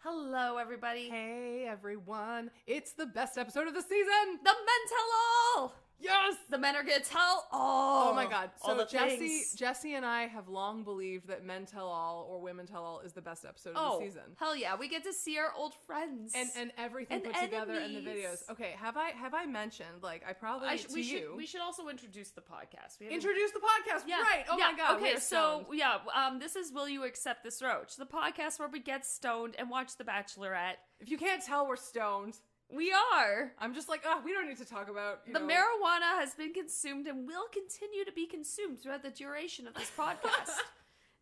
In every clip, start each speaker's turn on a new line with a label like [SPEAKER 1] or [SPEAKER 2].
[SPEAKER 1] Hello, everybody.
[SPEAKER 2] Hey everyone, it's the best episode of the season.
[SPEAKER 1] The men tell all.
[SPEAKER 2] Yes.
[SPEAKER 1] The men are gonna tell all.
[SPEAKER 2] Oh my god.
[SPEAKER 1] all
[SPEAKER 2] So
[SPEAKER 1] the
[SPEAKER 2] Jesse
[SPEAKER 1] things.
[SPEAKER 2] Jesse and I have long believed that men tell all or women tell all is the best episode
[SPEAKER 1] Oh,
[SPEAKER 2] of the season.
[SPEAKER 1] hell yeah! We get to see our old friends.
[SPEAKER 2] And and everything
[SPEAKER 1] And
[SPEAKER 2] put together in the
[SPEAKER 1] enemies.
[SPEAKER 2] videos. Okay, have I have I mentioned like I probably
[SPEAKER 3] I sh-
[SPEAKER 2] to
[SPEAKER 3] we
[SPEAKER 2] you
[SPEAKER 3] should we should also introduce the podcast. We haven't-
[SPEAKER 2] introduce the podcast
[SPEAKER 1] Yeah.
[SPEAKER 2] right? Oh
[SPEAKER 1] yeah.
[SPEAKER 2] my god. we
[SPEAKER 1] Okay,
[SPEAKER 2] are
[SPEAKER 1] so
[SPEAKER 2] stoned.
[SPEAKER 1] yeah, um, this is Will You Accept This Roach, the podcast where we get stoned and watch The Bachelorette.
[SPEAKER 2] if you can't tell, we're stoned.
[SPEAKER 1] We are.
[SPEAKER 2] I'm just like, ah, we don't need to talk about you
[SPEAKER 1] The
[SPEAKER 2] know,
[SPEAKER 1] marijuana has been consumed and will continue to be consumed throughout the duration of this podcast.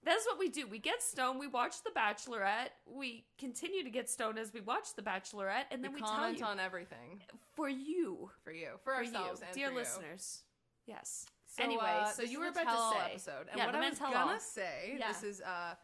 [SPEAKER 1] That's what we do. We get stoned, we watch The Bachelorette, we continue to get stoned as we watch The Bachelorette, and
[SPEAKER 2] We
[SPEAKER 1] then we, tell
[SPEAKER 2] comment
[SPEAKER 1] you
[SPEAKER 2] on everything
[SPEAKER 1] for you,
[SPEAKER 2] for you, for,
[SPEAKER 1] for
[SPEAKER 2] ourselves,
[SPEAKER 1] you,
[SPEAKER 2] and
[SPEAKER 1] dear
[SPEAKER 2] for you.
[SPEAKER 1] listeners. Yes.
[SPEAKER 2] So,
[SPEAKER 1] anyway,
[SPEAKER 2] uh,
[SPEAKER 1] so
[SPEAKER 2] this
[SPEAKER 1] you
[SPEAKER 2] is
[SPEAKER 1] were
[SPEAKER 2] a
[SPEAKER 1] about
[SPEAKER 2] tell-all
[SPEAKER 1] to say
[SPEAKER 2] episode, and
[SPEAKER 1] yeah,
[SPEAKER 2] what
[SPEAKER 1] the
[SPEAKER 2] I
[SPEAKER 1] men
[SPEAKER 2] was
[SPEAKER 1] tell
[SPEAKER 2] gonna
[SPEAKER 1] all.
[SPEAKER 2] say,
[SPEAKER 1] Yeah.
[SPEAKER 2] this is uh,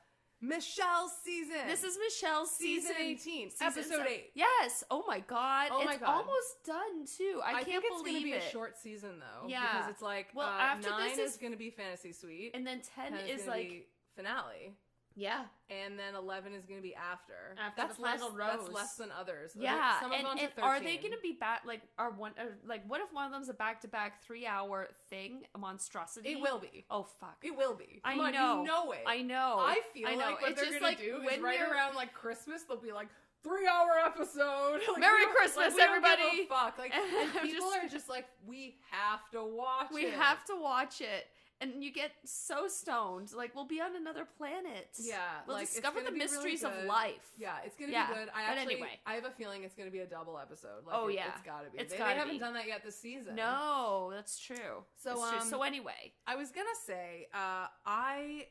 [SPEAKER 2] Michelle's season.
[SPEAKER 1] This is Michelle's
[SPEAKER 2] Season
[SPEAKER 1] season
[SPEAKER 2] 18,
[SPEAKER 1] season
[SPEAKER 2] episode
[SPEAKER 1] seven.
[SPEAKER 2] eight.
[SPEAKER 1] Yes. Oh my god.
[SPEAKER 2] Oh
[SPEAKER 1] it's
[SPEAKER 2] my God.
[SPEAKER 1] almost done too. I,
[SPEAKER 2] I
[SPEAKER 1] can't
[SPEAKER 2] think it's
[SPEAKER 1] believe
[SPEAKER 2] gonna be
[SPEAKER 1] it.
[SPEAKER 2] a short season though.
[SPEAKER 1] Yeah.
[SPEAKER 2] because it's like
[SPEAKER 1] Well,
[SPEAKER 2] uh,
[SPEAKER 1] after
[SPEAKER 2] nine
[SPEAKER 1] this
[SPEAKER 2] is,
[SPEAKER 1] is-
[SPEAKER 2] going to be fantasy suite,
[SPEAKER 1] and then 10
[SPEAKER 2] 10
[SPEAKER 1] is
[SPEAKER 2] gonna
[SPEAKER 1] like
[SPEAKER 2] be finale,
[SPEAKER 1] yeah.
[SPEAKER 2] and then eleven is going to be after.
[SPEAKER 3] After
[SPEAKER 2] that's
[SPEAKER 3] the final
[SPEAKER 2] less,
[SPEAKER 3] rose.
[SPEAKER 2] That's less than others. Like,
[SPEAKER 1] Yeah,
[SPEAKER 2] some have
[SPEAKER 1] and,
[SPEAKER 2] gone to
[SPEAKER 1] and are they
[SPEAKER 2] 13.
[SPEAKER 1] going to be back? Like, are one are, like what if one of them's a back to back three hour thing? A monstrosity.
[SPEAKER 2] It will be.
[SPEAKER 1] Oh fuck.
[SPEAKER 2] It will be.
[SPEAKER 1] I
[SPEAKER 2] Come on,
[SPEAKER 1] know.
[SPEAKER 2] You know it.
[SPEAKER 1] I know.
[SPEAKER 2] I feel
[SPEAKER 1] Oh, I know.
[SPEAKER 2] like what
[SPEAKER 1] it's
[SPEAKER 2] they're
[SPEAKER 1] just
[SPEAKER 2] gonna
[SPEAKER 1] like
[SPEAKER 2] do is
[SPEAKER 1] when
[SPEAKER 2] right
[SPEAKER 1] they're-
[SPEAKER 2] around like Christmas, they'll be like three hour episode. Like, we
[SPEAKER 1] Merry
[SPEAKER 2] don't-
[SPEAKER 1] Christmas,
[SPEAKER 2] like, we don't give a
[SPEAKER 1] everybody.
[SPEAKER 2] fuck. Like
[SPEAKER 1] And
[SPEAKER 2] and
[SPEAKER 1] I'm
[SPEAKER 2] people
[SPEAKER 1] just-
[SPEAKER 2] are just like, we have to watch.
[SPEAKER 1] We
[SPEAKER 2] it.
[SPEAKER 1] have to watch it, and you get so stoned. Like we'll be on another planet.
[SPEAKER 2] Yeah,
[SPEAKER 1] we'll
[SPEAKER 2] like, it's
[SPEAKER 1] discover
[SPEAKER 2] gonna
[SPEAKER 1] the
[SPEAKER 2] be really
[SPEAKER 1] mysteries of
[SPEAKER 2] good.
[SPEAKER 1] life.
[SPEAKER 2] Yeah, it's gonna
[SPEAKER 1] Yeah,
[SPEAKER 2] be good. I
[SPEAKER 1] but
[SPEAKER 2] actually,
[SPEAKER 1] anyway.
[SPEAKER 2] I have a feeling it's gonna be a double episode. Like,
[SPEAKER 1] Oh,
[SPEAKER 2] it-
[SPEAKER 1] yeah.
[SPEAKER 2] it's gotta be.
[SPEAKER 1] It's
[SPEAKER 2] they,
[SPEAKER 1] gotta
[SPEAKER 2] they haven't
[SPEAKER 1] be.
[SPEAKER 2] done that yet this season.
[SPEAKER 1] No, that's true.
[SPEAKER 2] So,
[SPEAKER 1] That's true.
[SPEAKER 2] um,
[SPEAKER 1] so anyway,
[SPEAKER 2] I was gonna say, uh, I,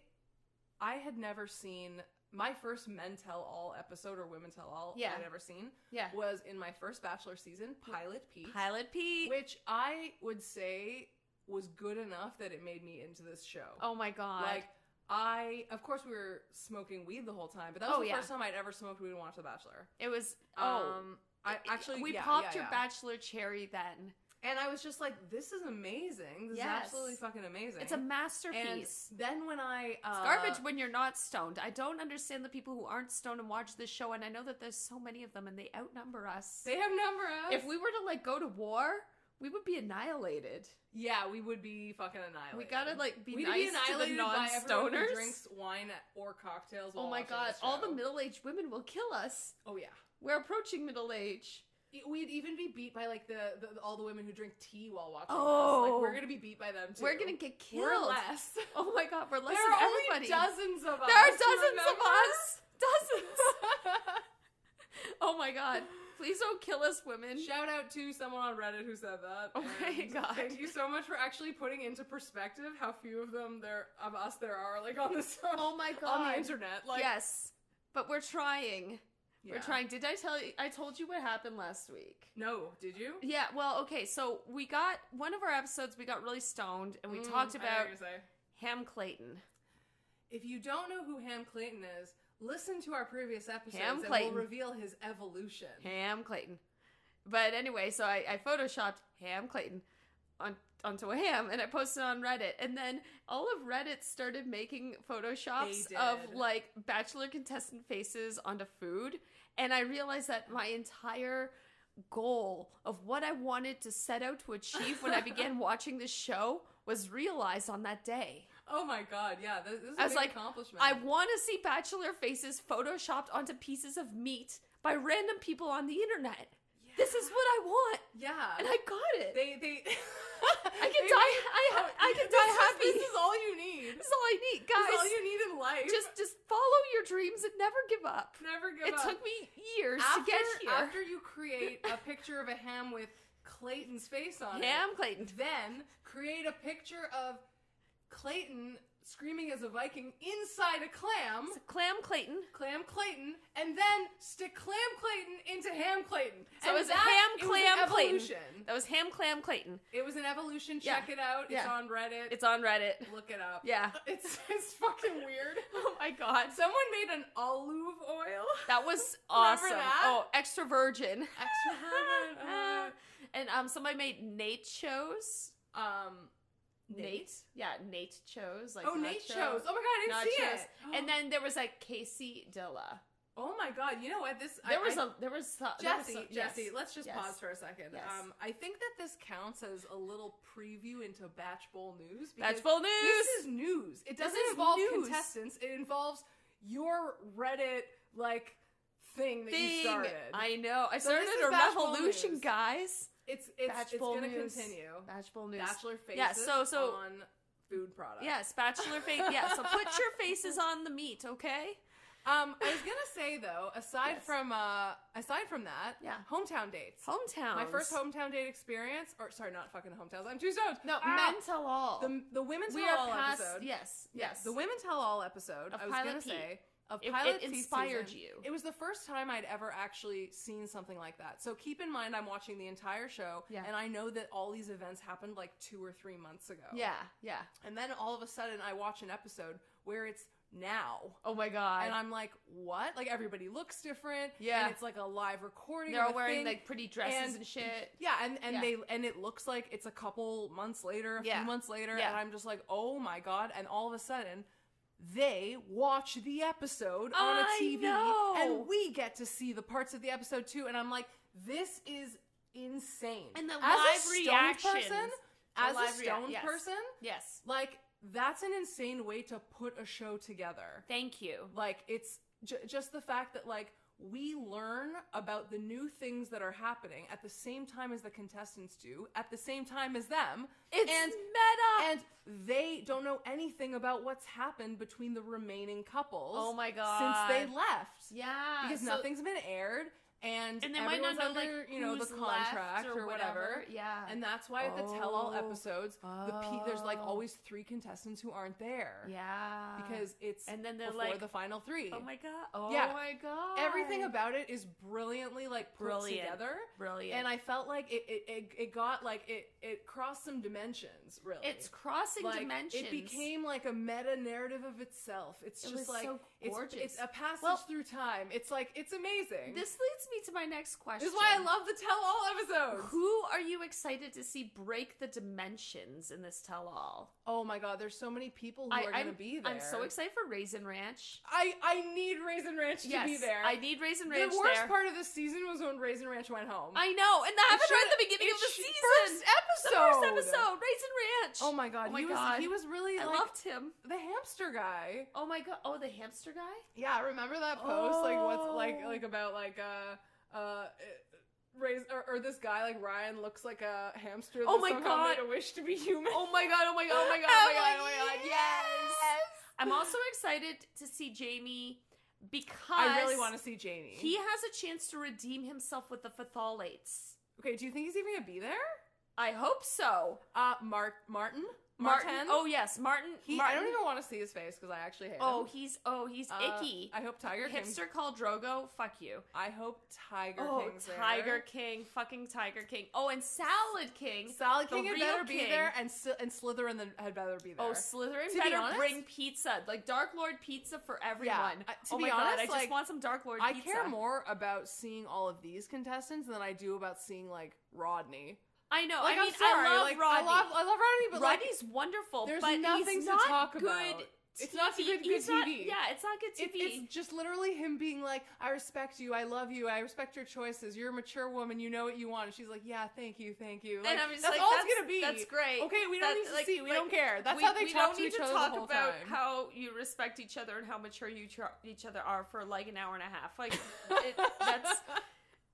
[SPEAKER 2] I had never seen my first Men Tell All episode or Women Tell All
[SPEAKER 1] Yeah.
[SPEAKER 2] I'd ever seen
[SPEAKER 1] yeah.
[SPEAKER 2] was in my first Bachelor season, Pilot Pete,
[SPEAKER 1] Pilot Pete.
[SPEAKER 2] which I would say was good enough that it made me into this show.
[SPEAKER 1] oh my god.
[SPEAKER 2] Like I, of course, we were smoking weed the whole time, but that was
[SPEAKER 1] Oh,
[SPEAKER 2] the
[SPEAKER 1] yeah.
[SPEAKER 2] first time I'd ever smoked weed and watched The Bachelor.
[SPEAKER 1] it was. Oh.
[SPEAKER 2] um, I actually
[SPEAKER 1] we
[SPEAKER 2] yeah,
[SPEAKER 1] popped
[SPEAKER 2] yeah,
[SPEAKER 1] your
[SPEAKER 2] yeah.
[SPEAKER 1] bachelor cherry then.
[SPEAKER 2] and I was just like, "This is amazing! This
[SPEAKER 1] Yes.
[SPEAKER 2] is absolutely fucking amazing!"
[SPEAKER 1] It's a
[SPEAKER 2] and
[SPEAKER 1] masterpiece.
[SPEAKER 2] then when I uh,
[SPEAKER 1] It's garbage when you're not stoned. I don't understand the people who aren't stoned and watch this show, and I know that there's so many of them, and they outnumber us.
[SPEAKER 2] they have number us.
[SPEAKER 1] if we were to like go to war, we would be annihilated.
[SPEAKER 2] yeah, we would be fucking annihilated.
[SPEAKER 1] We gotta like be
[SPEAKER 2] We'd
[SPEAKER 1] nice to the
[SPEAKER 2] annihilated by everyone who
[SPEAKER 1] non-stoners.
[SPEAKER 2] drinks wine or cocktails.
[SPEAKER 1] oh
[SPEAKER 2] while
[SPEAKER 1] my
[SPEAKER 2] watching
[SPEAKER 1] god,
[SPEAKER 2] this
[SPEAKER 1] all the
[SPEAKER 2] show.
[SPEAKER 1] middle-aged women will kill us.
[SPEAKER 2] oh yeah.
[SPEAKER 1] We're approaching middle age.
[SPEAKER 2] E- We'd even be beat by like the, the all the women who drink tea while watching. this.
[SPEAKER 1] Oh.
[SPEAKER 2] like we're gonna be beat by them too.
[SPEAKER 1] We're gonna get killed.
[SPEAKER 2] We're less.
[SPEAKER 1] Oh my god, we're less
[SPEAKER 2] there
[SPEAKER 1] than
[SPEAKER 2] are only
[SPEAKER 1] everybody.
[SPEAKER 2] dozens of us.
[SPEAKER 1] there are dozens
[SPEAKER 2] remember?
[SPEAKER 1] of us. Dozens. oh my god. Please don't kill us, women.
[SPEAKER 2] Shout out to someone on Reddit who said that.
[SPEAKER 1] Oh my
[SPEAKER 2] and
[SPEAKER 1] God.
[SPEAKER 2] Thank you so much for actually putting into perspective how few of them there of us there are like on this
[SPEAKER 1] Oh my
[SPEAKER 2] on the
[SPEAKER 1] God.
[SPEAKER 2] internet. Like
[SPEAKER 1] yes, but we're trying.
[SPEAKER 2] yeah.
[SPEAKER 1] We're trying. Did I tell you? I told you what happened last week.
[SPEAKER 2] No, did you?
[SPEAKER 1] Yeah. Well, okay. So we got one of our episodes. We got really stoned, and we
[SPEAKER 2] Mm,
[SPEAKER 1] talked
[SPEAKER 2] I know what
[SPEAKER 1] about
[SPEAKER 2] you're saying.
[SPEAKER 1] Ham Clayton.
[SPEAKER 2] If you don't know who Ham Clayton is, listen to our previous episodes
[SPEAKER 1] Ham
[SPEAKER 2] and
[SPEAKER 1] Clayton.
[SPEAKER 2] we'll reveal his evolution.
[SPEAKER 1] Ham Clayton. But anyway, so I, I photoshopped Ham Clayton on onto a ham, and I posted it on Reddit, and then all of Reddit started making photoshops
[SPEAKER 2] They
[SPEAKER 1] of
[SPEAKER 2] did.
[SPEAKER 1] like bachelor contestant faces onto food, and I realized that my entire goal of what I wanted to set out to achieve when I began watching this show was realized on that day.
[SPEAKER 2] Oh my god, yeah, this, this is
[SPEAKER 1] I
[SPEAKER 2] a
[SPEAKER 1] was
[SPEAKER 2] big
[SPEAKER 1] like,
[SPEAKER 2] accomplishment.
[SPEAKER 1] I want to see bachelor faces photoshopped onto pieces of meat by random people on the internet. This is what I want,
[SPEAKER 2] yeah.
[SPEAKER 1] and I got it.
[SPEAKER 2] they they
[SPEAKER 1] I can
[SPEAKER 2] they-
[SPEAKER 1] die. I, ha-
[SPEAKER 2] Oh,
[SPEAKER 1] I can
[SPEAKER 2] this
[SPEAKER 1] die
[SPEAKER 2] is-
[SPEAKER 1] happy.
[SPEAKER 2] This is all you need.
[SPEAKER 1] This is all I need,
[SPEAKER 2] This is all
[SPEAKER 1] guys.
[SPEAKER 2] you need in life.
[SPEAKER 1] Just just follow your dreams and never give up.
[SPEAKER 2] never give
[SPEAKER 1] it
[SPEAKER 2] up.
[SPEAKER 1] took me years
[SPEAKER 2] after,
[SPEAKER 1] to get here.
[SPEAKER 2] after you create a picture of a ham with Clayton's face on
[SPEAKER 1] Ham
[SPEAKER 2] it,
[SPEAKER 1] Clayton.
[SPEAKER 2] then create a picture of Clayton screaming as a Viking inside a clam,
[SPEAKER 1] Clam Clayton.
[SPEAKER 2] clam Clayton, and then stick clam Clayton into ham Clayton.
[SPEAKER 1] So
[SPEAKER 2] and
[SPEAKER 1] it was
[SPEAKER 2] that-
[SPEAKER 1] Ham
[SPEAKER 2] it was an
[SPEAKER 1] Clam Clayton.
[SPEAKER 2] evolution.
[SPEAKER 1] That was Ham Clam Clayton.
[SPEAKER 2] It was an evolution.
[SPEAKER 1] Yeah.
[SPEAKER 2] Check it out. It's
[SPEAKER 1] Yeah.
[SPEAKER 2] on Reddit.
[SPEAKER 1] It's on Reddit.
[SPEAKER 2] Look it up.
[SPEAKER 1] Yeah.
[SPEAKER 2] It's it's fucking weird.
[SPEAKER 1] Oh my god.
[SPEAKER 2] Someone made an olive oil.
[SPEAKER 1] That was
[SPEAKER 2] Remember
[SPEAKER 1] awesome.
[SPEAKER 2] that?
[SPEAKER 1] Oh, extra virgin.
[SPEAKER 2] Extra virgin. uh,
[SPEAKER 1] and um, somebody made Nate chose.
[SPEAKER 2] um,
[SPEAKER 1] Yeah, Nate chose. Like
[SPEAKER 2] oh, Nate shows. Oh my god, I didn't see
[SPEAKER 1] Nachos.
[SPEAKER 2] it.
[SPEAKER 1] And then there was like Casey Dilla.
[SPEAKER 2] Oh my god! You know what? This I-
[SPEAKER 1] There was
[SPEAKER 2] I,
[SPEAKER 1] a there was so- there was
[SPEAKER 2] Jesse.
[SPEAKER 1] so- yes.
[SPEAKER 2] Jesse, let's just
[SPEAKER 1] yes.
[SPEAKER 2] pause for a second.
[SPEAKER 1] Yes.
[SPEAKER 2] Um, I think that this counts as a little preview into Batch Bowl news. because
[SPEAKER 1] That's full news.
[SPEAKER 2] This is news. It doesn't
[SPEAKER 1] is
[SPEAKER 2] involve
[SPEAKER 1] news.
[SPEAKER 2] contestants. It involves your Reddit like thing that you
[SPEAKER 1] Thing.
[SPEAKER 2] started.
[SPEAKER 1] I know. I
[SPEAKER 2] So
[SPEAKER 1] started
[SPEAKER 2] this is
[SPEAKER 1] a
[SPEAKER 2] Bashful
[SPEAKER 1] revolution,
[SPEAKER 2] news.
[SPEAKER 1] guys.
[SPEAKER 2] it's it's
[SPEAKER 1] Batch
[SPEAKER 2] it's
[SPEAKER 1] Bowl
[SPEAKER 2] going to
[SPEAKER 1] news.
[SPEAKER 2] continue.
[SPEAKER 1] Bachelor news.
[SPEAKER 2] Bachelor faces
[SPEAKER 1] Yeah, so- so-
[SPEAKER 2] on food products.
[SPEAKER 1] Yes, bachelor face. Yeah, so put your faces on the meat, okay?
[SPEAKER 2] Um, I was gonna say though, aside
[SPEAKER 1] Yes.
[SPEAKER 2] from uh, aside from that,
[SPEAKER 1] Yeah.
[SPEAKER 2] hometown dates.
[SPEAKER 1] Hometown.
[SPEAKER 2] My first hometown date experience, or sorry, not fucking hometowns. I'm too stoned.
[SPEAKER 1] No,
[SPEAKER 2] Ah!
[SPEAKER 1] men tell all.
[SPEAKER 2] The the women
[SPEAKER 1] we
[SPEAKER 2] tell
[SPEAKER 1] are
[SPEAKER 2] all
[SPEAKER 1] past.
[SPEAKER 2] episode.
[SPEAKER 1] Yes, yes.
[SPEAKER 2] The women tell all episode.
[SPEAKER 1] Of
[SPEAKER 2] I was
[SPEAKER 1] Pilot
[SPEAKER 2] gonna
[SPEAKER 1] Pete.
[SPEAKER 2] say of
[SPEAKER 1] It- it
[SPEAKER 2] pilot Pete
[SPEAKER 1] inspired
[SPEAKER 2] season.
[SPEAKER 1] you.
[SPEAKER 2] It was the first time I'd ever actually seen something like that. So keep in mind, I'm watching the entire show,
[SPEAKER 1] Yeah.
[SPEAKER 2] and I know that all these events happened like two or three months ago.
[SPEAKER 1] Yeah, yeah.
[SPEAKER 2] And then all of a sudden, I watch an episode where it's now.
[SPEAKER 1] Oh my god.
[SPEAKER 2] and I'm like, what? Like everybody looks different.
[SPEAKER 1] Yeah.
[SPEAKER 2] and it's like a live recording.
[SPEAKER 1] They're
[SPEAKER 2] of a
[SPEAKER 1] wearing
[SPEAKER 2] thing.
[SPEAKER 1] like pretty dresses
[SPEAKER 2] and-
[SPEAKER 1] and, shit.
[SPEAKER 2] yeah, and and
[SPEAKER 1] Yeah.
[SPEAKER 2] they and it looks like it's a couple months later, a
[SPEAKER 1] Yeah.
[SPEAKER 2] few months later,
[SPEAKER 1] Yeah.
[SPEAKER 2] and I'm just like, oh my god! And all of a sudden, they watch the episode on a
[SPEAKER 1] I
[SPEAKER 2] TV,
[SPEAKER 1] know.
[SPEAKER 2] and we get to see the parts of the episode too. And I'm like, this is insane.
[SPEAKER 1] And the
[SPEAKER 2] as
[SPEAKER 1] live
[SPEAKER 2] a stoned
[SPEAKER 1] reactions.
[SPEAKER 2] person,
[SPEAKER 1] The
[SPEAKER 2] as a
[SPEAKER 1] live rea-
[SPEAKER 2] stoned
[SPEAKER 1] yes.
[SPEAKER 2] person,
[SPEAKER 1] Yes.
[SPEAKER 2] like that's an insane way to put a show together
[SPEAKER 1] Thank you.
[SPEAKER 2] like it's j- just the fact that like we learn about the new things that are happening at the same time as the contestants do at the same time as them
[SPEAKER 1] It's
[SPEAKER 2] and
[SPEAKER 1] meta.
[SPEAKER 2] and they don't know anything about what's happened between the remaining couples
[SPEAKER 1] Oh my
[SPEAKER 2] since they
[SPEAKER 1] God.
[SPEAKER 2] left
[SPEAKER 1] yeah.
[SPEAKER 2] because
[SPEAKER 1] so-
[SPEAKER 2] nothing's been aired and,
[SPEAKER 1] And they might not
[SPEAKER 2] everyone's
[SPEAKER 1] know
[SPEAKER 2] under,
[SPEAKER 1] like
[SPEAKER 2] you know the
[SPEAKER 1] who's left
[SPEAKER 2] contract
[SPEAKER 1] or whatever. Yeah.
[SPEAKER 2] and that's why at the tell-all
[SPEAKER 1] Oh.
[SPEAKER 2] episodes the pe- there's like
[SPEAKER 1] Oh.
[SPEAKER 2] always three contestants who aren't there
[SPEAKER 1] yeah.
[SPEAKER 2] because it's
[SPEAKER 1] And then they're
[SPEAKER 2] before
[SPEAKER 1] like,
[SPEAKER 2] the final three
[SPEAKER 1] oh my god. Oh
[SPEAKER 2] Yeah.
[SPEAKER 1] my god.
[SPEAKER 2] everything about it is brilliantly like put
[SPEAKER 1] Brilliant.
[SPEAKER 2] together
[SPEAKER 1] brilliant.
[SPEAKER 2] and i felt like it, it it it got like it it crossed some dimensions really
[SPEAKER 1] it's crossing
[SPEAKER 2] like,
[SPEAKER 1] dimensions.
[SPEAKER 2] it became like a meta narrative of itself it's
[SPEAKER 1] It
[SPEAKER 2] just
[SPEAKER 1] was
[SPEAKER 2] like
[SPEAKER 1] so
[SPEAKER 2] it's- It's,
[SPEAKER 1] gorgeous.
[SPEAKER 2] a passage
[SPEAKER 1] Well-
[SPEAKER 2] through time it's like it's amazing
[SPEAKER 1] This leads me to my next question.
[SPEAKER 2] This is why i love the tell all episodes
[SPEAKER 1] Who are you excited to see break the dimensions in this tell-all?
[SPEAKER 2] oh my god there's so many people who
[SPEAKER 1] I,
[SPEAKER 2] are
[SPEAKER 1] I'm,
[SPEAKER 2] gonna be there
[SPEAKER 1] I'm so excited for Raisin Ranch.
[SPEAKER 2] i i need raisin ranch to
[SPEAKER 1] yes,
[SPEAKER 2] be there
[SPEAKER 1] I need Raisin Ranch
[SPEAKER 2] the worst
[SPEAKER 1] there.
[SPEAKER 2] part of this season was when raisin ranch went home
[SPEAKER 1] I know, and that happened right at
[SPEAKER 2] should've-
[SPEAKER 1] the beginning
[SPEAKER 2] it
[SPEAKER 1] of the
[SPEAKER 2] sh-
[SPEAKER 1] season.
[SPEAKER 2] first
[SPEAKER 1] The
[SPEAKER 2] episode!
[SPEAKER 1] first episode, Raisin Ranch.
[SPEAKER 2] oh my god
[SPEAKER 1] Oh my
[SPEAKER 2] he was
[SPEAKER 1] God.
[SPEAKER 2] he was really
[SPEAKER 1] I
[SPEAKER 2] like
[SPEAKER 1] loved him.
[SPEAKER 2] the hamster guy
[SPEAKER 1] Oh my god. Oh, the hamster guy.
[SPEAKER 2] Yeah, remember that post? Like what's like
[SPEAKER 1] Oh.
[SPEAKER 2] like about like uh uh raise or, or this guy like Ryan looks like a hamster. That
[SPEAKER 1] Oh my
[SPEAKER 2] somehow
[SPEAKER 1] God.
[SPEAKER 2] Made a wish to be human.
[SPEAKER 1] Oh my god. Oh my god. Oh my god. Oh my god. Oh my god. Yes. I'm also excited to see Jamie because
[SPEAKER 2] I really want to see Jamie.
[SPEAKER 1] He has a chance to redeem himself with the phthalates.
[SPEAKER 2] okay, do you think he's even gonna be there?
[SPEAKER 1] I hope so.
[SPEAKER 2] Uh, Mark Martin
[SPEAKER 1] Martin.
[SPEAKER 2] Martin.
[SPEAKER 1] Oh yes, Martin.
[SPEAKER 2] he,
[SPEAKER 1] Martin.
[SPEAKER 2] I don't even want to see his face because I actually hate
[SPEAKER 1] Oh,
[SPEAKER 2] him.
[SPEAKER 1] he's oh he's
[SPEAKER 2] Uh,
[SPEAKER 1] icky.
[SPEAKER 2] I hope Tiger King.
[SPEAKER 1] Hipster called Drogo. Fuck you.
[SPEAKER 2] I hope Tiger
[SPEAKER 1] oh,
[SPEAKER 2] King's there.
[SPEAKER 1] Tiger King. Fucking Tiger King. Oh, and Salad King.
[SPEAKER 2] Salad
[SPEAKER 1] the
[SPEAKER 2] King had
[SPEAKER 1] real
[SPEAKER 2] better be
[SPEAKER 1] king.
[SPEAKER 2] there, and Sly- and Slytherin then had better be there.
[SPEAKER 1] Oh, Slytherin
[SPEAKER 2] To be
[SPEAKER 1] better
[SPEAKER 2] honest-
[SPEAKER 1] bring pizza, like Dark Lord pizza for everyone.
[SPEAKER 2] uh, to
[SPEAKER 1] oh
[SPEAKER 2] be
[SPEAKER 1] my god,
[SPEAKER 2] honest,
[SPEAKER 1] I just
[SPEAKER 2] like,
[SPEAKER 1] want some Dark Lord
[SPEAKER 2] I
[SPEAKER 1] pizza.
[SPEAKER 2] care more about seeing all of these contestants than I do about seeing like Rodney.
[SPEAKER 1] I know.
[SPEAKER 2] Like,
[SPEAKER 1] I
[SPEAKER 2] I'm
[SPEAKER 1] mean,
[SPEAKER 2] sorry,
[SPEAKER 1] I love
[SPEAKER 2] like,
[SPEAKER 1] Rodney.
[SPEAKER 2] I love I love Rodney, but like
[SPEAKER 1] Rodney's wonderful,
[SPEAKER 2] there's
[SPEAKER 1] but
[SPEAKER 2] nothing
[SPEAKER 1] he's
[SPEAKER 2] to
[SPEAKER 1] not
[SPEAKER 2] talk
[SPEAKER 1] good.
[SPEAKER 2] about. It's not
[SPEAKER 1] TV.
[SPEAKER 2] good- good
[SPEAKER 1] He's not-
[SPEAKER 2] TV.
[SPEAKER 1] Yeah, it's not good TV.
[SPEAKER 2] it- it's just literally him being like, "I respect you, I love you, I respect your choices. You're a mature woman, you know what you want." And she's like, "Yeah, thank you, thank you." Like,
[SPEAKER 1] and I'm just
[SPEAKER 2] that's
[SPEAKER 1] like,
[SPEAKER 2] all
[SPEAKER 1] that's
[SPEAKER 2] it's gonna be.
[SPEAKER 1] That's great.
[SPEAKER 2] Okay, we don't
[SPEAKER 1] That-
[SPEAKER 2] need to
[SPEAKER 1] like-
[SPEAKER 2] see. We
[SPEAKER 1] like,
[SPEAKER 2] don't care. That's
[SPEAKER 1] we,
[SPEAKER 2] how they
[SPEAKER 1] we
[SPEAKER 2] talk
[SPEAKER 1] don't
[SPEAKER 2] to
[SPEAKER 1] need
[SPEAKER 2] each
[SPEAKER 1] to
[SPEAKER 2] other
[SPEAKER 1] talk
[SPEAKER 2] the whole
[SPEAKER 1] about
[SPEAKER 2] time.
[SPEAKER 1] how you respect each other and how mature you tr- each other are for like an hour and a half. Like it, that's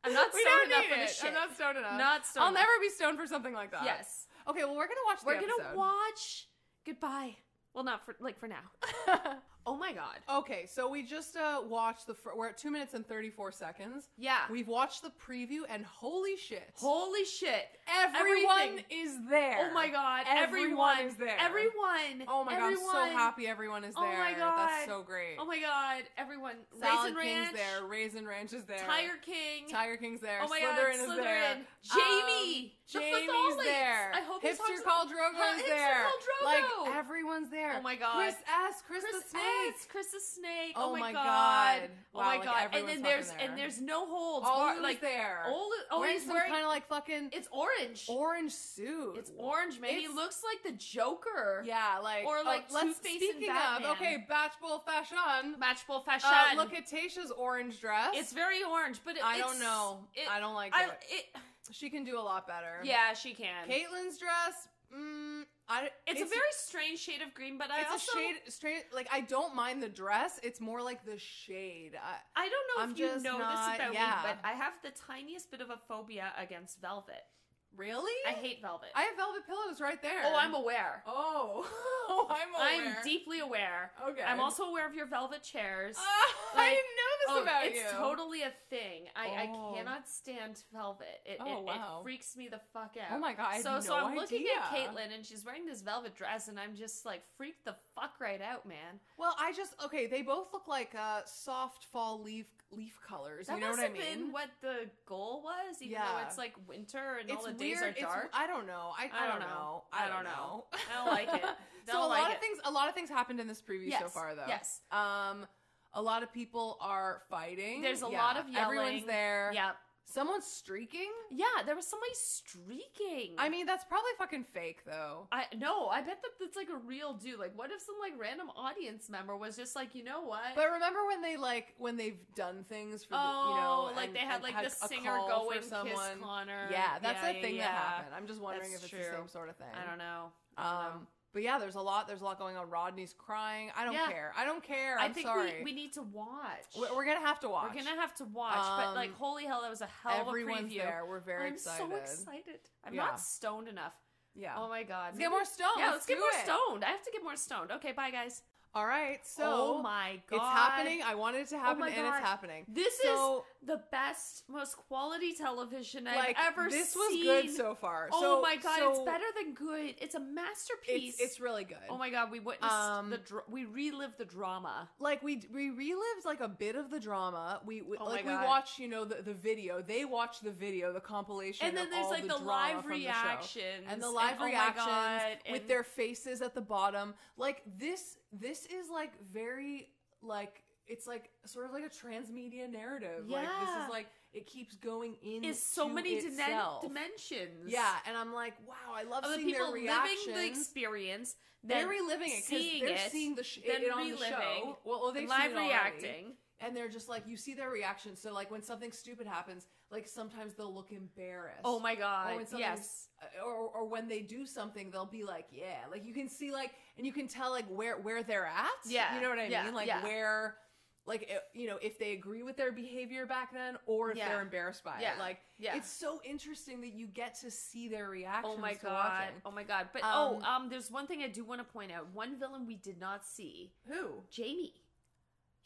[SPEAKER 1] I'm not
[SPEAKER 2] we
[SPEAKER 1] stoned
[SPEAKER 2] don't
[SPEAKER 1] enough
[SPEAKER 2] need
[SPEAKER 1] for
[SPEAKER 2] it.
[SPEAKER 1] this shit.
[SPEAKER 2] I'm not stoned enough.
[SPEAKER 1] Not stoned
[SPEAKER 2] I'll
[SPEAKER 1] enough.
[SPEAKER 2] never be stoned for something like that.
[SPEAKER 1] yes,
[SPEAKER 2] Okay. Well, we're gonna watch.
[SPEAKER 1] we're
[SPEAKER 2] the
[SPEAKER 1] gonna
[SPEAKER 2] episode.
[SPEAKER 1] watch. Goodbye. Well, not for like for now. Oh my god.
[SPEAKER 2] Okay, so we just uh, watched the. Fir- we're at two minutes and thirty four seconds.
[SPEAKER 1] Yeah.
[SPEAKER 2] We've watched the preview, and holy shit,
[SPEAKER 1] Holy shit.
[SPEAKER 2] everyone
[SPEAKER 1] everything.
[SPEAKER 2] is there.
[SPEAKER 1] Oh my god.
[SPEAKER 2] Everyone
[SPEAKER 1] Everyone,
[SPEAKER 2] is there.
[SPEAKER 1] Everyone.
[SPEAKER 2] Oh my god,
[SPEAKER 1] everyone.
[SPEAKER 2] I'm so happy everyone is
[SPEAKER 1] Oh
[SPEAKER 2] there.
[SPEAKER 1] my God.
[SPEAKER 2] that's so great.
[SPEAKER 1] Oh my god. Everyone.
[SPEAKER 2] Salad
[SPEAKER 1] Raisin
[SPEAKER 2] King's
[SPEAKER 1] Ranch.
[SPEAKER 2] there. Raisin Ranch is there.
[SPEAKER 1] Tiger King.
[SPEAKER 2] Tiger King's there.
[SPEAKER 1] Oh my
[SPEAKER 2] Slytherin
[SPEAKER 1] god,
[SPEAKER 2] is there.
[SPEAKER 1] Slytherin. Jamie.
[SPEAKER 2] Um,
[SPEAKER 1] the
[SPEAKER 2] Jamie's
[SPEAKER 1] Fetholites.
[SPEAKER 2] there.
[SPEAKER 1] I hope he
[SPEAKER 2] Hipster
[SPEAKER 1] talks-
[SPEAKER 2] called Drogo
[SPEAKER 1] Huh,
[SPEAKER 2] is
[SPEAKER 1] Hipster
[SPEAKER 2] there.
[SPEAKER 1] Khal Drogo.
[SPEAKER 2] Like everyone's there.
[SPEAKER 1] Oh my God.
[SPEAKER 2] Chris S. Chris,
[SPEAKER 1] Chris
[SPEAKER 2] the Snake.
[SPEAKER 1] yes, Chris the Snake. Oh,
[SPEAKER 2] Oh
[SPEAKER 1] my
[SPEAKER 2] my
[SPEAKER 1] god.
[SPEAKER 2] God.
[SPEAKER 1] Oh
[SPEAKER 2] Wow,
[SPEAKER 1] my
[SPEAKER 2] like,
[SPEAKER 1] god. And
[SPEAKER 2] everyone's
[SPEAKER 1] then there's
[SPEAKER 2] fucking
[SPEAKER 1] and
[SPEAKER 2] there.
[SPEAKER 1] there's no holds.
[SPEAKER 2] All
[SPEAKER 1] bar-
[SPEAKER 2] who's
[SPEAKER 1] like
[SPEAKER 2] there.
[SPEAKER 1] All, oh,
[SPEAKER 2] wearing
[SPEAKER 1] he's
[SPEAKER 2] some
[SPEAKER 1] wearing-
[SPEAKER 2] kind of like fucking
[SPEAKER 1] it's orange.
[SPEAKER 2] orange suit.
[SPEAKER 1] It's orange, man. He
[SPEAKER 2] It's-
[SPEAKER 1] looks like the Joker.
[SPEAKER 2] Yeah, like
[SPEAKER 1] Or, like,
[SPEAKER 2] let's
[SPEAKER 1] Two-Face and
[SPEAKER 2] speaking of
[SPEAKER 1] Batman.
[SPEAKER 2] okay, batchful fashion.
[SPEAKER 1] Matchable fashion.
[SPEAKER 2] Uh, look at Tasha's orange dress.
[SPEAKER 1] it's very orange, but it,
[SPEAKER 2] I
[SPEAKER 1] it's-
[SPEAKER 2] don't know.
[SPEAKER 1] It,
[SPEAKER 2] I don't like
[SPEAKER 1] I-
[SPEAKER 2] it.
[SPEAKER 1] it-
[SPEAKER 2] She can do a lot better.
[SPEAKER 1] Yeah, she can.
[SPEAKER 2] Caitlyn's dress. Mm, I.
[SPEAKER 1] it's, a very strange shade of green, but I
[SPEAKER 2] It's
[SPEAKER 1] also
[SPEAKER 2] a shade straight. Like I don't mind the dress. It's more like the shade. I,
[SPEAKER 1] I don't know
[SPEAKER 2] I'm
[SPEAKER 1] if you
[SPEAKER 2] just
[SPEAKER 1] know
[SPEAKER 2] not-
[SPEAKER 1] this about
[SPEAKER 2] yeah.
[SPEAKER 1] me, but I have the tiniest bit of a phobia against velvet.
[SPEAKER 2] really?
[SPEAKER 1] I hate velvet.
[SPEAKER 2] I have velvet pillows right there.
[SPEAKER 1] oh, I'm aware.
[SPEAKER 2] Oh, oh, I'm aware.
[SPEAKER 1] I'm deeply aware.
[SPEAKER 2] Okay.
[SPEAKER 1] I'm also aware of your velvet chairs.
[SPEAKER 2] Ah, I
[SPEAKER 1] like-
[SPEAKER 2] didn't know this
[SPEAKER 1] Oh,
[SPEAKER 2] about
[SPEAKER 1] it's
[SPEAKER 2] you.
[SPEAKER 1] totally a thing. I,
[SPEAKER 2] Oh.
[SPEAKER 1] I cannot stand velvet. It,
[SPEAKER 2] Oh,
[SPEAKER 1] it,
[SPEAKER 2] wow.
[SPEAKER 1] it freaks me the fuck out.
[SPEAKER 2] Oh my god. I had
[SPEAKER 1] so
[SPEAKER 2] no
[SPEAKER 1] so I'm looking at
[SPEAKER 2] idea.
[SPEAKER 1] Caitlyn and she's wearing this velvet dress and I'm just like freaked the fuck right out, man.
[SPEAKER 2] Well, I just okay. They both look like uh, soft fall leaf leaf colors.
[SPEAKER 1] That
[SPEAKER 2] you know
[SPEAKER 1] must
[SPEAKER 2] what I
[SPEAKER 1] have
[SPEAKER 2] mean?
[SPEAKER 1] been what the goal was, even though
[SPEAKER 2] Yeah.
[SPEAKER 1] it's like winter and
[SPEAKER 2] it's
[SPEAKER 1] all the
[SPEAKER 2] weird.
[SPEAKER 1] days are
[SPEAKER 2] it's-
[SPEAKER 1] dark.
[SPEAKER 2] I don't know. I, I, don't know. I don't know.
[SPEAKER 1] I don't like it.
[SPEAKER 2] so
[SPEAKER 1] Don't
[SPEAKER 2] a
[SPEAKER 1] like
[SPEAKER 2] lot
[SPEAKER 1] it.
[SPEAKER 2] of things. A lot of things happened in this preview so
[SPEAKER 1] Yes,
[SPEAKER 2] far, though.
[SPEAKER 1] yes.
[SPEAKER 2] Um, a lot of people are fighting.
[SPEAKER 1] There's a
[SPEAKER 2] Yeah,
[SPEAKER 1] lot of yelling.
[SPEAKER 2] Everyone's there.
[SPEAKER 1] Yeah.
[SPEAKER 2] Someone's streaking.
[SPEAKER 1] Yeah, there was somebody streaking.
[SPEAKER 2] I mean, that's probably fucking fake, though.
[SPEAKER 1] I no, I bet that that's like a real dude. Like, what if some like random audience member was just like, you know what?
[SPEAKER 2] But remember when they like when they've done things for the, you know,
[SPEAKER 1] Oh, like
[SPEAKER 2] and-
[SPEAKER 1] they had
[SPEAKER 2] and
[SPEAKER 1] like
[SPEAKER 2] had
[SPEAKER 1] the
[SPEAKER 2] a
[SPEAKER 1] singer
[SPEAKER 2] call
[SPEAKER 1] go
[SPEAKER 2] for
[SPEAKER 1] and kiss
[SPEAKER 2] someone.
[SPEAKER 1] Connor.
[SPEAKER 2] Yeah, that's
[SPEAKER 1] a
[SPEAKER 2] a thing that happened. I'm just wondering
[SPEAKER 1] That's
[SPEAKER 2] if it's
[SPEAKER 1] true.
[SPEAKER 2] the same sort of thing.
[SPEAKER 1] I don't know. I don't
[SPEAKER 2] Um, but yeah, there's a lot. There's a lot going on. Rodney's crying. I don't
[SPEAKER 1] Yeah.
[SPEAKER 2] care. I don't care.
[SPEAKER 1] know.
[SPEAKER 2] I'm
[SPEAKER 1] I think
[SPEAKER 2] sorry.
[SPEAKER 1] we, we need to watch.
[SPEAKER 2] We're- we're gonna have to watch.
[SPEAKER 1] We're gonna have to watch. but like,
[SPEAKER 2] Um,
[SPEAKER 1] holy hell, that was a hell of a
[SPEAKER 2] Everyone's
[SPEAKER 1] preview.
[SPEAKER 2] there. We're very
[SPEAKER 1] I'm
[SPEAKER 2] excited.
[SPEAKER 1] so excited. I'm
[SPEAKER 2] Yeah.
[SPEAKER 1] not stoned enough.
[SPEAKER 2] Yeah.
[SPEAKER 1] Oh my god.
[SPEAKER 2] Oh, let's get
[SPEAKER 1] Maybe-
[SPEAKER 2] more stoned.
[SPEAKER 1] Yeah, let's get
[SPEAKER 2] do
[SPEAKER 1] more
[SPEAKER 2] it.
[SPEAKER 1] stoned. I have to get more stoned. Okay, bye guys.
[SPEAKER 2] All right. So
[SPEAKER 1] oh my god. Oh
[SPEAKER 2] it's happening. I wanted it to happen,
[SPEAKER 1] my
[SPEAKER 2] and it's
[SPEAKER 1] God.
[SPEAKER 2] happening.
[SPEAKER 1] This
[SPEAKER 2] So,
[SPEAKER 1] is the best, most quality television
[SPEAKER 2] like
[SPEAKER 1] I've ever
[SPEAKER 2] this was
[SPEAKER 1] seen.
[SPEAKER 2] good so far.
[SPEAKER 1] oh
[SPEAKER 2] So-
[SPEAKER 1] my god,
[SPEAKER 2] so
[SPEAKER 1] it's better than good. It's a masterpiece.
[SPEAKER 2] It's, it's really good.
[SPEAKER 1] oh my god, we witnessed
[SPEAKER 2] Um,
[SPEAKER 1] the dr- we relived the drama.
[SPEAKER 2] like we we relived like a bit of the drama. We, we
[SPEAKER 1] Oh my
[SPEAKER 2] like we
[SPEAKER 1] God.
[SPEAKER 2] watched you know the, the video. They watched the video, the compilation,
[SPEAKER 1] And then
[SPEAKER 2] of
[SPEAKER 1] there's
[SPEAKER 2] all
[SPEAKER 1] like
[SPEAKER 2] the,
[SPEAKER 1] the,
[SPEAKER 2] drama
[SPEAKER 1] live
[SPEAKER 2] from the show.
[SPEAKER 1] reactions
[SPEAKER 2] and the live
[SPEAKER 1] oh my
[SPEAKER 2] reactions
[SPEAKER 1] God,
[SPEAKER 2] with
[SPEAKER 1] and-
[SPEAKER 2] their faces at the bottom. Like this this is like very like it's like sort of like a transmedia narrative. Like this
[SPEAKER 1] Yeah.
[SPEAKER 2] is like it keeps going in
[SPEAKER 1] is so
[SPEAKER 2] to
[SPEAKER 1] many dimen-
[SPEAKER 2] itself.
[SPEAKER 1] dimensions.
[SPEAKER 2] Yeah, and I'm like, wow, I love
[SPEAKER 1] of the
[SPEAKER 2] seeing
[SPEAKER 1] people
[SPEAKER 2] their
[SPEAKER 1] living
[SPEAKER 2] reactions.
[SPEAKER 1] the experience, then
[SPEAKER 2] they're reliving it because
[SPEAKER 1] seeing
[SPEAKER 2] they're
[SPEAKER 1] it,
[SPEAKER 2] seeing the sh-
[SPEAKER 1] then
[SPEAKER 2] it on the
[SPEAKER 1] reliving,
[SPEAKER 2] show. Well, well they've
[SPEAKER 1] and
[SPEAKER 2] seen
[SPEAKER 1] live
[SPEAKER 2] it already
[SPEAKER 1] reacting.
[SPEAKER 2] and they're just like you see their reactions. So like when something stupid happens, like sometimes they'll look embarrassed.
[SPEAKER 1] Oh my
[SPEAKER 2] Or
[SPEAKER 1] god!
[SPEAKER 2] when something's-
[SPEAKER 1] yes.
[SPEAKER 2] or or when they do something, they'll be like, yeah, like you can see like and you can tell like where where they're at.
[SPEAKER 1] Yeah,
[SPEAKER 2] you know what I
[SPEAKER 1] yeah,
[SPEAKER 2] mean. Like
[SPEAKER 1] yeah.
[SPEAKER 2] where, like i- you know, if they agree with their behavior back then, or if
[SPEAKER 1] Yeah.
[SPEAKER 2] they're embarrassed by
[SPEAKER 1] Yeah,
[SPEAKER 2] it. Like
[SPEAKER 1] yeah.
[SPEAKER 2] it's so interesting that you get to see their reactions.
[SPEAKER 1] Oh my
[SPEAKER 2] to
[SPEAKER 1] god!
[SPEAKER 2] watching.
[SPEAKER 1] Oh my god! But
[SPEAKER 2] Um,
[SPEAKER 1] oh, um, there's one thing I do want to point out. One villain we did not see,
[SPEAKER 2] Who?
[SPEAKER 1] Jamie.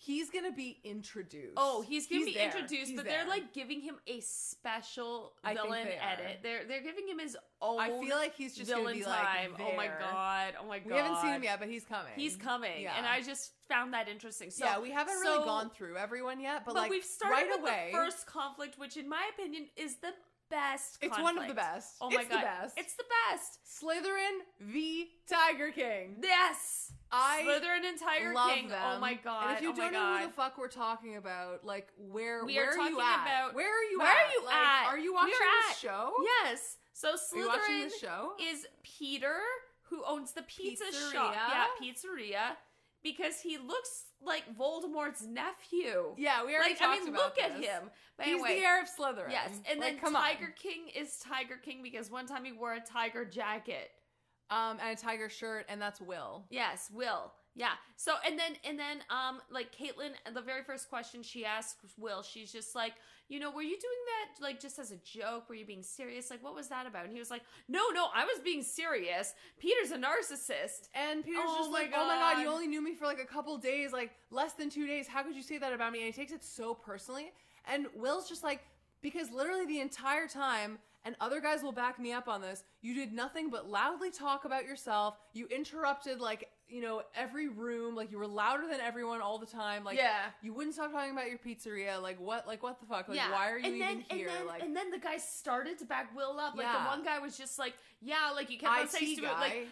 [SPEAKER 2] He's gonna be introduced.
[SPEAKER 1] Oh, he's gonna be
[SPEAKER 2] there.
[SPEAKER 1] introduced,
[SPEAKER 2] He's
[SPEAKER 1] but
[SPEAKER 2] there.
[SPEAKER 1] they're like giving him a special
[SPEAKER 2] I think
[SPEAKER 1] villain
[SPEAKER 2] they are.
[SPEAKER 1] edit. They're they're giving him his own.
[SPEAKER 2] I feel like he's just gonna
[SPEAKER 1] villain
[SPEAKER 2] be like
[SPEAKER 1] time. oh my
[SPEAKER 2] there.
[SPEAKER 1] god! Oh my god!
[SPEAKER 2] We haven't seen him yet, but he's coming.
[SPEAKER 1] He's coming,
[SPEAKER 2] Yeah.
[SPEAKER 1] and I just found that interesting. So
[SPEAKER 2] yeah, we haven't really
[SPEAKER 1] so-
[SPEAKER 2] gone through everyone yet, but,
[SPEAKER 1] But,
[SPEAKER 2] like
[SPEAKER 1] we've started
[SPEAKER 2] right
[SPEAKER 1] with
[SPEAKER 2] away.
[SPEAKER 1] the first conflict, which, in my opinion, is the best.
[SPEAKER 2] it's one of the
[SPEAKER 1] conflict.
[SPEAKER 2] best.
[SPEAKER 1] Oh my
[SPEAKER 2] it's
[SPEAKER 1] god!
[SPEAKER 2] the best.
[SPEAKER 1] It's the best.
[SPEAKER 2] Slytherin v Tiger King.
[SPEAKER 1] Yes,
[SPEAKER 2] I
[SPEAKER 1] Slytherin and Tiger
[SPEAKER 2] Love
[SPEAKER 1] King.
[SPEAKER 2] them.
[SPEAKER 1] Oh my god!
[SPEAKER 2] And if you
[SPEAKER 1] oh my
[SPEAKER 2] don't know
[SPEAKER 1] god.
[SPEAKER 2] who the fuck we're talking about, like where
[SPEAKER 1] We are
[SPEAKER 2] where are, you
[SPEAKER 1] talking
[SPEAKER 2] at?
[SPEAKER 1] about-
[SPEAKER 2] where are you
[SPEAKER 1] Where
[SPEAKER 2] at?
[SPEAKER 1] are you
[SPEAKER 2] Like,
[SPEAKER 1] at?
[SPEAKER 2] Are you
[SPEAKER 1] We
[SPEAKER 2] watching
[SPEAKER 1] are
[SPEAKER 2] this
[SPEAKER 1] at-
[SPEAKER 2] show?
[SPEAKER 1] Yes. So
[SPEAKER 2] Are you watching
[SPEAKER 1] Slytherin
[SPEAKER 2] this show?
[SPEAKER 1] is Peter, who owns the pizza shop.
[SPEAKER 2] Pizzeria?
[SPEAKER 1] Yeah, pizzeria. Because he looks like Voldemort's nephew.
[SPEAKER 2] yeah, we already
[SPEAKER 1] Like, I
[SPEAKER 2] talked
[SPEAKER 1] mean,
[SPEAKER 2] about
[SPEAKER 1] look at
[SPEAKER 2] this.
[SPEAKER 1] him. But
[SPEAKER 2] He's
[SPEAKER 1] anyway,
[SPEAKER 2] the heir of Slytherin.
[SPEAKER 1] yes. And
[SPEAKER 2] Like,
[SPEAKER 1] then
[SPEAKER 2] come on.
[SPEAKER 1] Tiger King is Tiger King because one time he wore a tiger jacket.
[SPEAKER 2] um, and a tiger shirt, and that's Will.
[SPEAKER 1] Yes, Will. Yeah. So and then and then um like Caitlin the very first question she asks Will, she's just like, you know, were you doing that like just as a joke? Were you being serious? Like what was that about? And he was like, No, no, I was being serious. Peter's a narcissist.
[SPEAKER 2] And Peter's
[SPEAKER 1] Oh
[SPEAKER 2] just
[SPEAKER 1] my
[SPEAKER 2] like, oh my god,
[SPEAKER 1] God.
[SPEAKER 2] you only knew me for like a couple days, like less than two days. How could you say that about me? And he takes it so personally. And Will's just like, because literally the entire time and other guys will back me up on this. You did nothing but loudly talk about yourself. You interrupted like, you know, every room, like you were louder than everyone all the time. Like
[SPEAKER 4] Yeah.
[SPEAKER 2] you wouldn't stop talking about your pizzeria. Like what like what the fuck? Like why are you
[SPEAKER 1] and
[SPEAKER 2] even
[SPEAKER 1] then,
[SPEAKER 2] here?
[SPEAKER 1] And then,
[SPEAKER 2] like
[SPEAKER 1] and then the guy started to back Will up. Like the
[SPEAKER 2] Yeah.
[SPEAKER 1] one guy was just like, "Yeah, like you kept on
[SPEAKER 2] IT
[SPEAKER 1] saying to it, like
[SPEAKER 2] guy.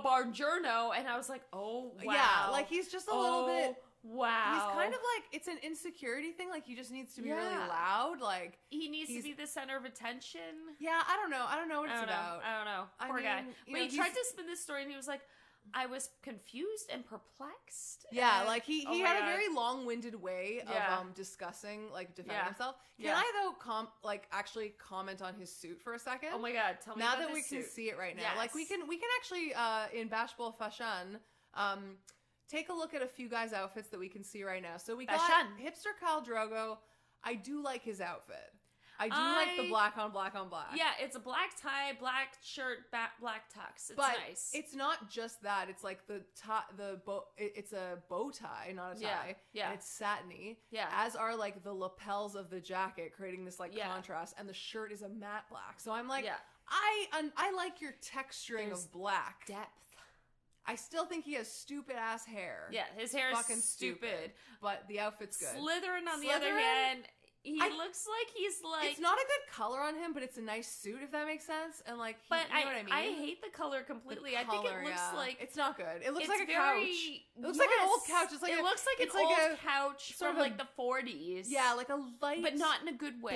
[SPEAKER 1] Bargerno," and I was like, "Oh wow,
[SPEAKER 2] Yeah, like he's just a little bit
[SPEAKER 1] Oh, wow."
[SPEAKER 2] He's kind of like it's an insecurity thing. Like he just needs to be
[SPEAKER 1] Yeah.
[SPEAKER 2] really loud. Like
[SPEAKER 1] he needs to
[SPEAKER 2] he's-
[SPEAKER 1] be the center of attention.
[SPEAKER 2] yeah, I don't know. I don't know what
[SPEAKER 1] I
[SPEAKER 2] it's
[SPEAKER 1] don't know.
[SPEAKER 2] about.
[SPEAKER 1] I don't know.
[SPEAKER 2] I
[SPEAKER 1] Poor guy.
[SPEAKER 2] mean, you
[SPEAKER 1] But
[SPEAKER 2] know,
[SPEAKER 1] he tried
[SPEAKER 2] he's-
[SPEAKER 1] to spin this story, and he was like, "I was confused and perplexed."
[SPEAKER 2] Yeah,
[SPEAKER 1] and-
[SPEAKER 2] like he,
[SPEAKER 1] oh
[SPEAKER 2] he
[SPEAKER 1] my
[SPEAKER 2] had a
[SPEAKER 1] God.
[SPEAKER 2] very long-winded way of
[SPEAKER 1] Yeah.
[SPEAKER 2] um discussing like defending
[SPEAKER 1] Yeah.
[SPEAKER 2] himself. Can
[SPEAKER 1] Yeah.
[SPEAKER 2] I though com like actually comment on his suit for a second?
[SPEAKER 1] "Oh my god, tell me
[SPEAKER 2] now
[SPEAKER 1] about
[SPEAKER 2] that we
[SPEAKER 1] this
[SPEAKER 2] can
[SPEAKER 1] suit.
[SPEAKER 2] see it right now, like we
[SPEAKER 1] Yes.
[SPEAKER 2] can we can actually uh in bashful fashion um take a look at a few guys' outfits that we can see right now. So we got
[SPEAKER 1] Fashion.
[SPEAKER 2] hipster Kyle Drogo. I do like his outfit. I do like
[SPEAKER 1] I-
[SPEAKER 2] the black on black on black.
[SPEAKER 1] Yeah, it's a black tie, black shirt, ba- black tux. It's
[SPEAKER 2] but
[SPEAKER 1] nice.
[SPEAKER 2] it's not just that. It's like the tie, the bow. It's a bow tie, not a tie.
[SPEAKER 1] Yeah,
[SPEAKER 2] and
[SPEAKER 1] yeah.
[SPEAKER 2] it's satiny.
[SPEAKER 1] Yeah.
[SPEAKER 2] As are like the lapels of the jacket, creating this like
[SPEAKER 1] Yeah.
[SPEAKER 2] contrast. And the shirt is a matte black. So I'm like,
[SPEAKER 1] Yeah.
[SPEAKER 2] I un- I like your texturing
[SPEAKER 1] There's
[SPEAKER 2] of black.
[SPEAKER 1] depth.
[SPEAKER 2] I still think he has stupid ass hair.
[SPEAKER 1] Yeah, his hair
[SPEAKER 2] Fucking
[SPEAKER 1] is stupid.
[SPEAKER 2] But the outfit's good.
[SPEAKER 1] Slytherin, on the other
[SPEAKER 2] Slytherin?
[SPEAKER 1] hand, he
[SPEAKER 2] I-
[SPEAKER 1] looks like he's like.
[SPEAKER 2] it's not a good color on him, but it's a nice suit if that makes sense. And like, he-
[SPEAKER 1] but
[SPEAKER 2] you know
[SPEAKER 1] I,
[SPEAKER 2] what I mean?
[SPEAKER 1] I hate the color completely. I think
[SPEAKER 2] color,
[SPEAKER 1] it looks
[SPEAKER 2] yeah.
[SPEAKER 1] like
[SPEAKER 2] it's not good. It looks
[SPEAKER 1] it's
[SPEAKER 2] like a
[SPEAKER 1] very-
[SPEAKER 2] couch. It looks like an old
[SPEAKER 1] Yes.
[SPEAKER 2] couch. It's like
[SPEAKER 1] it
[SPEAKER 2] a-
[SPEAKER 1] looks like
[SPEAKER 2] it's
[SPEAKER 1] an
[SPEAKER 2] like
[SPEAKER 1] old
[SPEAKER 2] a-
[SPEAKER 1] couch
[SPEAKER 2] sort
[SPEAKER 1] from
[SPEAKER 2] of a-
[SPEAKER 1] like the forties.
[SPEAKER 2] Yeah, like a light,
[SPEAKER 1] but not in a good way.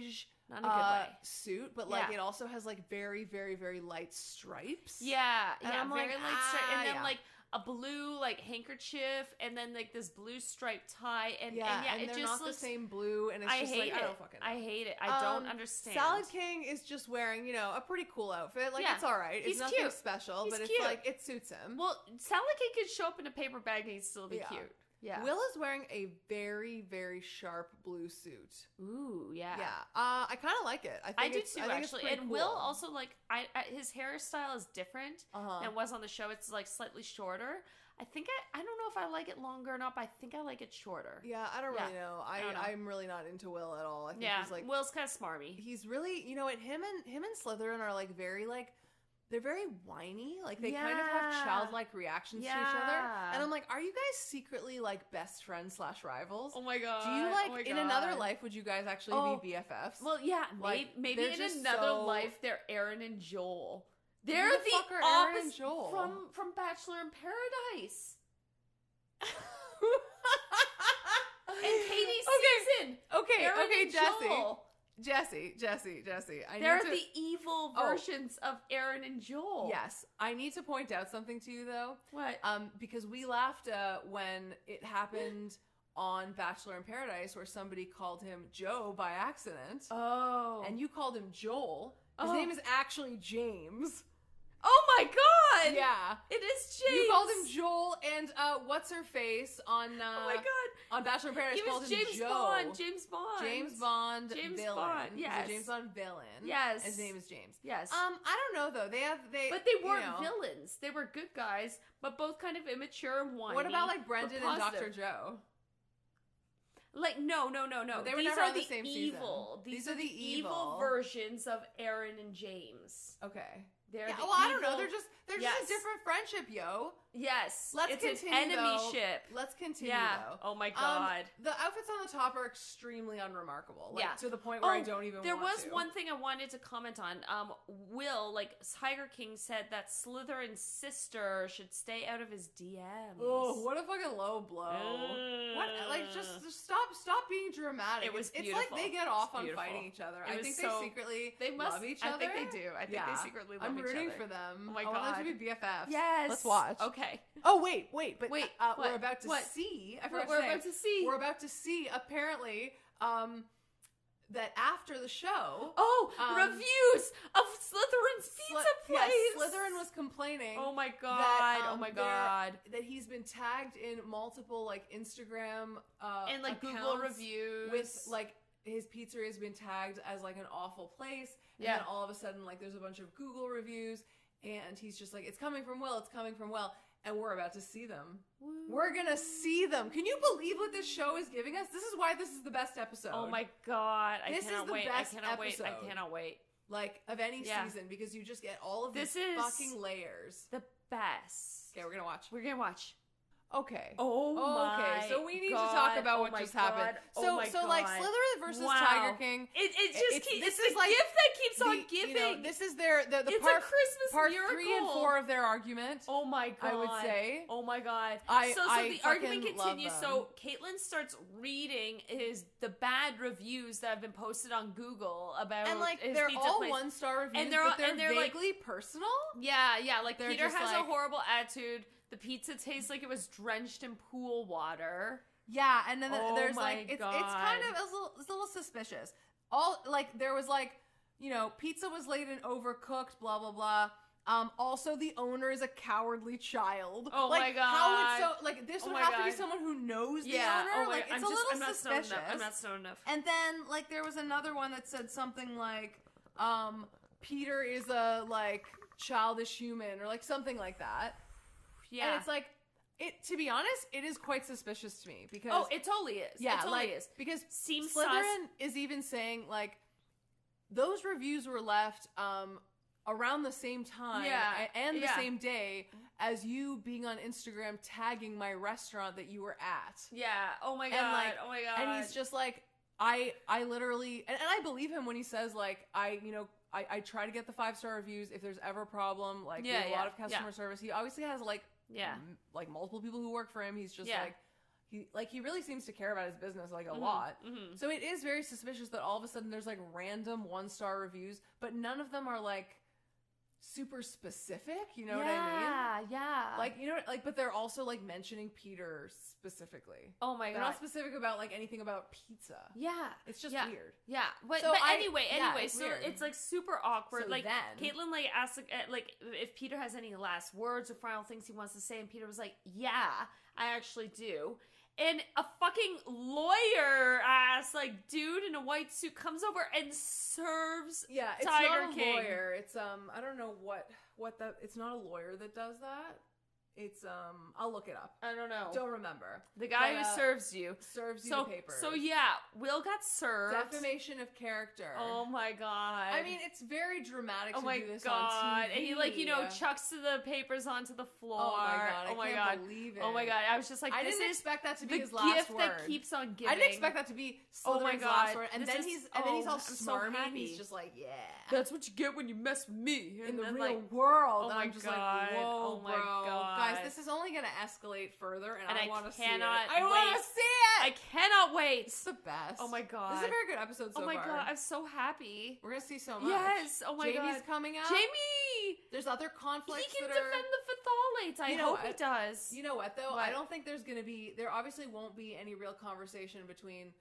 [SPEAKER 2] beige
[SPEAKER 1] Not in a good
[SPEAKER 2] uh,
[SPEAKER 1] way.
[SPEAKER 2] suit. But like,
[SPEAKER 1] Yeah.
[SPEAKER 2] it also has like very, very, very light stripes.
[SPEAKER 1] Yeah,
[SPEAKER 2] And
[SPEAKER 1] yeah,
[SPEAKER 2] I'm
[SPEAKER 1] very
[SPEAKER 2] like,
[SPEAKER 1] light stripe,
[SPEAKER 2] ah,
[SPEAKER 1] and then
[SPEAKER 2] yeah.
[SPEAKER 1] like a blue like handkerchief, and then like this blue striped tie, and
[SPEAKER 2] yeah,
[SPEAKER 1] and, yeah,
[SPEAKER 2] and
[SPEAKER 1] it
[SPEAKER 2] they're
[SPEAKER 1] just
[SPEAKER 2] not
[SPEAKER 1] looks.
[SPEAKER 2] the same blue. And it's
[SPEAKER 1] I
[SPEAKER 2] just
[SPEAKER 1] hate
[SPEAKER 2] like,
[SPEAKER 1] it.
[SPEAKER 2] I don't fucking.
[SPEAKER 1] I hate it. I don't
[SPEAKER 2] Um,
[SPEAKER 1] understand.
[SPEAKER 2] Salad King is just wearing, you know, a pretty cool outfit. Like
[SPEAKER 1] Yeah.
[SPEAKER 2] it's all right. It's
[SPEAKER 1] He's
[SPEAKER 2] nothing
[SPEAKER 1] cute.
[SPEAKER 2] special,
[SPEAKER 1] He's
[SPEAKER 2] but it's
[SPEAKER 1] cute.
[SPEAKER 2] like it suits him.
[SPEAKER 1] Well, Salad Cake could show up in a paper bag and he'd still be
[SPEAKER 2] Yeah.
[SPEAKER 1] cute. Yeah.
[SPEAKER 2] Will is wearing a very, very sharp blue suit.
[SPEAKER 1] Ooh, yeah.
[SPEAKER 2] Yeah, uh, I kind of like it. I, think
[SPEAKER 1] I do
[SPEAKER 2] it's-
[SPEAKER 1] too,
[SPEAKER 2] think it's
[SPEAKER 1] actually.
[SPEAKER 2] pretty
[SPEAKER 1] And Will
[SPEAKER 2] cool.
[SPEAKER 1] also like I, I his hairstyle is different
[SPEAKER 2] Uh-huh.
[SPEAKER 1] than was on the show. It's like slightly shorter. I think I I don't know if I like it longer or not, but I think I like it shorter.
[SPEAKER 2] Yeah, I don't
[SPEAKER 1] Yeah.
[SPEAKER 2] really know. I,
[SPEAKER 1] don't know.
[SPEAKER 2] I'm really not into Will at all. I think
[SPEAKER 1] Yeah,
[SPEAKER 2] he's like
[SPEAKER 1] Will's kind of smarmy.
[SPEAKER 2] he's really you know what him and him and Slytherin are like very like they're very whiny. Like they kind of
[SPEAKER 1] Yeah.
[SPEAKER 2] have childlike reactions to each other.
[SPEAKER 1] Yeah.
[SPEAKER 2] And I'm like, are you guys secretly like best friends slash rivals?
[SPEAKER 1] Oh my god!
[SPEAKER 2] Do you like in another life would you guys actually
[SPEAKER 1] Oh,
[SPEAKER 2] be BFFs?
[SPEAKER 1] Well, yeah,
[SPEAKER 2] Like,
[SPEAKER 1] maybe,
[SPEAKER 2] they're
[SPEAKER 1] maybe in
[SPEAKER 2] just
[SPEAKER 1] another
[SPEAKER 2] so-
[SPEAKER 1] life they're Aaron and Joel.
[SPEAKER 2] Who
[SPEAKER 1] They're
[SPEAKER 2] the
[SPEAKER 1] the,
[SPEAKER 2] fuck are Aaron and
[SPEAKER 1] opposite
[SPEAKER 2] Joel?
[SPEAKER 1] from from Bachelor in Paradise and Katie's season.
[SPEAKER 2] okay,
[SPEAKER 1] Aaron
[SPEAKER 2] okay,
[SPEAKER 1] and
[SPEAKER 2] Jesse,
[SPEAKER 1] Joel.
[SPEAKER 2] Jesse, Jesse, Jesse. I
[SPEAKER 1] They're
[SPEAKER 2] need to,
[SPEAKER 1] the evil
[SPEAKER 2] Oh.
[SPEAKER 1] versions of Aaron and Joel.
[SPEAKER 2] yes. I need to point out something to you though.
[SPEAKER 1] What?
[SPEAKER 2] um, because we laughed uh, when it happened on Bachelor in Paradise, where somebody called him Joe by accident,
[SPEAKER 1] Oh.
[SPEAKER 2] and you called him Joel. His
[SPEAKER 1] Oh.
[SPEAKER 2] name is actually James.
[SPEAKER 1] oh my god!
[SPEAKER 2] yeah,
[SPEAKER 1] It is James.
[SPEAKER 2] you called him Joel, and uh, what's her face on uh,
[SPEAKER 1] Oh my god.
[SPEAKER 2] on Bachelor in Paradise
[SPEAKER 1] He
[SPEAKER 2] called
[SPEAKER 1] was James
[SPEAKER 2] him Joe.
[SPEAKER 1] Bond. James Bond.
[SPEAKER 2] James Bond
[SPEAKER 1] James
[SPEAKER 2] villain.
[SPEAKER 1] Bond,
[SPEAKER 2] He's a
[SPEAKER 1] yes.
[SPEAKER 2] James Bond villain.
[SPEAKER 1] Yes.
[SPEAKER 2] His name is James.
[SPEAKER 1] Yes.
[SPEAKER 2] Um, I don't know though. They have they
[SPEAKER 1] but they
[SPEAKER 2] you
[SPEAKER 1] weren't
[SPEAKER 2] know.
[SPEAKER 1] villains. They were good guys, but both kind of immature and whiny.
[SPEAKER 2] What about like
[SPEAKER 1] but
[SPEAKER 2] Brendan and Dr.
[SPEAKER 1] positive.
[SPEAKER 2] Joe?
[SPEAKER 1] Like no, no, no, no.
[SPEAKER 2] They were
[SPEAKER 1] These
[SPEAKER 2] never
[SPEAKER 1] are
[SPEAKER 2] on the same season.
[SPEAKER 1] evil. These, are, the evil.
[SPEAKER 2] evil.
[SPEAKER 1] versions of Aaron and James.
[SPEAKER 2] Okay.
[SPEAKER 1] They're
[SPEAKER 2] Yeah,
[SPEAKER 1] the
[SPEAKER 2] well, I don't know.
[SPEAKER 1] evil-
[SPEAKER 2] They're just they're
[SPEAKER 1] Yes.
[SPEAKER 2] just a different friendship, yo.
[SPEAKER 1] yes.
[SPEAKER 2] Let's
[SPEAKER 1] it's
[SPEAKER 2] continue.
[SPEAKER 1] an enemy
[SPEAKER 2] though.
[SPEAKER 1] ship.
[SPEAKER 2] Let's continue.
[SPEAKER 1] Yeah.
[SPEAKER 2] Though.
[SPEAKER 1] Oh my
[SPEAKER 2] Um,
[SPEAKER 1] god.
[SPEAKER 2] the outfits on the top are extremely unremarkable. Like,
[SPEAKER 1] Yeah.
[SPEAKER 2] To the point where I
[SPEAKER 1] Oh,
[SPEAKER 2] don't even.
[SPEAKER 1] There
[SPEAKER 2] want
[SPEAKER 1] was
[SPEAKER 2] to.
[SPEAKER 1] one thing I wanted to comment on. Um, Will, like Tiger King, said that Slytherin's sister should stay out of his DMs.
[SPEAKER 2] Oh, what a fucking low blow!
[SPEAKER 1] Ugh.
[SPEAKER 2] What? Like, just, just stop, stop being dramatic.
[SPEAKER 1] Uh. It was
[SPEAKER 2] It's, it's like
[SPEAKER 1] beautiful.
[SPEAKER 2] they get off
[SPEAKER 1] It's
[SPEAKER 2] on
[SPEAKER 1] beautiful.
[SPEAKER 2] fighting each other.
[SPEAKER 1] It
[SPEAKER 2] I
[SPEAKER 1] was
[SPEAKER 2] think
[SPEAKER 1] so-
[SPEAKER 2] they secretly
[SPEAKER 1] They must.
[SPEAKER 2] love each
[SPEAKER 1] I
[SPEAKER 2] other.
[SPEAKER 1] think they do. I think
[SPEAKER 2] Yeah.
[SPEAKER 1] they secretly love
[SPEAKER 2] I'm
[SPEAKER 1] each
[SPEAKER 2] rooting
[SPEAKER 1] other.
[SPEAKER 2] for them.
[SPEAKER 1] Oh my
[SPEAKER 2] I want them to
[SPEAKER 1] God.
[SPEAKER 2] be BFFs.
[SPEAKER 1] Yes.
[SPEAKER 2] Let's watch.
[SPEAKER 1] Okay.
[SPEAKER 2] Oh wait, wait, but
[SPEAKER 1] Wait,
[SPEAKER 2] uh,
[SPEAKER 1] what?
[SPEAKER 2] we're about to
[SPEAKER 1] What?
[SPEAKER 2] see. I
[SPEAKER 1] We're,
[SPEAKER 2] forgot
[SPEAKER 1] we're
[SPEAKER 2] to say.
[SPEAKER 1] about to see.
[SPEAKER 2] We're about to see apparently um, that after the show,
[SPEAKER 1] oh,
[SPEAKER 2] um,
[SPEAKER 1] reviews of Slytherin's
[SPEAKER 2] Sly-
[SPEAKER 1] pizza place.
[SPEAKER 2] yeah, Slytherin was complaining
[SPEAKER 1] Oh my god. oh
[SPEAKER 2] um,
[SPEAKER 1] my
[SPEAKER 2] they're-
[SPEAKER 1] god.
[SPEAKER 2] that he's been tagged in multiple like Instagram uh,
[SPEAKER 1] And like Google
[SPEAKER 2] accounts
[SPEAKER 1] reviews
[SPEAKER 2] with like his pizzeria has been tagged as like an awful place, and
[SPEAKER 1] Yeah.
[SPEAKER 2] then all of a sudden like there's a bunch of Google reviews, and he's just like, it's coming from Will, it's coming from Will, and we're about to see them. We're gonna see them. Can you believe what this show is giving us? This is why this is the best episode.
[SPEAKER 1] Oh my god. I
[SPEAKER 2] This is
[SPEAKER 1] cannot
[SPEAKER 2] the
[SPEAKER 1] wait.
[SPEAKER 2] best
[SPEAKER 1] I cannot wait. I
[SPEAKER 2] episode.
[SPEAKER 1] cannot wait.
[SPEAKER 2] like of any
[SPEAKER 1] Yeah.
[SPEAKER 2] season because you just get all of
[SPEAKER 1] This is-
[SPEAKER 2] these fucking layers.
[SPEAKER 1] The best.
[SPEAKER 2] Okay, we're gonna watch.
[SPEAKER 1] We're gonna watch.
[SPEAKER 2] Okay.
[SPEAKER 1] Oh,
[SPEAKER 2] okay, so we need to talk about what just happened. So, so like Slytherin versus
[SPEAKER 1] Wow.
[SPEAKER 2] Tiger King.
[SPEAKER 1] It, Oh it
[SPEAKER 2] It's-
[SPEAKER 1] just keeps.
[SPEAKER 2] this
[SPEAKER 1] This
[SPEAKER 2] is
[SPEAKER 1] is the
[SPEAKER 2] like
[SPEAKER 1] gift that keeps
[SPEAKER 2] the-
[SPEAKER 1] on giving.
[SPEAKER 2] you know, this is their the, the
[SPEAKER 1] it's
[SPEAKER 2] part,
[SPEAKER 1] a Christmas
[SPEAKER 2] part
[SPEAKER 1] miracle.
[SPEAKER 2] three and four of their argument.
[SPEAKER 1] Oh my god!
[SPEAKER 2] I would say.
[SPEAKER 1] Oh my god!
[SPEAKER 2] I-
[SPEAKER 1] so so
[SPEAKER 2] I
[SPEAKER 1] the argument
[SPEAKER 2] fucking love
[SPEAKER 1] continues. So Caitlin starts reading his the bad reviews that have been posted on Google about
[SPEAKER 2] and like
[SPEAKER 1] his
[SPEAKER 2] they're
[SPEAKER 1] pizza
[SPEAKER 2] all
[SPEAKER 1] place.
[SPEAKER 2] one star reviews,
[SPEAKER 1] they're all-
[SPEAKER 2] but they're
[SPEAKER 1] and they're, like-
[SPEAKER 2] vaguely personal.
[SPEAKER 1] Yeah, yeah. Like
[SPEAKER 2] They're
[SPEAKER 1] Peter
[SPEAKER 2] just
[SPEAKER 1] has
[SPEAKER 2] like-
[SPEAKER 1] a horrible attitude. The pizza tastes like it was drenched in pool water.
[SPEAKER 2] Yeah, and then
[SPEAKER 1] Oh
[SPEAKER 2] there's
[SPEAKER 1] my
[SPEAKER 2] like it's it's kind
[SPEAKER 1] God.
[SPEAKER 2] of it's a, little, it's a little suspicious. All like there was like you know pizza was late and overcooked, blah blah blah. Um, also the owner is a cowardly child.
[SPEAKER 1] Oh
[SPEAKER 2] like,
[SPEAKER 1] my
[SPEAKER 2] How would
[SPEAKER 1] God.
[SPEAKER 2] so like this
[SPEAKER 1] Oh
[SPEAKER 2] would
[SPEAKER 1] my
[SPEAKER 2] have to be
[SPEAKER 1] God.
[SPEAKER 2] someone who knows the
[SPEAKER 1] yeah.
[SPEAKER 2] owner.
[SPEAKER 1] oh my,
[SPEAKER 2] like
[SPEAKER 1] I'm
[SPEAKER 2] it's
[SPEAKER 1] just,
[SPEAKER 2] a little
[SPEAKER 1] I'm not stoned
[SPEAKER 2] suspicious.
[SPEAKER 1] enough. I'm not stoned enough.
[SPEAKER 2] And then like there was another one that said something like, um, Peter is a like childish human or like something like that.
[SPEAKER 1] yeah.
[SPEAKER 2] And it's like it to be honest, it is quite suspicious to me because
[SPEAKER 1] oh, it totally is.
[SPEAKER 2] yeah,
[SPEAKER 1] it totally
[SPEAKER 2] like
[SPEAKER 1] is.
[SPEAKER 2] because
[SPEAKER 1] Seems sus.
[SPEAKER 2] Slytherin is even saying like those reviews were left um around the same time
[SPEAKER 1] Yeah,
[SPEAKER 2] a- and the
[SPEAKER 1] yeah.
[SPEAKER 2] same day as you being on Instagram tagging my restaurant that you were at.
[SPEAKER 1] Yeah. Oh my god.
[SPEAKER 2] And, like,
[SPEAKER 1] oh my god.
[SPEAKER 2] And he's just like, I I literally and, and I believe him when he says like I you know I, I try to get the five star reviews if there's ever a problem like we
[SPEAKER 1] Yeah,
[SPEAKER 2] have a
[SPEAKER 1] yeah,
[SPEAKER 2] lot of customer service he obviously has like
[SPEAKER 1] Yeah.
[SPEAKER 2] m- like multiple people who work for him he's just
[SPEAKER 1] Yeah.
[SPEAKER 2] like he like he really seems to care about his business like a
[SPEAKER 1] Mhm,
[SPEAKER 2] lot
[SPEAKER 1] mhm.
[SPEAKER 2] so it is very suspicious that all of a sudden there's like random one star reviews but none of them are like super specific you know what I mean
[SPEAKER 1] yeah, Yeah.
[SPEAKER 2] like you know what- like but they're also like mentioning Peter specifically
[SPEAKER 1] oh my
[SPEAKER 2] they're
[SPEAKER 1] god.
[SPEAKER 2] not specific about like anything about pizza.
[SPEAKER 1] Yeah.
[SPEAKER 2] It's just
[SPEAKER 1] Yeah.
[SPEAKER 2] weird.
[SPEAKER 1] Yeah, but,
[SPEAKER 2] So
[SPEAKER 1] but
[SPEAKER 2] I-
[SPEAKER 1] anyway,
[SPEAKER 2] yeah,
[SPEAKER 1] anyway,
[SPEAKER 2] it's
[SPEAKER 1] so
[SPEAKER 2] weird.
[SPEAKER 1] it's like super awkward.
[SPEAKER 2] So
[SPEAKER 1] like
[SPEAKER 2] then-
[SPEAKER 1] Caitlin like asked like, uh, like if Peter has any last words or final things he wants to say, and Peter was like, "Yeah, I actually do." And a fucking lawyer ass like dude in a white suit comes over and serves.
[SPEAKER 2] Yeah, it's
[SPEAKER 1] Tiger
[SPEAKER 2] not a
[SPEAKER 1] King.
[SPEAKER 2] lawyer. It's um I don't know what what that it's not a lawyer that does that. It's um I'll look it up.
[SPEAKER 1] I don't know
[SPEAKER 2] Don't remember.
[SPEAKER 1] the guy
[SPEAKER 2] but,
[SPEAKER 1] who
[SPEAKER 2] uh,
[SPEAKER 1] serves you.
[SPEAKER 2] Serves you
[SPEAKER 1] Oh. So
[SPEAKER 2] the paper.
[SPEAKER 1] so yeah, Will got served.
[SPEAKER 2] defamation of character.
[SPEAKER 1] Oh my god!
[SPEAKER 2] I mean, it's very dramatic
[SPEAKER 1] Oh
[SPEAKER 2] to
[SPEAKER 1] my
[SPEAKER 2] do this on
[SPEAKER 1] god!
[SPEAKER 2] TV.
[SPEAKER 1] And he like you know chucks the papers onto the floor.
[SPEAKER 2] Oh my god! I
[SPEAKER 1] Oh my
[SPEAKER 2] can't
[SPEAKER 1] god!
[SPEAKER 2] believe it.
[SPEAKER 1] Oh my god! I was just like,
[SPEAKER 2] I
[SPEAKER 1] this
[SPEAKER 2] didn't
[SPEAKER 1] is
[SPEAKER 2] expect that to be
[SPEAKER 1] the
[SPEAKER 2] his last
[SPEAKER 1] gift
[SPEAKER 2] word.
[SPEAKER 1] that keeps on giving.
[SPEAKER 2] I didn't expect that to be
[SPEAKER 1] Oh my
[SPEAKER 2] Slytherin's last
[SPEAKER 1] God.
[SPEAKER 2] word. And
[SPEAKER 1] This
[SPEAKER 2] then
[SPEAKER 1] is-
[SPEAKER 2] he's and then he's all
[SPEAKER 1] oh, I'm so
[SPEAKER 2] smarmy. and
[SPEAKER 1] happy.
[SPEAKER 2] he's just like, yeah.
[SPEAKER 1] That's what you get when you mess with me.
[SPEAKER 2] in
[SPEAKER 1] And
[SPEAKER 2] the
[SPEAKER 1] then,
[SPEAKER 2] real
[SPEAKER 1] like,
[SPEAKER 2] world.
[SPEAKER 1] oh
[SPEAKER 2] and
[SPEAKER 1] my
[SPEAKER 2] I'm just
[SPEAKER 1] God,
[SPEAKER 2] like,
[SPEAKER 1] oh
[SPEAKER 2] whoa,
[SPEAKER 1] my
[SPEAKER 2] bro. Guys,
[SPEAKER 1] God.
[SPEAKER 2] this is only going to escalate further, and,
[SPEAKER 1] And
[SPEAKER 2] I,
[SPEAKER 1] I
[SPEAKER 2] want to see it.
[SPEAKER 1] cannot
[SPEAKER 2] I want
[SPEAKER 1] wait.
[SPEAKER 2] to see
[SPEAKER 1] I
[SPEAKER 2] it.
[SPEAKER 1] cannot wait.
[SPEAKER 2] It's the best.
[SPEAKER 1] Oh my god!
[SPEAKER 2] This is a very good episode so
[SPEAKER 1] oh my
[SPEAKER 2] far.
[SPEAKER 1] god! I'm so happy.
[SPEAKER 2] We're going to see so much.
[SPEAKER 1] Yes! Oh my
[SPEAKER 2] Jamie's
[SPEAKER 1] god!
[SPEAKER 2] coming up.
[SPEAKER 1] Jamie,
[SPEAKER 2] There's other conflicts
[SPEAKER 1] he can
[SPEAKER 2] that are...
[SPEAKER 1] defend the phthalates. I
[SPEAKER 2] You know
[SPEAKER 1] hope he
[SPEAKER 2] what?
[SPEAKER 1] does.
[SPEAKER 2] You know what though? I
[SPEAKER 1] What?
[SPEAKER 2] don't think there's gonna be there obviously won't be any real conversation between